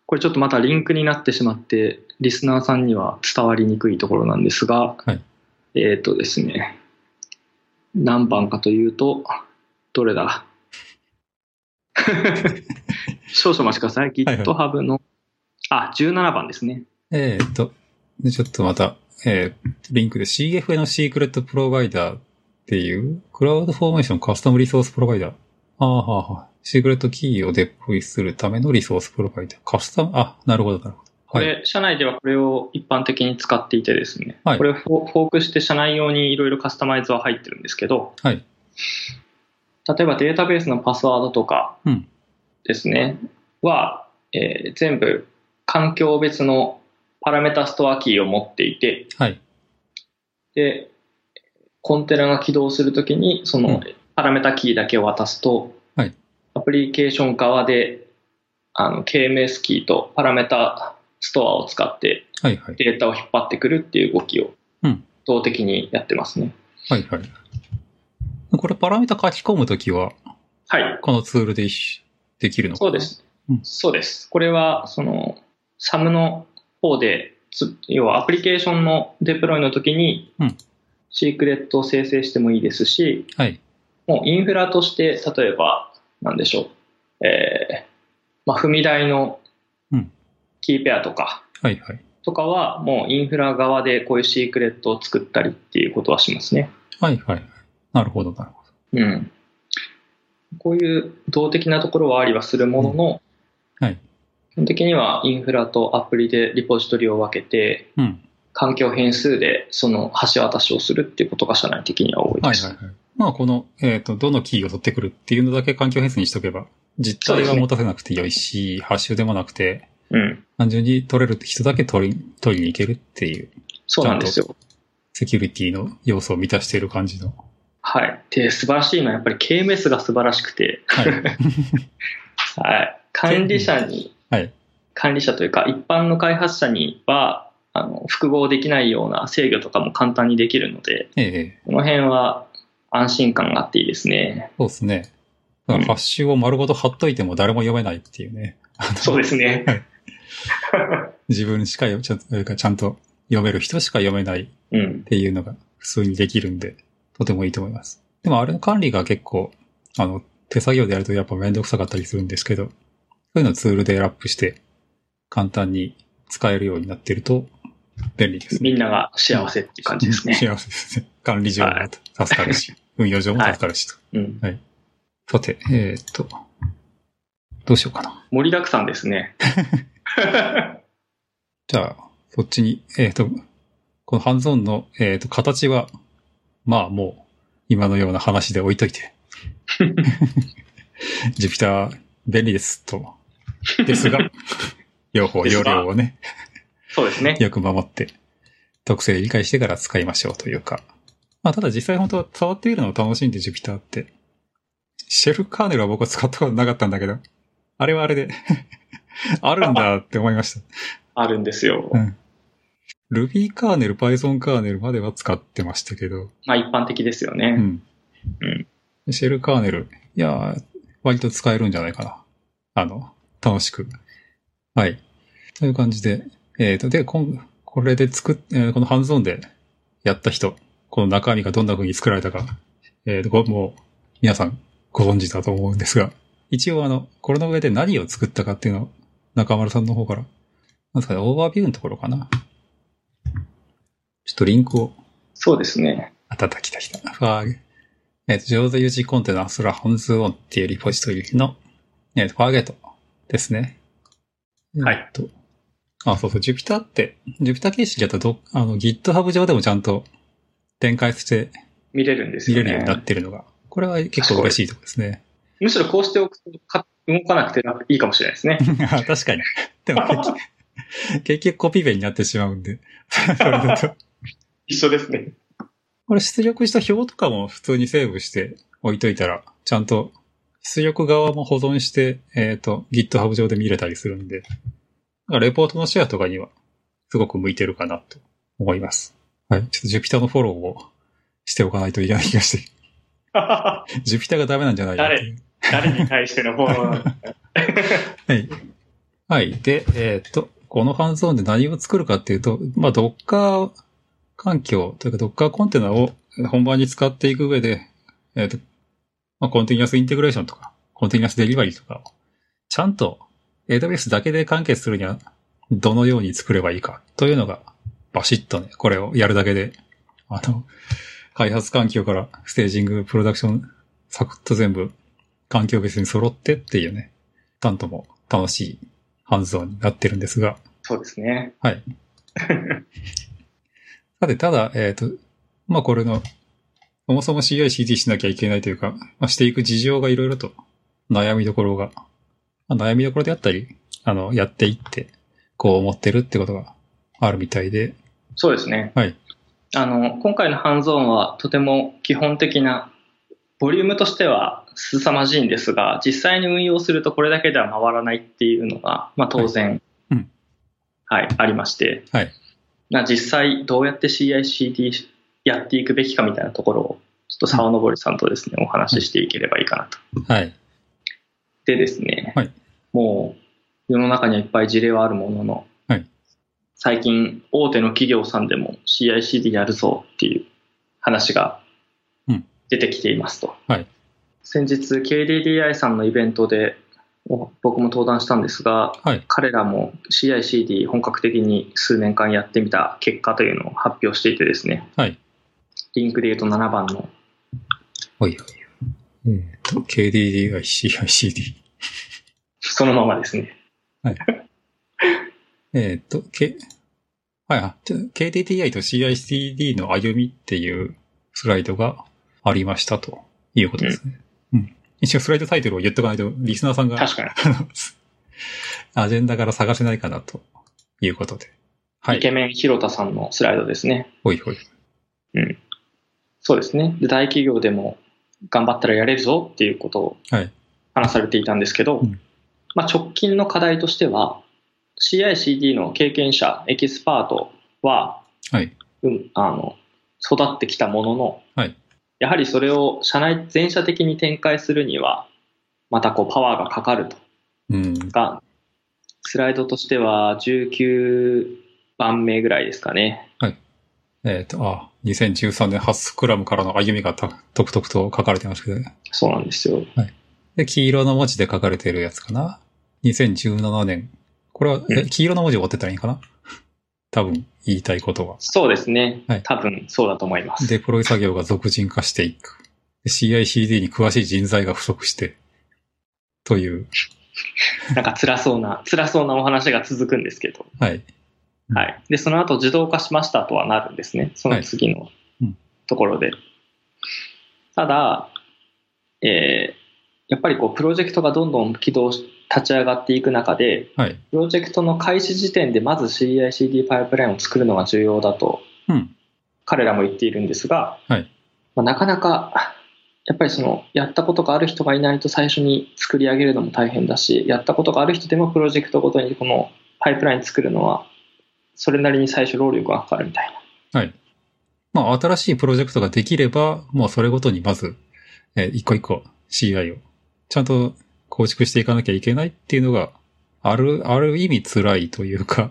Speaker 2: これちょっとまたリンクになってしまって、リスナーさんには伝わりにくいところなんですが、
Speaker 1: はい
Speaker 2: えっ、とですね、何番かというと、ど
Speaker 1: [laughs]
Speaker 2: れだ少々お待ちください。
Speaker 1: はい
Speaker 2: GitHub の、あ、17番ですね。
Speaker 1: えーっと、でちょっとまた、えーリンクで CFA のシークレットプロバイダーっていう、クラウドフォーメーションカスタムリソースプロバイダー。ああ、はあ、はあ。シークレットキーをデプロイするためのリソースプロバイダー。カスタム、あ、なるほど、なるほど。
Speaker 2: こ
Speaker 1: はい。
Speaker 2: れ、社内ではこれを一般的に使っていてですね、
Speaker 1: はい
Speaker 2: これをフォフォークして社内用にいろいろカスタマイズは入ってるんですけど、
Speaker 1: はい
Speaker 2: 例えばデータベースのパスワードとか
Speaker 1: うん
Speaker 2: ですね、は、えー全部環境別のパラメータストアキーを持っていて、
Speaker 1: はい。
Speaker 2: で、コンテナが起動するときに、そうの
Speaker 1: ん
Speaker 2: パラメータキーだけを渡すと、
Speaker 1: はい
Speaker 2: アプリケーション側で、あの、KMS キーとパラメータストアを使って
Speaker 1: はい、はい。
Speaker 2: データを引っ張ってくるっていう動きを
Speaker 1: うん、
Speaker 2: 動的にやってますね。
Speaker 1: はい、はい。これパラメータ書き込むときは、
Speaker 2: はい。
Speaker 1: このツールで一緒できるのか
Speaker 2: そ
Speaker 1: な
Speaker 2: うです
Speaker 1: うん。
Speaker 2: そうです。これは、その、サムの方で、つ要はアプリケーションのデプロイの時に
Speaker 1: うん、
Speaker 2: シークレットを生成してもいいですし、
Speaker 1: はい。
Speaker 2: もうインフラとして、例えば、なんでしょう、えー、まあ、踏み台の
Speaker 1: うん
Speaker 2: キーペアとか、
Speaker 1: はい、はい。
Speaker 2: とかは、もうインフラ側でこういうシークレットを作ったりっていうことはしますね。
Speaker 1: はい、はい。なるほど、なるほ
Speaker 2: うん、こういう動的なところはありはするものの、
Speaker 1: うんはい
Speaker 2: 基本的にはインフラとアプリでリポジトリを分けて、
Speaker 1: ど。うん。
Speaker 2: 環境変数でその橋渡しをするっていうことが社内的には多い
Speaker 1: は
Speaker 2: で
Speaker 1: い
Speaker 2: す。
Speaker 1: はいはい。まあこの、えっ、と、どのキーを取ってくるっていうのだけ環境変数にしとけば、実体は持たせなくてよいし、ハッシュでもなくて、
Speaker 2: うん、
Speaker 1: 単純に取れる人だけ取り、取りに行けるっていう、
Speaker 2: そうなんですよ。
Speaker 1: セキュリティの要素を満たしている感じの。
Speaker 2: はい、で素晴らしいのはやっぱり KMS が素晴らしくて、
Speaker 1: はい。
Speaker 2: [laughs] はい、管理者に、
Speaker 1: はい
Speaker 2: 管理者というか一般の開発者にはあの複合できないような制御とかも簡単にできるので
Speaker 1: ええ
Speaker 2: この辺は安心感があっていいですね。
Speaker 1: [laughs] そうですね。だからハッシュを丸ごと貼っといても誰も読めないっていうね。
Speaker 2: そうですね。
Speaker 1: 自分しかよちゃんとちゃんと読める人しか読めない
Speaker 2: うん
Speaker 1: っ。ていうのが普通にできるんで、とてもいいと思います。でもあれの管理が結構、あの、手作業でやるとやっぱめんどくさかったりするんですけど、そういうのをツールでラップして簡単に使えるようになってると、便利ですね。
Speaker 2: みんなが幸せっていう感じです
Speaker 1: [laughs]
Speaker 2: ね。
Speaker 1: 幸せですね。管理上も
Speaker 2: はい
Speaker 1: 助かるし、運用上も助かるしと。
Speaker 2: うん。
Speaker 1: さて、えーっと、どうしようかな。
Speaker 2: 盛りだくさんで
Speaker 1: [laughs]
Speaker 2: すね。
Speaker 1: じゃあ、そっちに、えーっと、このハンズオンの、えーっと、形は、まあもう、今のような話で置いとい
Speaker 2: [laughs]
Speaker 1: て、ジュピター便利ですと。です
Speaker 2: [laughs]
Speaker 1: が、両方、
Speaker 2: です
Speaker 1: 容
Speaker 2: が
Speaker 1: 量をね、
Speaker 2: そうですね。
Speaker 1: よく守って、特性理解してから使いましょうというか。まあ、ただ実際本当は触っているのを楽しんで Jupyter って。シェルカーネルは僕は使ったことなかったんだけど、あれはあれで、 [laughs] あるんだって思いました。
Speaker 2: あるんですよ
Speaker 1: う。ん Ruby カーネル、Python カーネルまでは使ってましたけど、
Speaker 2: まあ一般的ですよ
Speaker 1: う
Speaker 2: ね。
Speaker 1: ん。シェルカーネル、いやー、割と使えるんじゃないかな。あの、楽しく。はい。という感じで、えっ、と、で、こんこれで作っ、えーこのハンズオンでやった人、この中身がどんな風に作られたか、えっ、と、ごもう、皆さんご存知だと思うんですが、一応あの、これの上で何を作ったかっていうのを、中丸さんの方から、なんですかね、オーバービューのところかな。ちょっとリンクを
Speaker 2: そうですね。
Speaker 1: あったあった、来た来た。ファー、えっ、と、上手 UG コンテナ、それは本数オンっていうリポジトリの、えっ、と、ファーゲートですね。
Speaker 2: はい
Speaker 1: えっと。あ、そうそう、Jupyter って、Jupyter 形式だとど、あの、GitHub 上でもちゃんと展開して
Speaker 2: 見れるんです
Speaker 1: 見
Speaker 2: よ
Speaker 1: れるようになっ
Speaker 2: ね。
Speaker 1: てるのが、これは結構嬉しいとこですね。
Speaker 2: むしろこうしておくとか動かなくていいかもしれないですね。
Speaker 1: あ [laughs] 確かに。 [laughs] でも結局、結局コピペになってしまうんで、それだと。
Speaker 2: [laughs] 一緒です
Speaker 1: [laughs]
Speaker 2: ね。 [laughs]
Speaker 1: これ出力した表とかも普通にセーブして置いといたら、ちゃんと出力側も保存して、えっ、と、GitHub 上で見れたりするんで、だからレポートのシェアとかにはすごく向いてるかなと思います。はい。ちょっと Jupyter のフォローをしておかないといけない気がして、Jupyter がダメなんじゃないかっていう
Speaker 2: 誰に対してのフォロ
Speaker 1: [laughs]
Speaker 2: ー。
Speaker 1: はい。はい。で、えーっと、このハンズオンで何を作るかっていうと、まあ、Docker 環境というか Docker コンテナを本番に使っていく上で、えーっと、まあ、コンティニュアスインテグレーションとか、コンティニュアスデリバリーとかを、ちゃんと AWS だけで完結するには、どのように作ればいいかというのが、バシッとね、これをやるだけで、あの、開発環境からステージング、プロダクション、サクッと全部、環境別に揃ってっていうね、担当も楽しいハンズオンになってるんですが、
Speaker 2: そうですね。
Speaker 1: はい。さて、ただ、えっ、と、まあ、これの、そもそも CI/CD しなきゃいけないというか、まあ、していく事情がいろいろと悩みどころが、まあ、悩みどころであったり、あの、やっていって、こう思ってるってことがあるみたいで、
Speaker 2: そうですね。
Speaker 1: はい。
Speaker 2: あの、今回のハンズオンはとても基本的な、ボリュームとしては凄まじいんですが、実際に運用するとこれだけでは回らないっていうのが、まあ当然、
Speaker 1: はいうん
Speaker 2: はい、ありまして、
Speaker 1: はい
Speaker 2: な実際どうやって CICD やっていくべきかみたいなところを、ちょっと沢登さんとですね、お話ししていければいいかなと。
Speaker 1: はい。
Speaker 2: でですね、
Speaker 1: はい
Speaker 2: もう世の中にはいっぱい事例はあるものの、
Speaker 1: はい
Speaker 2: 最近大手の企業さんでも CICD やるぞっていう話が
Speaker 1: うん
Speaker 2: 出てきていますと、
Speaker 1: はい
Speaker 2: 先日 KDDI さんのイベントでお僕も登壇したんですが
Speaker 1: はい。
Speaker 2: 彼らも CICD 本格的に数年間やってみた結果というのを発表していてですね
Speaker 1: はい。
Speaker 2: リンクで言うと7番の
Speaker 1: おいおいおい。えっ、と、KDDI、CI/CD。
Speaker 2: そのままですね
Speaker 1: えっ、と、K、はいはい、ちょ KDDI と CICD の歩みっていうスライドがありましたということですね。うん。一応スライドタイトルを言っとかないと、リスナーさんが、
Speaker 2: 確かに、
Speaker 1: あのアジェンダから探せないかなということで。は
Speaker 2: イ
Speaker 1: い。
Speaker 2: ケメン広田さんのスライドですね
Speaker 1: ほいほい。
Speaker 2: そうですね。で大企業でも頑張ったらやれるぞっていうことを
Speaker 1: はい
Speaker 2: 話されていたんですけど、
Speaker 1: うん
Speaker 2: まあ、直近の課題としては CICD の経験者エキスパートは、
Speaker 1: はい
Speaker 2: うん、あの育ってきたものの、
Speaker 1: はい
Speaker 2: やはりそれを社内全社的に展開するにはまたこうパワーがかかると
Speaker 1: うん。
Speaker 2: がスライドとしては19番目ぐらいですかね。
Speaker 1: えっ、と、あ、2013年ハスクラムからの歩みがた独々と書かれてますけど、ね、
Speaker 2: そうなんですよ。
Speaker 1: で、黄色の文字で書かれてるやつかな。2017年。これは、
Speaker 2: う
Speaker 1: え、
Speaker 2: ん
Speaker 1: 黄色の文字を追ってたらいいのかな多分言いたいことは。
Speaker 2: そうですね。
Speaker 1: はい
Speaker 2: 多分そうだと思います。
Speaker 1: デプロイ作業が俗人化していく。で CICD に詳しい人材が不足して、という、
Speaker 2: なんか辛そうな、辛そうなお話が続くんですけど。
Speaker 1: はい。うん
Speaker 2: はい。で、その後自動化しましたとはなるんですね。その次の
Speaker 1: うん
Speaker 2: ところで。ただ、えーやっぱりこう、プロジェクトがどんどん起動し、立ち上がっていく中で、
Speaker 1: はい。
Speaker 2: プロジェクトの開始時点でまず CICD パイプラインを作るのが重要だと
Speaker 1: うん。
Speaker 2: 彼らも言っているんですが、
Speaker 1: はい
Speaker 2: まあ、なかなかやっぱりそのやったことがある人がいないと最初に作り上げるのも大変だしやったことがある人でもプロジェクトごとにこのパイプライン作るのはそれなりに最初労力がかかるみたいな
Speaker 1: まあ、新しいプロジェクトができれば、もうそれごとにまず、えー一個一個 CI をちゃんと構築していかなきゃいけないっていうのが、ある、ある意味辛いというか、 [laughs] っ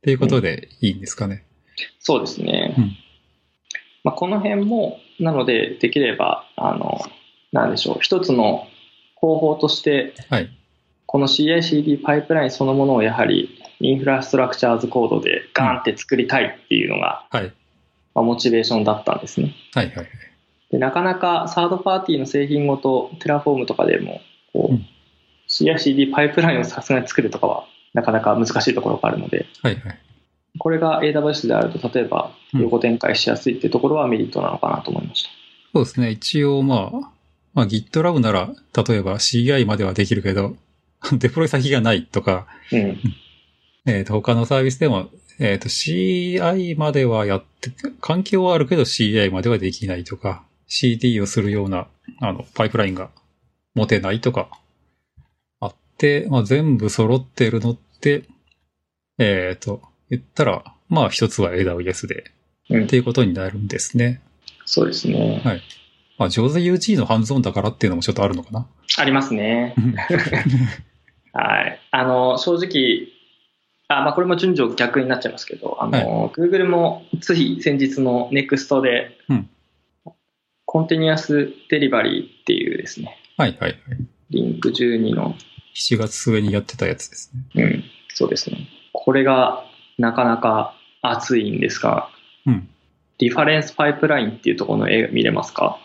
Speaker 1: ていうことでいいんですかね。
Speaker 2: そうですね、
Speaker 1: うん
Speaker 2: まあ、この辺もなのでできればあのなんでしょう一つの方法として
Speaker 1: はい。
Speaker 2: この CICD パイプラインそのものをやはりインフラストラクチャーズコードでガーンって作りたいっていうのが、
Speaker 1: はい。
Speaker 2: まあ、モチベーションだったんですね
Speaker 1: はいはい。
Speaker 2: でなかなかサードパーティーの製品ごとテラフォームとかでもこう、
Speaker 1: うん
Speaker 2: CICD パイプラインをさすがに作るとかはなかなか難しいところがあるので
Speaker 1: はいはい。
Speaker 2: これが AWS であると例えば
Speaker 1: うん
Speaker 2: 横展開しやすいってところはメリットなのかなと思いました、
Speaker 1: そうですね。一応まあ、まあ GitLab なら、例えば CI まではできるけど、 [laughs] デプロイ先がないとか、
Speaker 2: うん、
Speaker 1: えっ、と、他のサービスでも、えっ、と、CI まではやって、環境はあるけど CI まではできないとか、CD をするような、あの、パイプラインが持てないとか、あって、まあ、全部揃ってるのって、えっ、と、言ったら、まあ、一つは AWS で、
Speaker 2: うん
Speaker 1: っていうことになるんですね。
Speaker 2: そうですね、
Speaker 1: はいまあ、上手 UG のハンズオンだからっていうのもちょっとあるのか
Speaker 2: [laughs]
Speaker 1: な。
Speaker 2: ありますねはい、あの正直あ、まあ、これも順序逆になっちゃいますけど、あの Google もつい先日の NEXT で、
Speaker 1: うん
Speaker 2: コンティニュアスデリバリーっていうですね、
Speaker 1: はいはいはい。
Speaker 2: リンク12の、
Speaker 1: 7月末にやってたやつですね。
Speaker 2: うん、そうですね、これがなかなか熱いんですが、
Speaker 1: うん。
Speaker 2: リファレンスパイプラインっていうところの絵見れますか、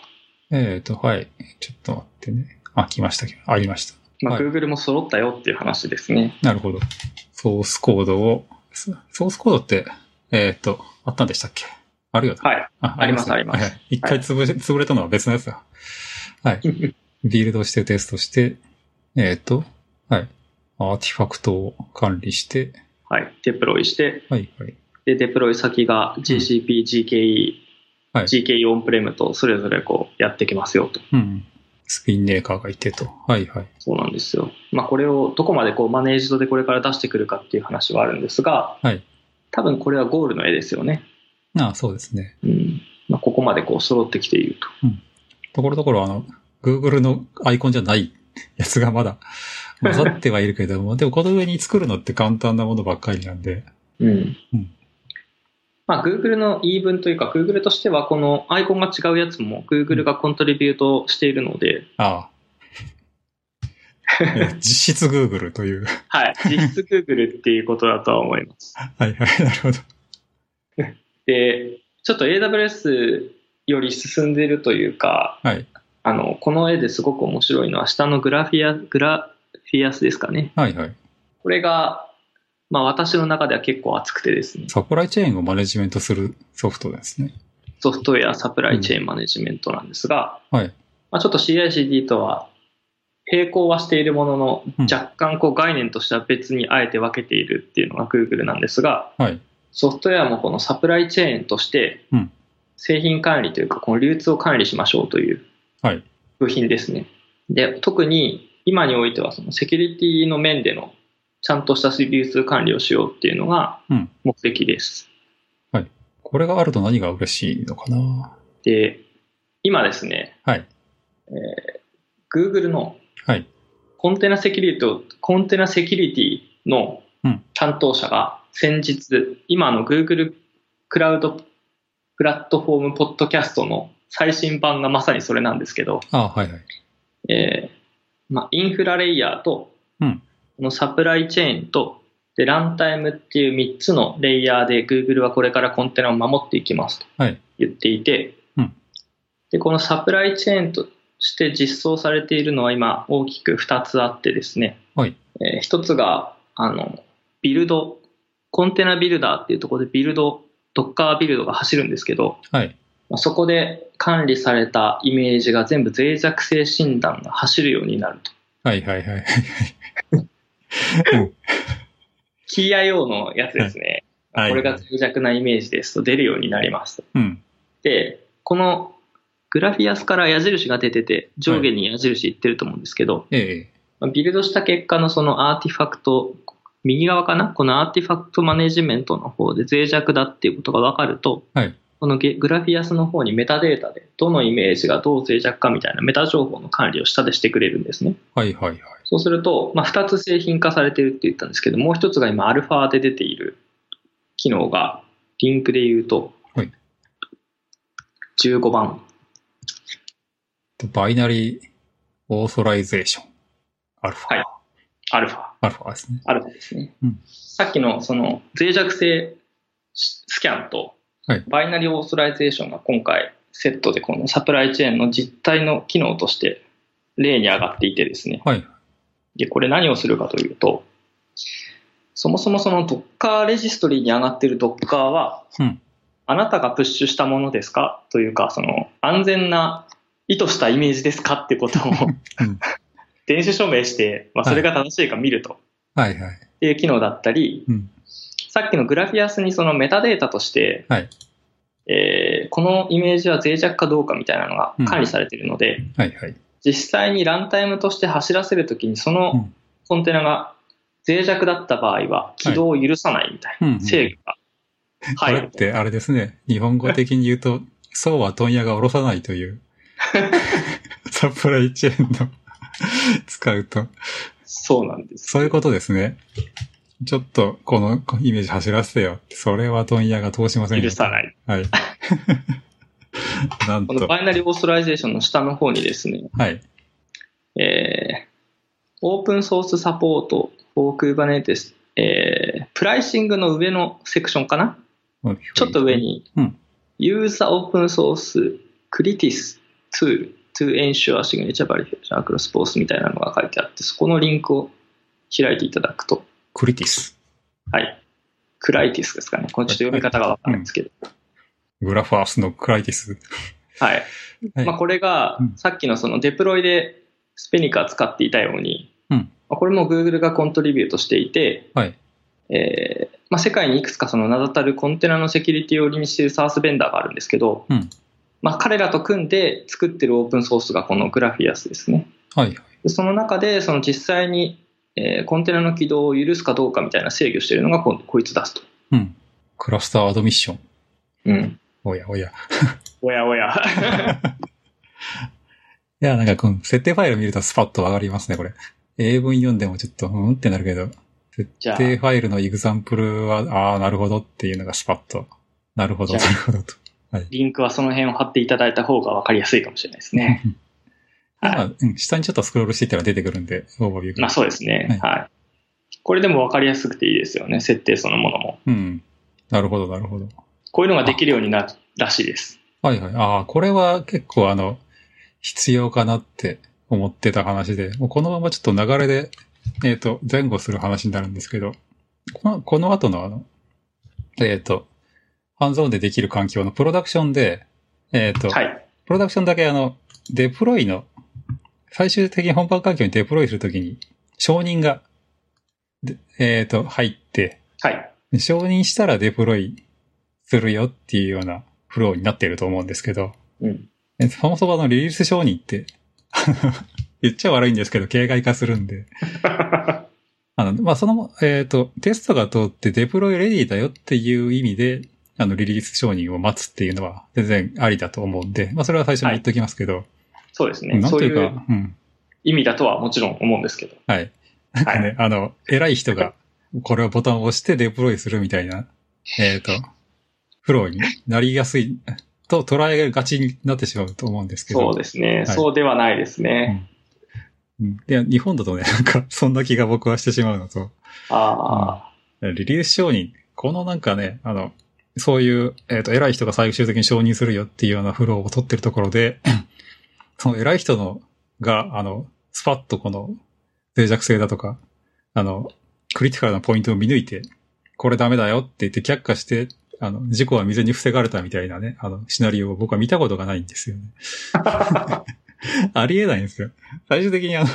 Speaker 1: えっ、と、はい。ちょっと待ってね。あ、来ました。ありました。
Speaker 2: まあ、
Speaker 1: はい
Speaker 2: Google も揃ったよっていう話ですね。
Speaker 1: なるほど。ソースコードを、ソソースコードって、えっ、と、あったんでしたっけあるよね。
Speaker 2: はい、 [laughs]
Speaker 1: あ
Speaker 2: あります
Speaker 1: ね
Speaker 2: あります
Speaker 1: はいはい一回潰れ、潰れたのは別のやつだ。はい。ビルドしてテストして、えっ、と、はい。アーティファクトを管理して、
Speaker 2: はい、デプロイして、
Speaker 1: はいはい。
Speaker 2: で、デプロイ先が GCP、GKE、
Speaker 1: はい
Speaker 2: GKE オンプレムとそれぞれこうやってきますよと。
Speaker 1: うん。スピンメーカーがいてと。はいはい。
Speaker 2: そうなんですよ。まあ、これをどこまでこうマネージドでこれから出してくるかっていう話はあるんですが、
Speaker 1: はい
Speaker 2: 多分これはゴールの絵ですよね。
Speaker 1: ああ、そうですね。
Speaker 2: うん。まあ、ここまでこう揃ってきていると。
Speaker 1: ところどころあの、Google のアイコンじゃないやつがまだ混ざってはいるけど
Speaker 2: [laughs]
Speaker 1: も、でもこの上に作るのって簡単なものばっかりなんで、
Speaker 2: うん。
Speaker 1: うん
Speaker 2: まあ、Google の言い分というか、Google としてはこのアイコンが違うやつも Google がコントリビュートしているので、
Speaker 1: ああ。え実質 Google という。 [laughs]
Speaker 2: はい。実質 Google っていうことだとは思います。
Speaker 1: はいはい、なるほど。
Speaker 2: で、ちょっと AWS より進んでるというか、
Speaker 1: はい。
Speaker 2: あの、この絵ですごく面白いのは、下のグラフィア、グラフィアスですかね。
Speaker 1: はいはい。
Speaker 2: これが、まあ私の中では結構熱くてですね、
Speaker 1: サプライチェーンをマネジメントするソフトですね。
Speaker 2: ソフトウェアサプライチェーンマネジメントなんですが、
Speaker 1: はい。
Speaker 2: まあ、ちょっと CICD とは並行はしているものの
Speaker 1: うん、
Speaker 2: 若干こう概念としては別にあえて分けているっていうのが Google なんですが、
Speaker 1: はい。
Speaker 2: ソフトウェアもこのサプライチェーンとして
Speaker 1: うん、
Speaker 2: 製品管理というか、この流通を管理しましょうという
Speaker 1: はい
Speaker 2: 部品ですね。で、特に今においては、そのセキュリティの面でのちゃんとした流通管理をしようっていうのが
Speaker 1: うん
Speaker 2: 目的です。
Speaker 1: これがあると何が嬉しいのかな
Speaker 2: で、今ですね、
Speaker 1: はい。
Speaker 2: Google の
Speaker 1: はい。
Speaker 2: コンテナセキュリティ、コンテナセキュリティの
Speaker 1: うん
Speaker 2: 担当者が先日、今の Google クラウドプラットフォームポッドキャストの最新版がまさにそれなんですけど、
Speaker 1: ああ、はいはい。
Speaker 2: えーまあ、インフラレイヤーと、
Speaker 1: うん
Speaker 2: このサプライチェーンと、で、ランタイムっていう3つのレイヤーで Google はこれからコンテナを守っていきますと
Speaker 1: はい。
Speaker 2: 言っていて、
Speaker 1: うん
Speaker 2: で、このサプライチェーンとして実装されているのは今大きく2つあってですね、
Speaker 1: はい
Speaker 2: え1つが、あの、ビルド、コンテナビルダーっていうところでビルド、ドッカービルドが走るんですけど、
Speaker 1: はい。
Speaker 2: まあそこで管理されたイメージが全部脆弱性診断が走るようになると。
Speaker 1: はいはいはいはい。
Speaker 2: TIO のやつですね。
Speaker 1: はい
Speaker 2: これが脆弱なイメージですと出るようになります。
Speaker 1: うん。
Speaker 2: で、このグラフィアスから矢印が出てて、上下に矢印いってると思うんですけど、
Speaker 1: ええ。
Speaker 2: まあビルドした結果のそのアーティファクト、右側かなこのアーティファクトマネジメントの方で脆弱だっていうことが分かると、
Speaker 1: はい
Speaker 2: このゲグラフィアスの方にメタデータで、どのイメージがどう脆弱かみたいなメタ情報の管理を下でしてくれるんですね。
Speaker 1: はいはいはい。
Speaker 2: そうすると、まあ、2つ製品化されてるって言ったんですけど、もう一つが今、アルファで出ている機能が、リンクで言うと、
Speaker 1: はい
Speaker 2: 15番。
Speaker 1: でバイナリーオーソライゼーション。アルファ。
Speaker 2: はいアルファ。
Speaker 1: アルファですね。
Speaker 2: アルファですね。
Speaker 1: うん
Speaker 2: さっきのその脆弱性スキャンと
Speaker 1: はい、
Speaker 2: バイナリーオーソライゼーションが今回セットでこのサプライチェーンの実態の機能として例に上がっていてですね。
Speaker 1: はい。
Speaker 2: で、これ何をするかというと、そもそもその Docker レジストリーに上がっている Docker は、
Speaker 1: うん
Speaker 2: あなたがプッシュしたものですかというか、その安全な意図したイメージですかってことを
Speaker 1: う
Speaker 2: [laughs]
Speaker 1: ん
Speaker 2: 電子署名して、まあ、それが正しいか見ると。
Speaker 1: はいはい。
Speaker 2: っていう機能だったり、
Speaker 1: うん
Speaker 2: さっきのグラフィアスにそのメタデータとして、
Speaker 1: はい
Speaker 2: えーこのイメージは脆弱かどうかみたいなのが管理されているので、
Speaker 1: はいはい。
Speaker 2: 実際にランタイムとして走らせるときにそのコンテナが脆弱だった場合は起動を許さないみたい
Speaker 1: うん、うん。
Speaker 2: な制御が
Speaker 1: こ
Speaker 2: 入
Speaker 1: れ
Speaker 2: る、
Speaker 1: ってあれですね。日本語的に言うと、そうは問屋が下ろさないと
Speaker 2: [laughs]
Speaker 1: いう、サプライチェーンの使うと。
Speaker 2: そうなんです
Speaker 1: そういうことですね。ちょっと、このイメージ走らせてよ。それは問屋が通しませんよ
Speaker 2: 許さない [laughs]
Speaker 1: はい。なん
Speaker 2: この
Speaker 1: と。
Speaker 2: バイナリーオーソライゼーションの下の方にですね、
Speaker 1: はい。
Speaker 2: えーオープンソースサポート for Kubernetes、えープライシングの上のセクションかなちょっと上。に
Speaker 1: うん、
Speaker 2: User Open Source Critics Tool to Ensure Signature Verification Across Both みたいなのが書いてあって、そこのリンクを開いていただくと、
Speaker 1: クリティス。
Speaker 2: はい。クライティスですかね。これちょっと読み方がわからないんですけど。
Speaker 1: グラファースのクライティス。
Speaker 2: はい。
Speaker 1: はい
Speaker 2: まあこれが
Speaker 1: うん、
Speaker 2: さっきのそのデプロイでスペニカ使っていたように、
Speaker 1: うん
Speaker 2: まあこれも Google がコントリビュートしていて、
Speaker 1: はい。
Speaker 2: えーまあ、世界にいくつかその名だたるコンテナのセキュリティを売りにしているサースベンダーがあるんですけど、
Speaker 1: うん
Speaker 2: まあ、彼らと組んで作ってるオープンソースがこのグラフィアスですね。
Speaker 1: はい。
Speaker 2: でその中でその実際に、えーコンテナの起動を許すかどうかみたいな制御しているのがここいつ出すと。
Speaker 1: うん。クラスターアドミッション。
Speaker 2: うん、
Speaker 1: おやおや。
Speaker 2: おやおや。 [laughs]
Speaker 1: いや、なんかこの設定ファイル見るとスパッとわかりますね、これ。英文読んでもちょっと、うんってなるけど、設
Speaker 2: じゃあ
Speaker 1: 定ファイルのエグザンプルは、ああー、なるほどっていうのがスパッと。なるほど、
Speaker 2: じ
Speaker 1: な
Speaker 2: ゃあ
Speaker 1: るほどと。
Speaker 2: リンクはその辺を貼っていただいた方が分かりやすいかもしれないですね。
Speaker 1: まあうん下にちょっとスクロールしていったら出てくるんで、オーバービュー
Speaker 2: まあ
Speaker 1: が。
Speaker 2: そうですね。はい。これでも分かりやすくていいですよね。設定そのものも。
Speaker 1: うん。なるほど、なるほど。
Speaker 2: こういうのができるようになるらしいです。
Speaker 1: はいはい。ああ、これは結構あの、必要かなって思ってた話で、もうこのままちょっと流れで、えっ、と、前後する話になるんですけど、このこの後のあの、えっ、と、ハンズオンでできる環境のプロダクションで、えっ、と、
Speaker 2: はい。
Speaker 1: プロダクションだけあの、デプロイの、最終的に本番環境にデプロイするときに、承認が、でえっ、と、入って、
Speaker 2: はい。
Speaker 1: 承認したらデプロイするよっていうようなフローになっていると思うんですけど、
Speaker 2: うん。
Speaker 1: えそもそもあのリリース承認って、 [laughs] あの言っちゃ悪いんですけど、形骸化するん
Speaker 2: [laughs]
Speaker 1: で。あの、まあ、その、えっ、と、テストが通ってデプロイレディだよっていう意味で、あの、リリース承認を待つっていうのは全然ありだと思うんで、まあ、それは最初に言っておきますけど、
Speaker 2: そうですね。
Speaker 1: なん
Speaker 2: そう
Speaker 1: と
Speaker 2: い
Speaker 1: いうか、
Speaker 2: う
Speaker 1: うん。
Speaker 2: 意味だとはもちろん思うんで
Speaker 1: [laughs]
Speaker 2: すけど。
Speaker 1: はい。なんかね、あの、偉い人が、これをボタンを押してデプロイするみたいな、えっ、と、フローになりやすいと捉えがちになってしまうと思うんですけど。
Speaker 2: そうですね。
Speaker 1: い
Speaker 2: そうではないですね。
Speaker 1: うんいや、日本だとね、なんか、そんな気が僕はしてしまうのと、
Speaker 2: ああ。
Speaker 1: リリース承認。このなんかね、あの、そういう、えっ、と、偉い人が最終的に承認するよっていうようなフローを取ってるところで、 [clears throat] その偉い人の、が、あの、スパッとこの脆弱性だとか、あの、クリティカルなポイントを見抜いて、これダメだよって言って却下して、あの、事故は未然に防がれたみたいなね、あの、シナリオを僕は見たことがないんですよね。 [laughs] ありえないんですよ。最終的にあの、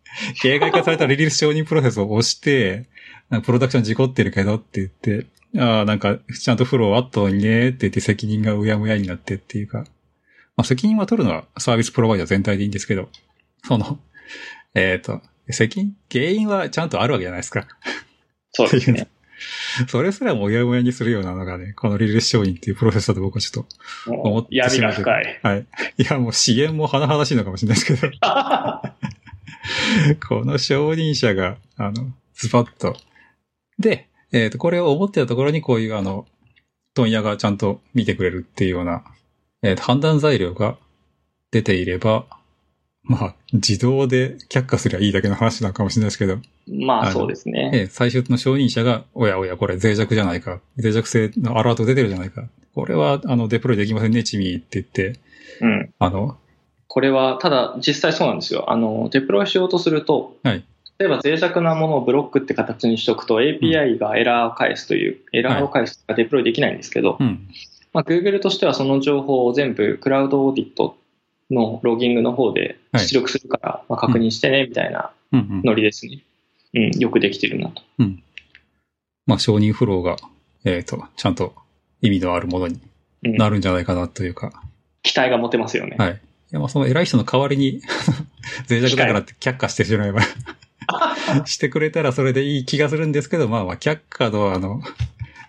Speaker 1: [laughs] 形骸化されたリリース承認プロセスを押して、なんかプロダクション事故ってるけどって言って、ああ、なんか、ちゃんとフローあったのにねって言って責任がうやむやになってっていうか、まあ責任は取るのはサービスプロバイダー全体でいいんですけど、その、 [laughs] えっ、と、責任原因はちゃんとあるわけじゃないですか。
Speaker 2: そうですね。
Speaker 1: それすらもうやもやにするようなのがね、このリリース承認っていうプロセスだと僕はちょっ [laughs] 思
Speaker 2: も
Speaker 1: っ
Speaker 2: う
Speaker 1: てしまう
Speaker 2: 闇が深い。
Speaker 1: と、はい。いや、もう支援も甚だしいのかもしれないです [laughs] けど、この承認者が、あの、ズバッと。で、えっ、と、これを思ってたところにこういうあの、問屋がちゃんと見てくれるっていうような、えーと、判断材料が出ていれば、まあ、自動で却下すりゃいいだけの話なのかもしれないですけど、
Speaker 2: ま
Speaker 1: あ
Speaker 2: あ
Speaker 1: の
Speaker 2: そうですね。
Speaker 1: ええ最終の承認者が、おやおや、これ脆弱じゃないか。脆弱性のアラート出てるじゃないか。これは、あの、デプロイできませんね、チミーって言って、
Speaker 2: うん。
Speaker 1: あの、
Speaker 2: これは、ただ実際そうなんですよ。あの、デプロイしようとすると、
Speaker 1: はい
Speaker 2: 例えば脆弱なものをブロックって形にしておくと API がエラーを返すという、エラーを返すとかデプロイできないんですけど、
Speaker 1: うん。
Speaker 2: まあ、Google としてはその情報を全部クラウドオーディットのロギングの方で出力するから、まあ、確認してねみたいな
Speaker 1: うんうん。
Speaker 2: ノリですね。うん、よくできてるなと。
Speaker 1: まあ、承認フローが、えっ、と、ちゃんと意味のあるものに
Speaker 2: うん
Speaker 1: なるんじゃないかなというか。
Speaker 2: 期待が持てますよね。
Speaker 1: はい。いや、まあ、その偉い人の代わりに、 [laughs] 脆弱だからって却下してし
Speaker 2: [laughs]
Speaker 1: まえば、してくれたらそれでいい気がするんですけど、まあまあ、却下のあの、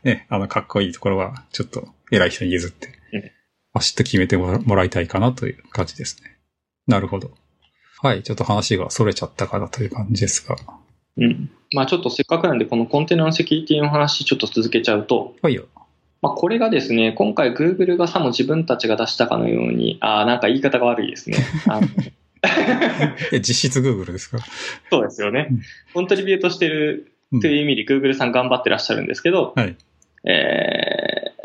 Speaker 1: ね、あの、かっこいいところは、ちょっと偉い人に譲って
Speaker 2: うん、
Speaker 1: バシッと決めてもらもらいたいかなという感じですね。なるほど。はい、ちょっと話が逸れちゃったかなという感じですが。
Speaker 2: うん。まあちょっとせっかくなんでこのコンテナのセキュリティの話ちょっと続けちゃうと、
Speaker 1: はいよ。
Speaker 2: まあ、これがですね、今回 Google がさも自分たちが出したかのように、ああ、なんか言い方が悪いですね。あ
Speaker 1: [laughs]
Speaker 2: の
Speaker 1: え、実質 Google ですか
Speaker 2: そうですよね
Speaker 1: うん。
Speaker 2: コントリビュートしてる
Speaker 1: うん
Speaker 2: という意味で Google さん頑張ってらっしゃるんですけど、
Speaker 1: はい
Speaker 2: えー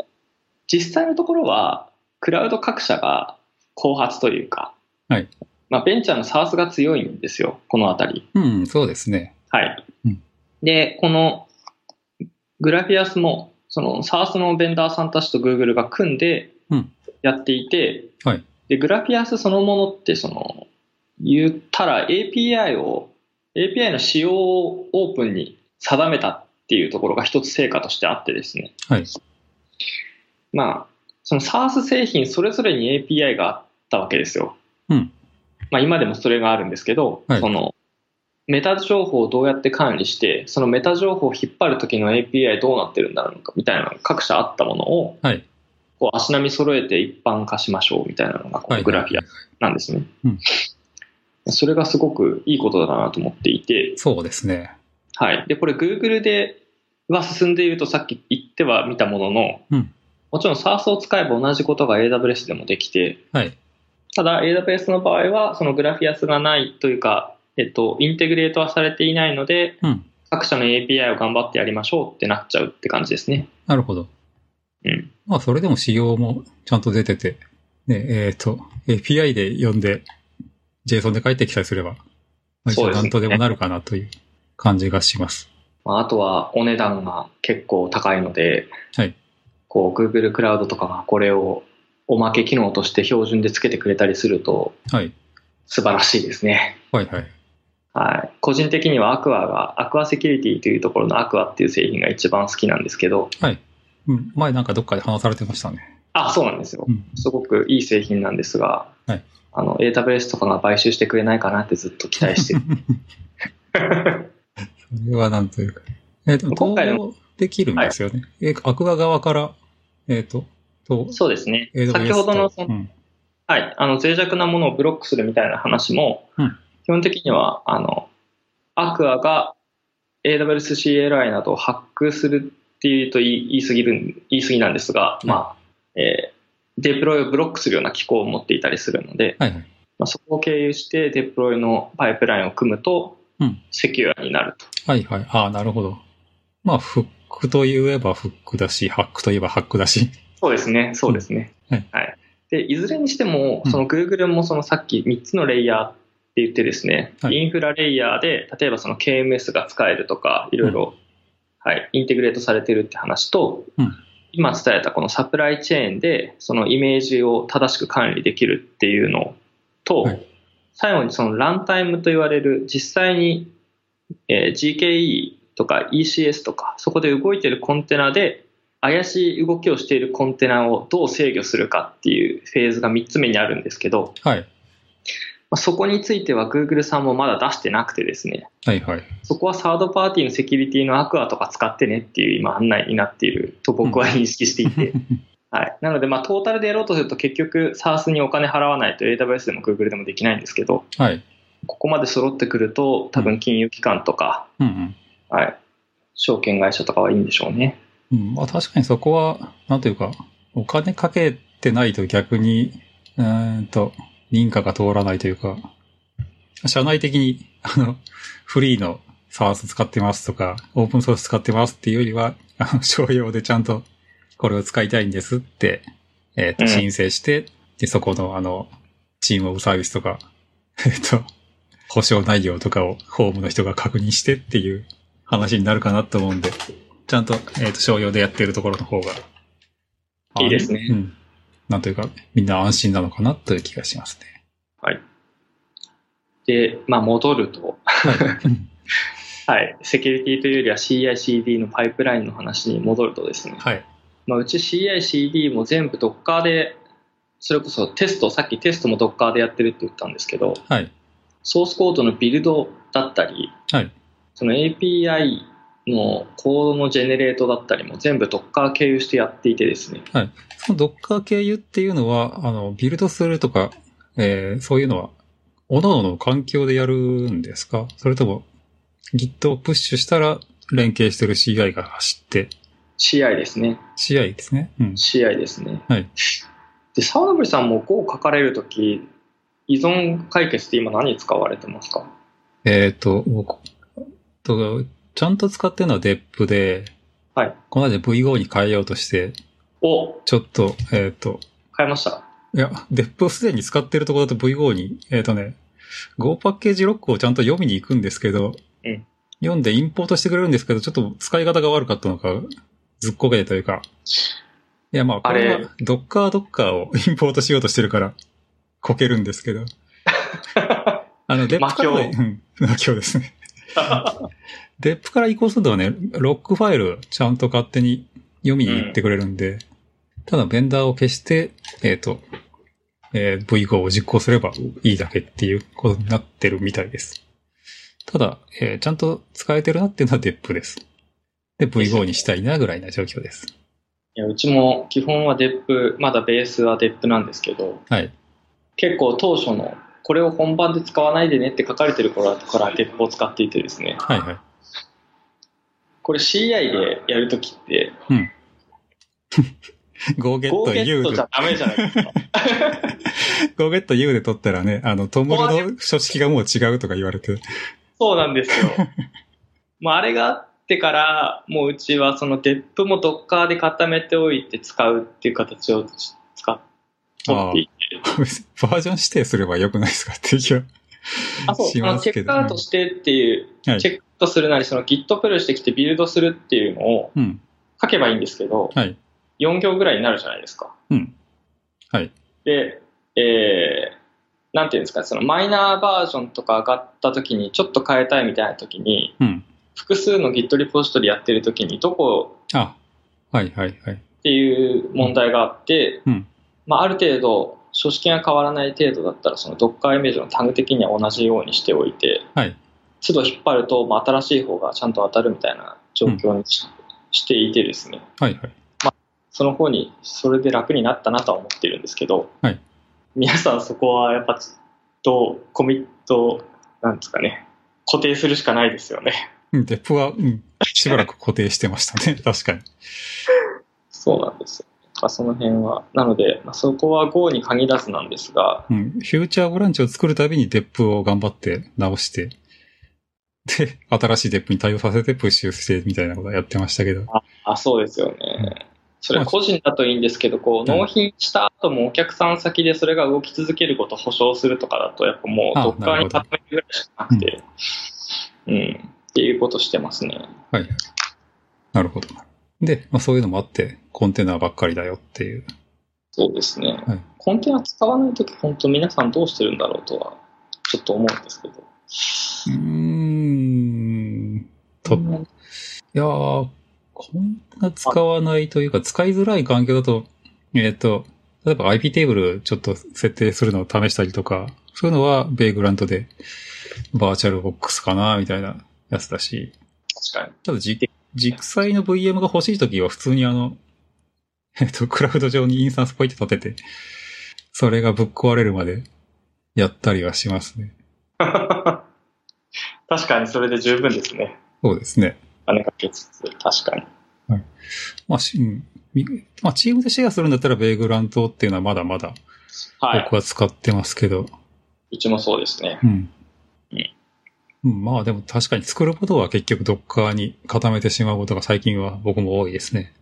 Speaker 2: 実際のところは、クラウド各社が後発というか、
Speaker 1: はい
Speaker 2: まあ、ベンチャーの SARS が強いんですよ、このあたり。
Speaker 1: うん、そうですね。
Speaker 2: はい。
Speaker 1: うん
Speaker 2: で、このグラフィアスも、その SARS のベンダーさんたちと Google が組んで
Speaker 1: うん
Speaker 2: やっていて、
Speaker 1: はい
Speaker 2: でグラフィアスそのものってその、言ったら API を、API の仕様をオープンに定めたっていうところが一つ成果としてあってですね。
Speaker 1: はい
Speaker 2: まあ、その SARS 製品それぞれに API があったわけですよ。
Speaker 1: うん
Speaker 2: まあ今でもそれがあるんですけど、
Speaker 1: はい
Speaker 2: その、メタ情報をどうやって管理して、そのメタ情報を引っ張るときの API どうなってるんだろうかみたいな各社あったものを、
Speaker 1: はい
Speaker 2: こう足並み揃えて一般化しましょうみたいなのがこ
Speaker 1: は
Speaker 2: の
Speaker 1: い。
Speaker 2: グラフィアなんですね。
Speaker 1: うん
Speaker 2: それがすごくいいことだなと思っていて、
Speaker 1: そうですね。
Speaker 2: はい、でこれ Google では進んでいるとさっき言っては見たものの、
Speaker 1: うん
Speaker 2: もちろん SARS を使えば同じことが AWS でもできて、
Speaker 1: はい。
Speaker 2: ただ AWS の場合はそのグラフィアスがないというか、えっと、インテグレートはされていないので、
Speaker 1: うん。
Speaker 2: 各社の API を頑張ってやりましょうってなっちゃうって感じですね。
Speaker 1: なるほど。
Speaker 2: うん。
Speaker 1: まあ、それでも仕様もちゃんと出てて、ね、えっ、と、API で読んで、JSON で返ってきたりすれば、まあ、一
Speaker 2: そう
Speaker 1: 応
Speaker 2: ですね
Speaker 1: なんとでもなるかなという感じがします。
Speaker 2: まあ、あとはお値段が結構高いので、
Speaker 1: はい
Speaker 2: こう Google クラウドとかがこれをおまけ機能として標準でつけてくれたりすると
Speaker 1: はい。
Speaker 2: 素晴らしいですね。
Speaker 1: はいはい。
Speaker 2: はい、個人的にはアクアが、アクアセキュリティというところのアクアっていう製品が一番好きなんですけど、
Speaker 1: うん。前なんかどっかで話されてましたね。
Speaker 2: あ、そうなんですよ
Speaker 1: う。ん。
Speaker 2: すごくいい製品なんですが、
Speaker 1: はい
Speaker 2: あの AWS とかが買収してくれないかなってずっと期待
Speaker 1: [laughs]
Speaker 2: してる。
Speaker 1: それはなんというか。えっ、と、
Speaker 2: 今回
Speaker 1: 統
Speaker 2: の
Speaker 1: 合できるんですよね。え、アクア側から、えっ、と、と、
Speaker 2: そうですね
Speaker 1: AWS。
Speaker 2: 先ほどのそ
Speaker 1: と
Speaker 2: の
Speaker 1: うん。
Speaker 2: はい、あの脆弱なものをブロックするみたいな話も、
Speaker 1: うん
Speaker 2: 基本的にはあのアクアが AWS CLI などをハックするっていうと言い言い過ぎるん言い過ぎなんですが、
Speaker 1: い
Speaker 2: まあえーデプロイをブロックするような機構を持っていたりするので、
Speaker 1: はいはい。
Speaker 2: まあ、そこを経由してデプロイのパイプラインを組むと
Speaker 1: うん
Speaker 2: セキュアになると、
Speaker 1: はいはい。ああ、なるほど。まあ、フックといえばフックだし、ハックといえばハックだし。 [laughs]
Speaker 2: そうですね、そうですね。
Speaker 1: うんはい
Speaker 2: はい。で、いずれにしても、
Speaker 1: うん
Speaker 2: その Google もそのさっき3つのレイヤーって言ってですね、
Speaker 1: はい
Speaker 2: インフラレイヤーで、例えばその KMS が使えるとか、いろいろ、はい、インテグレートされてるって話と、
Speaker 1: うん
Speaker 2: 今伝えたこのサプライチェーンで、そのイメージを正しく管理できるっていうのと、
Speaker 1: はい
Speaker 2: 最後にそのランタイムと言われる、実際に、えー GKE とか ECS とか、そこで動いてるコンテナで、怪しい動きをしているコンテナをどう制御するかっていうフェーズが3つ目にあるんですけど、
Speaker 1: はい。
Speaker 2: まあ、そこについては Google さんもまだ出してなくてですね、
Speaker 1: はいはい。
Speaker 2: そこはサードパーティーのセキュリティのアクアとか使ってねっていう今案内になっていると僕は認識していて、はい、なのでまあトータルでやろうとすると結局 SARS にお金払わないと AWS でも Google でもできないんですけど、
Speaker 1: はい。
Speaker 2: ここまで揃ってくると多分金融機関とか、
Speaker 1: うんうん。
Speaker 2: はい、証券会社とかはいいんでしょうね。
Speaker 1: うん、まあ確かにそこは、なんというか、お金かけてないと逆に、うーんと、認可が通らないというか、社内的に、あの、フリーの SARS 使ってますとか、オープンソース使ってますっていうよりは、あの、商用でちゃんとこれを使いたいんですって、えっ、
Speaker 2: う
Speaker 1: と、
Speaker 2: ん
Speaker 1: 申請して、で、そこの、あの、チームオブサービスとか、えっ、と、保証内容とかをホームの人が確認してっていう話になるかなと思うんで、ちゃんと、えっ、と、商用でやってるところの方が。
Speaker 2: いいですね
Speaker 1: うん。なんというか、みんな安心なのかなという気がしますね。
Speaker 2: で、まあ、戻ると、
Speaker 1: うん
Speaker 2: はい、セキュリティというよりは CI/CD のパイプラインの話に戻るとですね、
Speaker 1: はい。
Speaker 2: まあ、うち CI/CD も全部 Docker で、それこそテスト、さっきテストも Docker でやってるって言ったんですけど、
Speaker 1: はい。
Speaker 2: ソースコードのビルドだったり、
Speaker 1: はい
Speaker 2: その API のコードのジェネレートだったりも全部 Docker 経由してやっていてですね、
Speaker 1: その Docker 経由っていうのは、あの、ビルドするとか、えーそういうのは、各々の環境でやるんですかそれとも、Git をプッシュしたら、連携してる CI が走って、
Speaker 2: CI ですね、
Speaker 1: CI ですね。うん。
Speaker 2: CI ですね。
Speaker 1: はい
Speaker 2: で、沢登さんも Go を書かれるとき、依存解決って今何使われてますか
Speaker 1: えっ、と、僕、とちゃんと使ってるのは DEP で、
Speaker 2: はい。
Speaker 1: この間 V5 に変えようとして、
Speaker 2: お
Speaker 1: ちょっと、えっ、と、
Speaker 2: 変えました。
Speaker 1: いや、DEP をすでに使ってるところだと V5 に、えっ、とね、Go パッケージロックをちゃんと読みに行くんですけど、
Speaker 2: うん
Speaker 1: 読んでインポートしてくれるんですけど、ちょっと使い方が悪かったのか、ずっこけてというか。いや、まあ、これ
Speaker 2: あれ
Speaker 1: は Docker、Docker を [laughs] インポートしようとしてるから、こけるんですけど。あ [laughs] の、デップからね、
Speaker 2: 魔
Speaker 1: うん、魔境です [laughs] ね。デップから移行するとね、ロックファイルちゃんと勝手に読みに行ってくれるんで、ただベンダーを消して、えっ、と、えー V5 を実行すればいいだけっていうことになってるみたいです。ただ、えーちゃんと使えてるなっていうのはデップです。で、V5 にしたいなぐらいな状況です。
Speaker 2: いやうちも基本は DEP、まだベースは DEP なんですけど、
Speaker 1: はい。
Speaker 2: 結構当初の、これを本番で使わないでねって書かれてる頃から結構使っていてですね、
Speaker 1: はいはい。
Speaker 2: これ CI でやるときって、
Speaker 1: Go get
Speaker 2: ゴーゲ
Speaker 1: you
Speaker 2: ット
Speaker 1: で
Speaker 2: じゃダメじゃないですか。
Speaker 1: Go get you で取ったらね、あの、トムルの書式がもう違うとか言われて。
Speaker 2: そうなんですよ。まあ、あれがあってから、もううちはその DEP も Docker で固めておいて使うっていう形を使っ取っていて、
Speaker 1: 別にバージョン指定すればよくないですかっていう気は。
Speaker 2: あ、そう、
Speaker 1: し
Speaker 2: あの
Speaker 1: ます
Speaker 2: チェ
Speaker 1: け
Speaker 2: ッ
Speaker 1: ど
Speaker 2: クアウトしてっていう、
Speaker 1: はい
Speaker 2: チェックアウトするなり、その Git プルしてきてビルドするっていうのを
Speaker 1: うん。
Speaker 2: 書けばいいんですけど、
Speaker 1: はい。
Speaker 2: 4行ぐらいになるじゃないですか。
Speaker 1: うん。はい。
Speaker 2: で、えー、なんていうんですか、そのマイナーバージョンとか上がった時に、ちょっと変えたいみたいな時に、
Speaker 1: うん。
Speaker 2: 複数の Git リポジトリやってる時に、どこ
Speaker 1: あ、はいはいはい。
Speaker 2: っていう問題があって、
Speaker 1: うん
Speaker 2: まあ、ある程度、書式が変わらない程度だったら、その Docker イメージのタグ的には同じようにしておいて、
Speaker 1: はい。
Speaker 2: 都度引っ張ると、まあ、新しい方がちゃんと当たるみたいな状況にし,、ていてですね、
Speaker 1: はいはい。
Speaker 2: その方にそれで楽になったなとは思ってるんですけど、
Speaker 1: はい
Speaker 2: 皆さんそこはやっぱどうコミットなんですかね固定するしかないですよね。
Speaker 1: うん、デップは、うん、しばらく固定してましたね。確かに。
Speaker 2: そうなんですよ。まあ、その辺は。なので、まあ、そこは Go に限らずなんですが、
Speaker 1: うん。フューチャーブランチを作るたびにデップを頑張って直して、で、新しいデップに対応させてプッシュしてみたいなことはやってましたけど。
Speaker 2: あ、そうですよ
Speaker 1: うん
Speaker 2: ね。それ個人だといいんですけど、こう、納品した後もお客さん先でそれが動き続けることを保証するとかだと、やっぱもう、
Speaker 1: あ
Speaker 2: どっかに固めるぐらいしかなく
Speaker 1: な
Speaker 2: て、うん、っていうことしてますね。
Speaker 1: はい。なるほど。で、まあ、そういうのもあって、コンテナばっかりだよっていう。
Speaker 2: そうですね
Speaker 1: はい。
Speaker 2: コンテナ使わないとき、本当皆さんどうしてるんだろうとは、ちょっと思うんですけど。
Speaker 1: うーん。と、い
Speaker 2: うん
Speaker 1: やー、コンテナ使わないというか、使いづらい環境だと、えっ、と、例えば IP テーブルちょっと設定するのを試したりとか、そういうのはベイグラントでバーチャルボックスかな、みたいなやつだし。
Speaker 2: 確か
Speaker 1: ただじ、実際の VM が欲しいときは普通にあの、 [laughs] えっと、クラウド上にインスタンスポイント立てて、それがぶっ壊れるまでやったりはしますね。
Speaker 2: に。確かにそれで十分ですね。
Speaker 1: そうですね。
Speaker 2: 金かけつつ、確かに。
Speaker 1: まあ、しうんみまあ、チームでシェアするんだったら、ベーグラントっていうのはまだまだ
Speaker 2: はい。
Speaker 1: 僕は使ってますけど、
Speaker 2: うちもそうですね。
Speaker 1: うん
Speaker 2: ね
Speaker 1: うん。まあでも確かに作ることは結局 Docker に固めてしまうことが最近は僕も多いですね。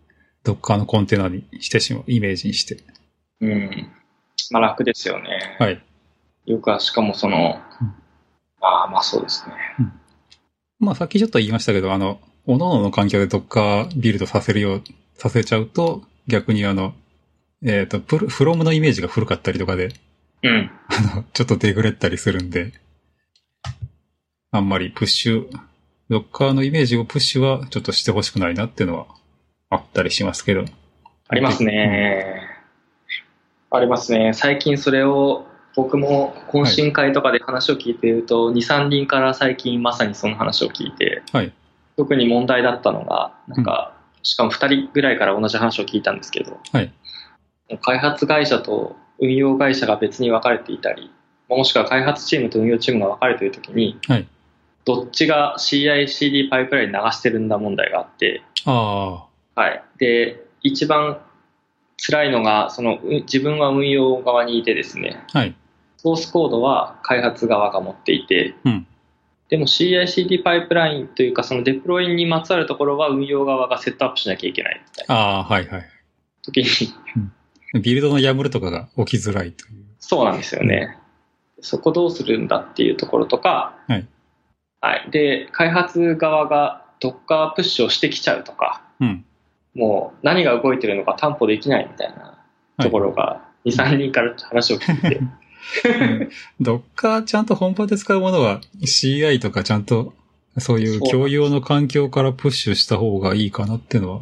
Speaker 1: Docker のコンテナにしてしまう、イメージにして。
Speaker 2: うん。まあ楽ですよね。
Speaker 1: はい。
Speaker 2: よくは、しかもその
Speaker 1: うん、
Speaker 2: ああ、まあそうですね。
Speaker 1: まあさっきちょっと言いましたけど、あの、各々の環境で Docker ビルドさせるよう、させちゃうと、逆にあの、えっ、と、プロフロムのイメージが古かったりとかで、
Speaker 2: うん。
Speaker 1: あの、ちょっとデグレったりするんで、あんまりプッシュ、Docker のイメージをプッシュはちょっとしてほしくないなっていうのはあったりしますけど。
Speaker 2: ありますね。ありますね。最近それを、僕も懇親会とかで話を聞いていると、2、3人から最近まさにその話を聞いて、
Speaker 1: はい
Speaker 2: 特に問題だったのが、なんか、しかも2人ぐらいから同じ話を聞いたんですけど、
Speaker 1: はい
Speaker 2: 開発会社と運用会社が別に分かれていたり、もしくは開発チームと運用チームが分かれているときに、
Speaker 1: はい
Speaker 2: どっちが CI/CD パイプライン流してるんだ問題があって、
Speaker 1: あ
Speaker 2: はい、で一番辛いのがそのう自分は運用側にいてですね
Speaker 1: あ、はい。
Speaker 2: ソースコードは開発側が持っていて、
Speaker 1: うん
Speaker 2: でも CI/CD パイプラインというかそのデプロイにまつわるところは運用側がセットアップしなきゃいけないみたいな
Speaker 1: ああ、はいはい。
Speaker 2: 時に [laughs]
Speaker 1: ビルドの破るとかが起きづらいという。
Speaker 2: そうなんですよね、そこどうするんだっていうところとか、
Speaker 1: はい
Speaker 2: はい、で開発側が Docker プッシュをしてきちゃうとか
Speaker 1: うん。
Speaker 2: もう何が動いてるのか担保できないみたいなところが2、3人から話を聞
Speaker 1: [laughs]
Speaker 2: いて、
Speaker 1: ドッカーちゃんと本番で使うものは CI とかちゃんとそういう共用の環境からプッシュした方がいいかなっていうのは。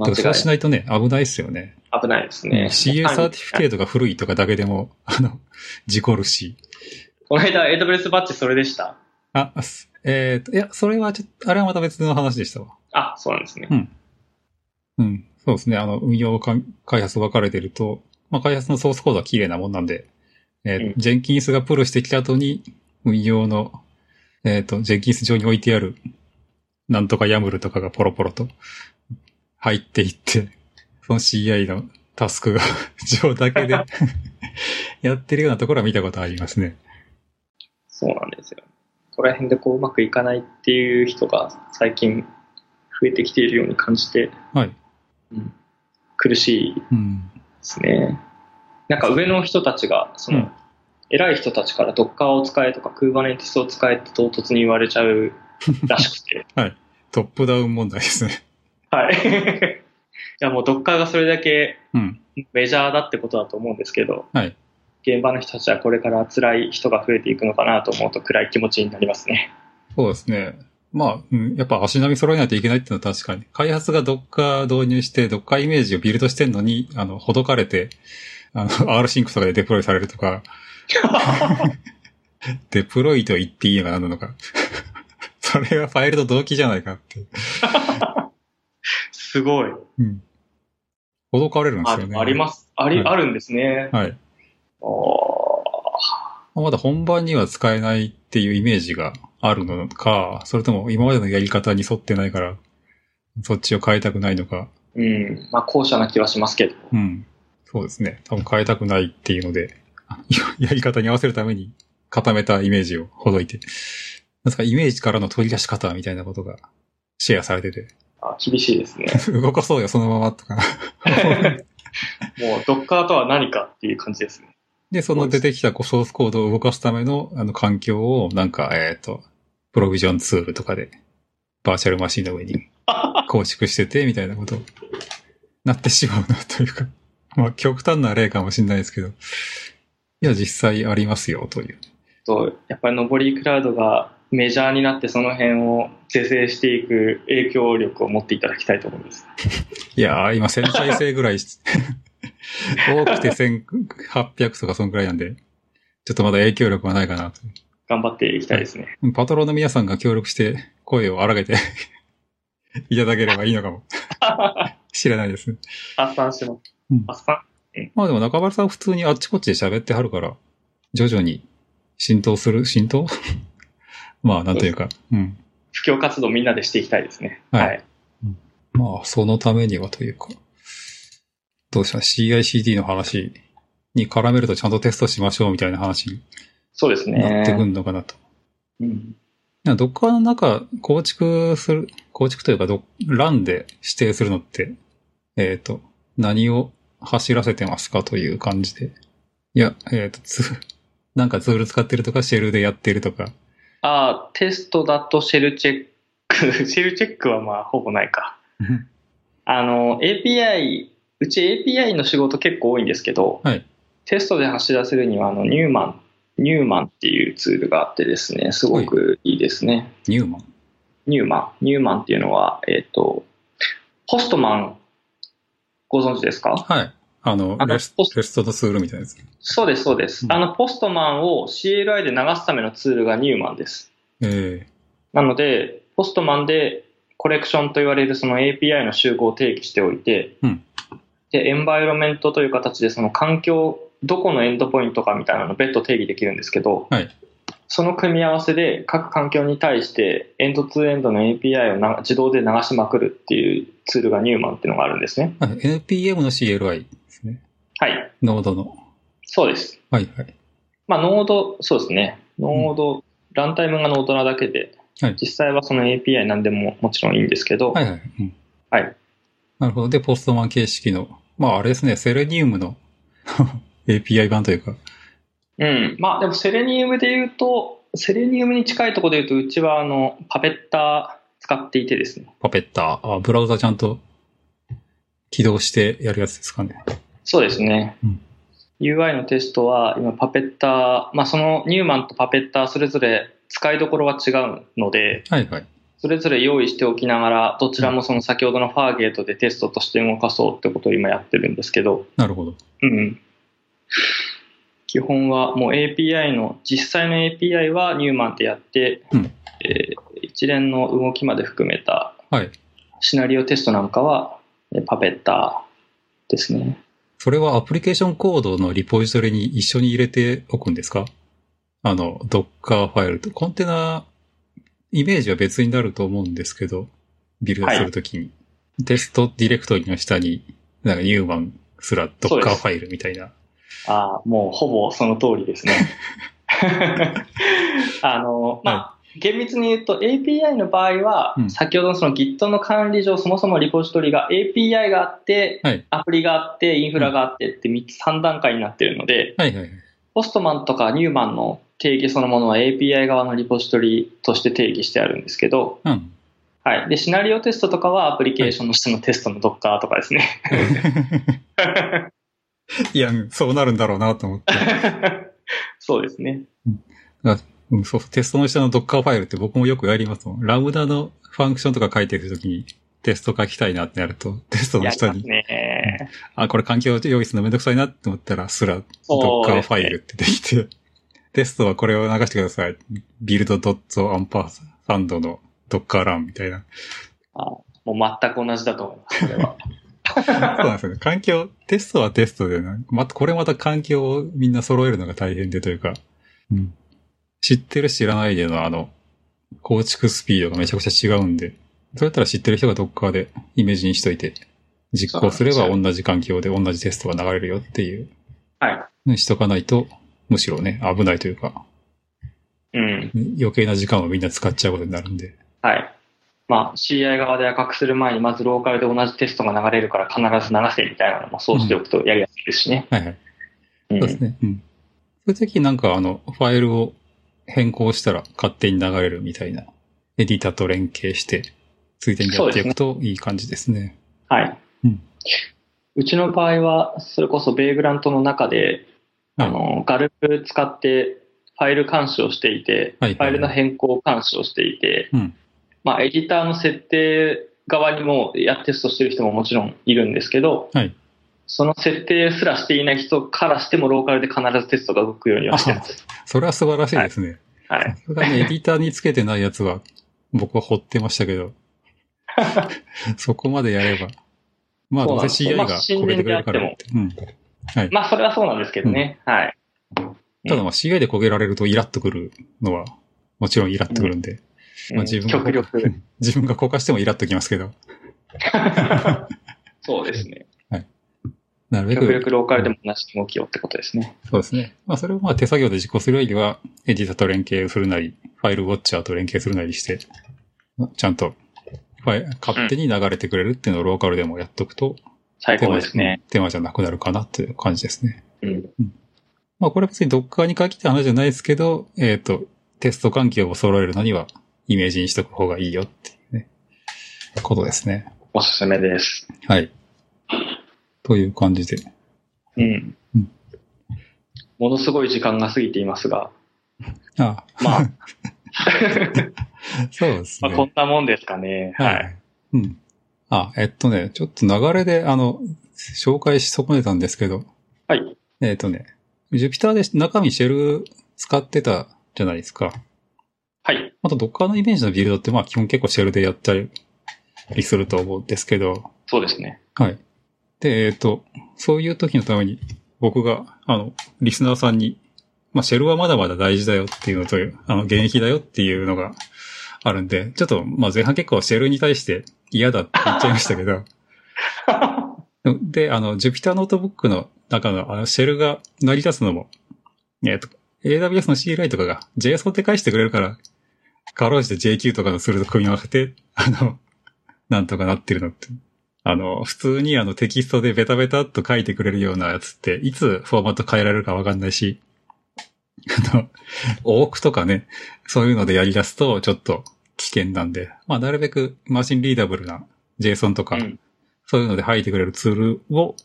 Speaker 2: 間
Speaker 1: だからそう
Speaker 2: 違い
Speaker 1: し
Speaker 2: ない
Speaker 1: ないとね、危ないですよね。
Speaker 2: 危ないですね。
Speaker 1: CA サーティフィケ
Speaker 2: ート。
Speaker 1: ートが古いとかだけでも、あの、事故るし。
Speaker 2: この間 AWS バッジそれでした。
Speaker 1: あ、すえっ、と、いや、それはちょっと、あれはまた別の話でしたわ。
Speaker 2: あ、そうなんですね。
Speaker 1: うん。そうですね。あの、運用か開発分かれてると、まあ、開発のソースコードは綺麗なもんなんで、えー
Speaker 2: うん
Speaker 1: ジェンキンスがプルしてきた後に、運用の、えっ、と、ジェンキンス上に置いてある、なんとかヤムルとかがポロポロと入っていって、その CI のタスクが [laughs] 上だけで [laughs] やってるようなところは見たことありますね。
Speaker 2: そうなんですよ。ここら辺でこううまくいかないっていう人が最近増えてきているように感じて、
Speaker 1: はい
Speaker 2: うん、苦しいで
Speaker 1: うん。
Speaker 2: すね。なんか上の人たちが、その、
Speaker 1: うん
Speaker 2: 偉い人たちから Docker を使えとか Kubernetes を使えって唐突に言われちゃうらしくて、
Speaker 1: [laughs] トップダウン問題ですね。
Speaker 2: はい。 [laughs] いやもう Docker がそれだけ
Speaker 1: うん。
Speaker 2: メジャーだってことだと思うんですけど、
Speaker 1: はい
Speaker 2: 現場の人たちはこれから辛い人が増えていくのかなと思うと暗い気持ちになりますね。
Speaker 1: そうですね。まあ、うん、やっぱ足並み揃えないといけないっていうのは確かに。開発が Docker 導入して、Docker イメージをビルドしてんのに、あの、ほどかれて、あの、rsync [laughs] とかでデプロイされると
Speaker 2: [laughs]
Speaker 1: か、デプロイと言っていいのか何なのか。 [laughs] それはファイルと同期じゃないかって。
Speaker 2: すごい。
Speaker 1: うん。ほどかれるんで
Speaker 2: あ
Speaker 1: すよね。
Speaker 2: あります。あり、
Speaker 1: はい
Speaker 2: あるんですね。
Speaker 1: はい。
Speaker 2: お
Speaker 1: まだ本番には使えないっていうイメージがあるのか、それとも今までのやり方に沿ってないから、そっちを変えたくないのか、
Speaker 2: ーうん。まあ、後者な気はしますけど。
Speaker 1: うん。そうですね。多分変えたくないっていうので、あややり方に合わせるために固めたイメージをほどいて、ですか、イメージからの取り出し方みたいなことがシェアされてて、 [laughs]
Speaker 2: あ厳しいですね。
Speaker 1: 動かそうよ、そのままとか。
Speaker 2: もう、ドッカーとは何かっていう感じですね。
Speaker 1: で、その出てきたこうソースコードを動かすための、あの、環境を、なんか、えっ、と、プロビジョンツールとかで、バーチャルマシンの上に構築してて、みたいなこと、なってしまうな、というか。まあ、極端な例かもしれないですけど、いや、実際ありますよ、という。
Speaker 2: と、やっぱり上りクラウドがメジャーになってその辺を是正していく影響力を持っていただきたいと思います。
Speaker 1: いやー、今、1000再生ぐらいし、多くて1800とかそんくらいなんで、ちょっとまだ影響力はないかなと。
Speaker 2: 頑張っていきたいですね。
Speaker 1: パトロンの皆さんが協力して声を荒げて [laughs] いただければいいのかも。知らないです。
Speaker 2: 発散します
Speaker 1: うん。
Speaker 2: 発散
Speaker 1: まあでも中原さんは普通にあっちこっちで喋ってはるから、徐々に浸透する、浸透 [laughs] まあなんというか、うん。
Speaker 2: 布教活動みんなでしていきたいですね。
Speaker 1: はい
Speaker 2: はい。
Speaker 1: まあそのためにはというか、どうした ?CICD の話に絡めるとちゃんとテストしましょうみたいな話に
Speaker 2: そうですね。
Speaker 1: なってくんのかなと。
Speaker 2: うん
Speaker 1: なんかどっかの中、構築する、構築というかど、欄で指定するのって、えっ、と、何を走らせてますかという感じで。いや、えっ、と、ツーなんかツール使ってるとか、シェルでやってるとか。
Speaker 2: ああ、テストだとシェルチェック。 [laughs] シェルチェックはまあ、ほぼないか。あの、API、うち API の仕事結構多いんですけど、
Speaker 1: はい
Speaker 2: テストで走らせるには、あの、ニューマン、ニューマンっていうツールがあってですね、すごくいいですね。
Speaker 1: ニューマン。
Speaker 2: ニューマン。ニューマンっていうのは、えっ、と、ホストマン、ご存知ですか
Speaker 1: はい。あの、
Speaker 2: あの
Speaker 1: レス
Speaker 2: ポス
Speaker 1: レストのツールみたいなやつ。
Speaker 2: そうです、そうです。
Speaker 1: うん
Speaker 2: あの、ポストマンを CLI で流すためのツールがニューマンです。
Speaker 1: え
Speaker 2: なので、ポストマンでコレクションと言われるその API の集合を定義しておいて、
Speaker 1: うん
Speaker 2: で、エンバイロメントという形でその環境、どこのエンドポイントかみたいなのを別途定義できるんですけど、
Speaker 1: はい
Speaker 2: その組み合わせで各環境に対してエンドツーエンドの API をな自動で流しまくるっていうツールがニューマンっていうのがあるんですね。
Speaker 1: えあ NPM の CLI ですね。
Speaker 2: はい、
Speaker 1: ノードの。
Speaker 2: そうです。
Speaker 1: はいはい。
Speaker 2: まあ、ノード、そうですね。ノード、ランタイムがノードなだけで、
Speaker 1: はい
Speaker 2: 実際はその API なんでももちろんいいんですけど、
Speaker 1: はいはい。うん。
Speaker 2: はい。
Speaker 1: なるほど。で、ポストマン形式の、まああれですね、セレニウムの [laughs] API 版というか。
Speaker 2: うん。まあ、でもセレニウムで言うと、セレニウムに近いところで言うと、うちはあの、パペッター使っていてですね。
Speaker 1: パペッター。あ、ブラウザちゃんと起動してやるやつですかね。
Speaker 2: そうですね。
Speaker 1: うん
Speaker 2: UI のテストは、今、パペッター、まあ、そのニューマンとパペッターそれぞれ使いどころは違うので、
Speaker 1: はいはい。
Speaker 2: それぞれ用意しておきながら、どちらもその先ほどのファーゲートでテストとして動かそうってことを今やってるんですけど、
Speaker 1: なるほど。
Speaker 2: うん。基本はもう API の、実際の API はニューマンでやって、
Speaker 1: うん
Speaker 2: えー一連の動きまで含めた
Speaker 1: はい。
Speaker 2: シナリオテストなんかは、えーパペッターですね。
Speaker 1: それはアプリケーションコードのリポジトリに一緒に入れておくんですかあの、Docker ファイルと。コンテナ、イメージは別になると思うんですけど、ビルドするときに。テストディレクトリの下に、なんかニューマンすら
Speaker 2: そうで
Speaker 1: Docker
Speaker 2: す
Speaker 1: ファイルみたいな。
Speaker 2: ああ、もうほぼその通りですね。
Speaker 1: [laughs]
Speaker 2: あの、まあ、厳密に言うと API の場合は、
Speaker 1: うん
Speaker 2: 先ほどのその Git の管理上そもそもリポジトリが API があって、
Speaker 1: はい
Speaker 2: アプリがあってインフラがあってって3つ3段階になってるので、
Speaker 1: はいはいはい。
Speaker 2: ポストマンとかニューマンの定義そのものは API 側のリポジトリとして定義してあるんですけど、
Speaker 1: うん。
Speaker 2: はい、でシナリオテストとかはアプリケーションの下のテストの Docker とかですね。
Speaker 1: いや、そうなるんだろうなと思って。
Speaker 2: [laughs] そうですね。
Speaker 1: うん、そう、テストの下の Docker ファイルって僕もよくやりますもん。ラムダのファンクションとか書いてるときにテスト書きたいなってなると、テストの
Speaker 2: やり
Speaker 1: 下
Speaker 2: ます
Speaker 1: に、
Speaker 2: ね。
Speaker 1: あ、これ環境を用意するのめんどくさいなって思ったら、すら Docker ファイルってできて、テストはこれを流してください。ビルドドットアンパーサンドの Docker ランみたいな。
Speaker 2: もう全く同じだと思います、これ
Speaker 1: [laughs]
Speaker 2: は。
Speaker 1: そうなんですよね。環境、テストはテストでな、また、これまた環境をみんな揃えるのが大変でというか、うん。知ってる知らないでのあの、構築スピードがめちゃくちゃ違うんで、それだったら知ってる人が Docker でイメージにしといて、実行すれ
Speaker 2: そう
Speaker 1: ば
Speaker 2: なん
Speaker 1: 同じ環境で同じテストが流れるよっていう、
Speaker 2: はい。
Speaker 1: ねしとかないと、むしろね、危ないというか、
Speaker 2: うん。
Speaker 1: 余計な時間をみんな使っちゃうことになるんで。
Speaker 2: はい。まあ、CI 側で赤くする前に、まずローカルで同じテストが流れるから必ず流せみたいなのもそうしておくとやりやすいですしね。
Speaker 1: はいはい。
Speaker 2: うん
Speaker 1: そうですね。うん。そういう時なんかあの、ファイルを変更したら勝手に流れるみたいな、エディターと連携して、ついでにやっていくといい感じですね。
Speaker 2: はい。
Speaker 1: うん
Speaker 2: うちの場合は、それこそベイグラントの中で、
Speaker 1: は
Speaker 2: あ
Speaker 1: い
Speaker 2: の、ガルプ使ってファイル監視をしていて、
Speaker 1: はい
Speaker 2: ファイルの変更監視をしていて、
Speaker 1: うん
Speaker 2: まあ、エディターの設定側にもやテストしてる人ももちろんいるんですけど、
Speaker 1: はい
Speaker 2: その設定すらしていない人からしてもローカルで必ずテストが動くようにはしてます。
Speaker 1: それは素晴らしいですね。
Speaker 2: はい
Speaker 1: さ。すがにエディターにつけてないやつは、僕は掘ってましたけ [laughs] ど。そこまでやれば。まあ、
Speaker 2: そう
Speaker 1: どう
Speaker 2: なん
Speaker 1: せ
Speaker 2: です
Speaker 1: CI
Speaker 2: まあ
Speaker 1: がこれてくれるからって。うん。
Speaker 2: まあ、それはそうなんですけどね。はい。
Speaker 1: ただまあ CI で焦げられるとイラっとくるのは、もちろんイラっとくるんで、まあ自分が
Speaker 2: 極
Speaker 1: [laughs]
Speaker 2: 力。
Speaker 1: 自分が硬化してもイラっときますけど、
Speaker 2: そうで
Speaker 1: [laughs]
Speaker 2: すね。
Speaker 1: なるべ
Speaker 2: 極
Speaker 1: く、
Speaker 2: 力ローカルでも同じ動きをってことですね。
Speaker 1: そうですね。まあそれをまあ手作業で実行するよりは、エディターと連携するなり、ファイルウォッチャーと連携するなりして、ちゃんと、ファイ勝手に流れてくれるっていうのをローカルでもやっとくと、
Speaker 2: 最
Speaker 1: 手
Speaker 2: 高
Speaker 1: 間
Speaker 2: ですね。
Speaker 1: 手間じゃなくなるかなっていう感じですね。
Speaker 2: うん。
Speaker 1: まあこれは別に Docker に限った話じゃないですけど、えっ、と、テスト環境を揃えるのにはイメージにしとく方がいいよっていうね、ことですね。
Speaker 2: おすすめです。
Speaker 1: はい。という感じで。
Speaker 2: うん
Speaker 1: うん。
Speaker 2: ものすごい時間が過ぎていますが、
Speaker 1: あ [laughs]
Speaker 2: まあ、
Speaker 1: そうです
Speaker 2: ま
Speaker 1: ね。
Speaker 2: あこんなもんですかね。
Speaker 1: は。い。うん。あ、えっとね、ちょっと流れで、あの、紹介し損ねたんですけど、
Speaker 2: はい。
Speaker 1: えっ、とね、Jupyter で中身シェル使ってたじゃないですか。
Speaker 2: はい。
Speaker 1: あと Docker のイメージのビルドって、まあ基本結構シェルでやったりすると思うんですけど、
Speaker 2: そうですね。
Speaker 1: はい。で、えっ、と、そういう時のために、僕が、あの、リスナーさんに、まあ、シェルはまだまだ大事だよっていうのと、あの、現役だよっていうのがあるんで、ちょっと、まあ、前半結構シェルに対して嫌だって言っちゃいましたけど、でもで、あの、Jupyter ノートブックの中の、あの、シェルが成り立つのも、えっ、と、AWS の CLI とかが JSON って返してくれるから、かろうじて JQ とかのすると組み合わせて、あの、 [laughs] なんとかなってるのって。あの、普通にあのテキストでベタベタっと書いてくれるようなやつって、いつフォーマット変えられるかわかんないし、 [laughs] あの、多くとかね、そういうのでやり出すとちょっと危険なんで、まあ、なるべくマシンリーダブルな JSON とか、
Speaker 2: うん
Speaker 1: そういうので吐いてくれるツールを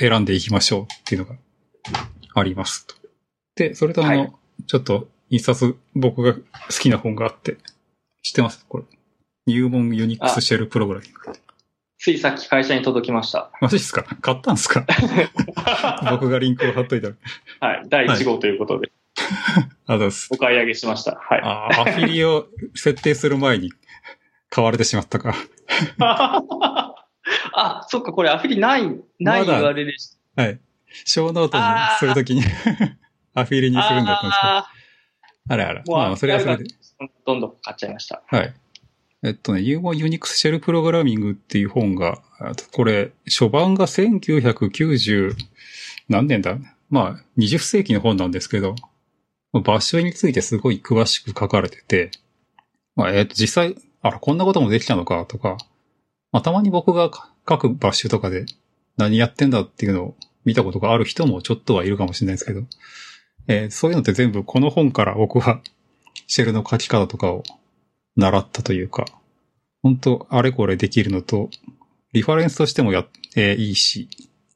Speaker 1: 選んでいきましょうっていうのがありますと。で、それとあの、
Speaker 2: はい
Speaker 1: ちょっと一冊僕が好きな本があって、知ってますこれ。入門ユニックスシェルプログラミング。
Speaker 2: ついさっき会社に届きました。
Speaker 1: マジっす
Speaker 2: [laughs]
Speaker 1: か買ったんすか僕がリンクを貼っといたら。
Speaker 2: はい。第1号ということで、
Speaker 1: あざっす。
Speaker 2: お買い上げしました。はい。
Speaker 1: あーアフィリを設定する前に買われてしまったか。
Speaker 2: [laughs] あ、そっか、これアフィリない、な
Speaker 1: ま
Speaker 2: い
Speaker 1: だ
Speaker 2: URL でした。
Speaker 1: はい。小ノートにするときに [laughs] アフィリにするんだったんですけど。
Speaker 2: あ
Speaker 1: あれあれ。
Speaker 2: もう
Speaker 1: まあ、それはそれで。
Speaker 2: ーどんどん買っちゃいました。
Speaker 1: はい。えっとね、ユーモンユニックスシェルプログラミングっていう本が、あとこれ、初版が1990何年だまあ、20世紀の本なんですけど、場所についてすごい詳しく書かれてて、まあ、えっ、と、実際、あら、こんなこともできたのかとか、まあ、たまに僕が書くバッシュとかで何やってんだっていうのを見たことがある人もちょっとはいるかもしれないですけど、えーそういうのって全部この本から僕は [laughs] シェルの書き方とかを習ったというか、本当あれこれできるのと、リファレンスとしてもやっ、えーいいし、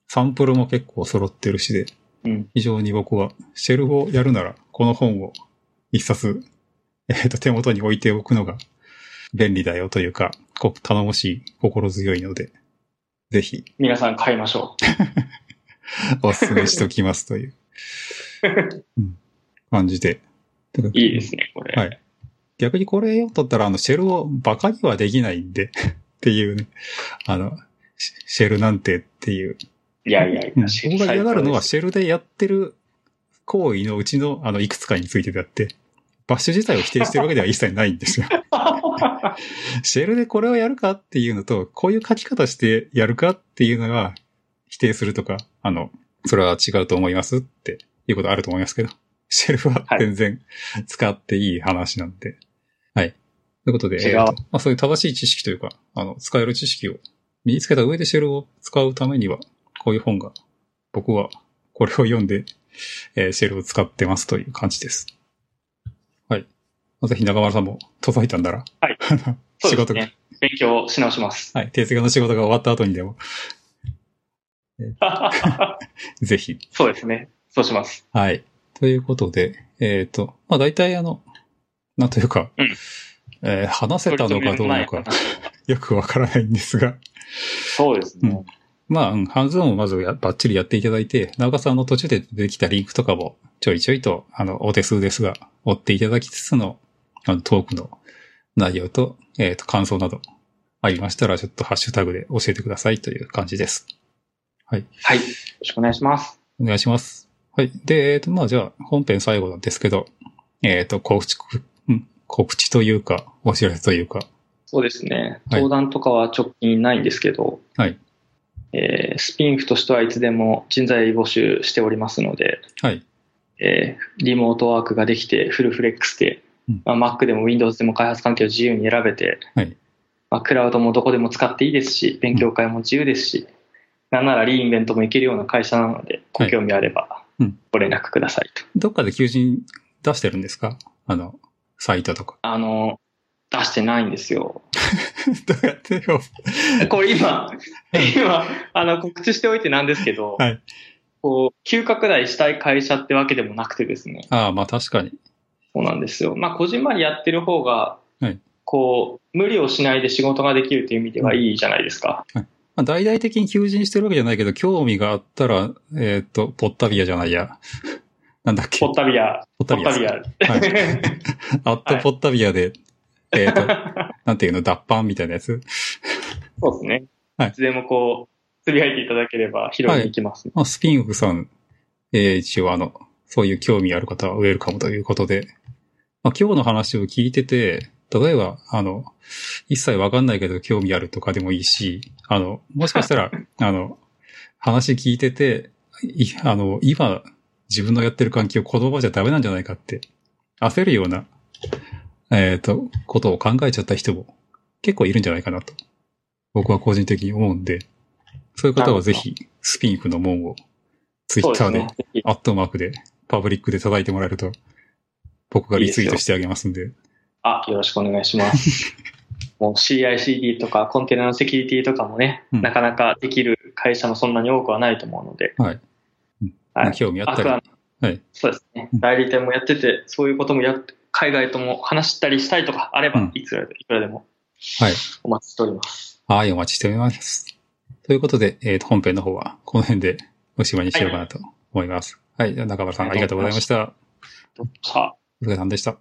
Speaker 1: サンプルも結構揃ってるしで、
Speaker 2: うん。
Speaker 1: 非常に僕はシェルをやるなら、この本を一冊、えっ、と、手元に置いておくのが便利だよというか、こ頼もしい、心強いので、ぜひ
Speaker 2: 皆さん買いましょう。
Speaker 1: お勧めしときますと
Speaker 2: [laughs]
Speaker 1: いう、うん感じで。
Speaker 2: いいですね、これ。
Speaker 1: はい逆にこれ読んだったら、あの、シェルをバカにはできないんで、 [laughs] っていうね、あの、シシェルなんてっていう。
Speaker 2: いやいやい
Speaker 1: うん
Speaker 2: や、知り
Speaker 1: 僕が
Speaker 2: たい
Speaker 1: 嫌がるのは、
Speaker 2: [laughs] です
Speaker 1: シェルでやってる行為のうちの、あの、いくつかについてであって、バッシュ自体を否定してるわけでは一切ないんですよ。 [laughs] シェルでこれをやるかっていうのと、こういう書き方してやるかっていうのは否定するとか、あの、それは違うと思いますっていうことあると思いますけど、シェルフは
Speaker 2: はい
Speaker 1: 全然使っていい話なんで。はい。ということで、
Speaker 2: 違う
Speaker 1: えーとまあ、そういう正しい知識というか、あの、使える知識を身につけた上でシェルを使うためには、こういう本が、僕はこれを読んで、えーシェルを使ってますという感じです。はい。まあぜひ中丸さんも届いたんだら、
Speaker 2: は
Speaker 1: [laughs]
Speaker 2: い
Speaker 1: あの
Speaker 2: そう
Speaker 1: 仕
Speaker 2: です
Speaker 1: 事が
Speaker 2: ね。勉強し直します。
Speaker 1: はい。哲学の仕事が終わった後にでも、ぜひ。
Speaker 2: [laughs] そうですね。そうします。
Speaker 1: はい。ということで、えっ、と、まあ大体あの、なんというか、
Speaker 2: うん
Speaker 1: えー話せたのかどうなのか、よくわからないんですが、
Speaker 3: そうですね。
Speaker 1: まあ、うん半ズをまずやバッチリやっていただいて、なおかつあの途中で出てきたリンクとかもちょいちょいと、あの、お手数ですが、追っていただきつつの、あの、トークの内容と、えっ、と、感想などありましたら、ちょっとハッシュタグで教えてくださいという感じです。
Speaker 2: はい。
Speaker 3: よろしくお願いします。
Speaker 1: お願いします。はい。で、えっ、と、まあ、じゃあ、本編最後なんですけど、えっ、と、告知、うん告知というか、お知らせというか、
Speaker 2: そうですね。
Speaker 1: はい
Speaker 2: 登壇とかは直近ないんですけど、
Speaker 1: はい
Speaker 2: えースピンフとしてはいつでも人材募集しておりますので、
Speaker 1: はい。
Speaker 2: えーリモートワークができて、フルフレックスで、
Speaker 1: うん
Speaker 2: まあ、Mac でも Windows でも開発環境を自由に選べて、
Speaker 1: はい
Speaker 2: まあ、クラウドもどこでも使っていいですし、勉強会も自由ですし、なんならリーイベントも行けるような会社なので、ご興味あれば
Speaker 1: うん
Speaker 2: ご連絡くださいと。
Speaker 1: どっかで求人出してるんですかあの、サイトとか。
Speaker 2: あの、出してないんですよ。
Speaker 1: [laughs] どうやってよ
Speaker 2: [laughs] これ今、今、あの、告知しておいてなんですけど、
Speaker 1: はい
Speaker 2: こう、急拡大したい会社ってわけでもなくてですね、
Speaker 1: ああ、まあ確かに。
Speaker 2: そうなんですよ。まあ、こじんまりやってる方が、
Speaker 1: はい
Speaker 2: こう、無理をしないで仕事ができるという意味ではいいじゃないですか。
Speaker 1: まあ、大々的に求人してるわけじゃないけど、興味があったら、えっ、と、ポッタビアじゃないや。 [laughs] なんだっけ
Speaker 2: ポッタビア、
Speaker 1: ポッ
Speaker 2: ポッタビア。
Speaker 1: はい。アットポッタビアで、えっ、
Speaker 2: [laughs]
Speaker 1: と、なんていうの、脱版みたいなやつ。
Speaker 2: [laughs] そうですね。
Speaker 1: はい
Speaker 2: い、つでもこう、つぶやいていただければ拾いに行きます、
Speaker 1: まあ、スピンオフさん、えー一応あの、そういう興味ある方はウェルカムということで、まあ、今日の話を聞いてて、例えば、あの、一切わかんないけど興味あるとかでもいいし、あの、もしかした
Speaker 2: [laughs]
Speaker 1: ら、あの、話聞いてて、いあの、今、自分のやってる環境、このままじゃダメなんじゃないかって、焦るような、えっ、と、ことを考えちゃった人も結構いるんじゃないかなと、僕は個人的に思うんで、そういう方はぜひ、スピンフの門を、ツイッ
Speaker 2: そうで
Speaker 1: タ
Speaker 2: す
Speaker 1: ーで
Speaker 2: ね。ぜひ
Speaker 1: アットマークで、パブリックで叩いてもらえると、僕がリツイートしてあげますんで。
Speaker 2: あ、よろしくお願いします。
Speaker 1: [laughs]
Speaker 2: もう CICD とかコンテナのセキュリティとかもね、
Speaker 1: うん
Speaker 2: なかなかできる会社もそんなに多くはないと思うので、
Speaker 1: はいうん
Speaker 2: はい
Speaker 1: 興味あった
Speaker 2: アクア
Speaker 1: り
Speaker 2: の。
Speaker 1: はい。
Speaker 2: そうですね
Speaker 1: うん。
Speaker 2: 代理店もやってて、そういうこともやって、海外とも話したりしたいとかあれば、
Speaker 1: うん
Speaker 2: いつらでいくらでも
Speaker 1: はい。
Speaker 2: お待ちしております。
Speaker 1: はい、お待ちしております。ということで、えーと、本編の方は、この辺でおしまいにしようかなと思います。はい、じゃあ中村さん、ありがとうございました。
Speaker 2: どうもさあ
Speaker 1: お疲れ様でした。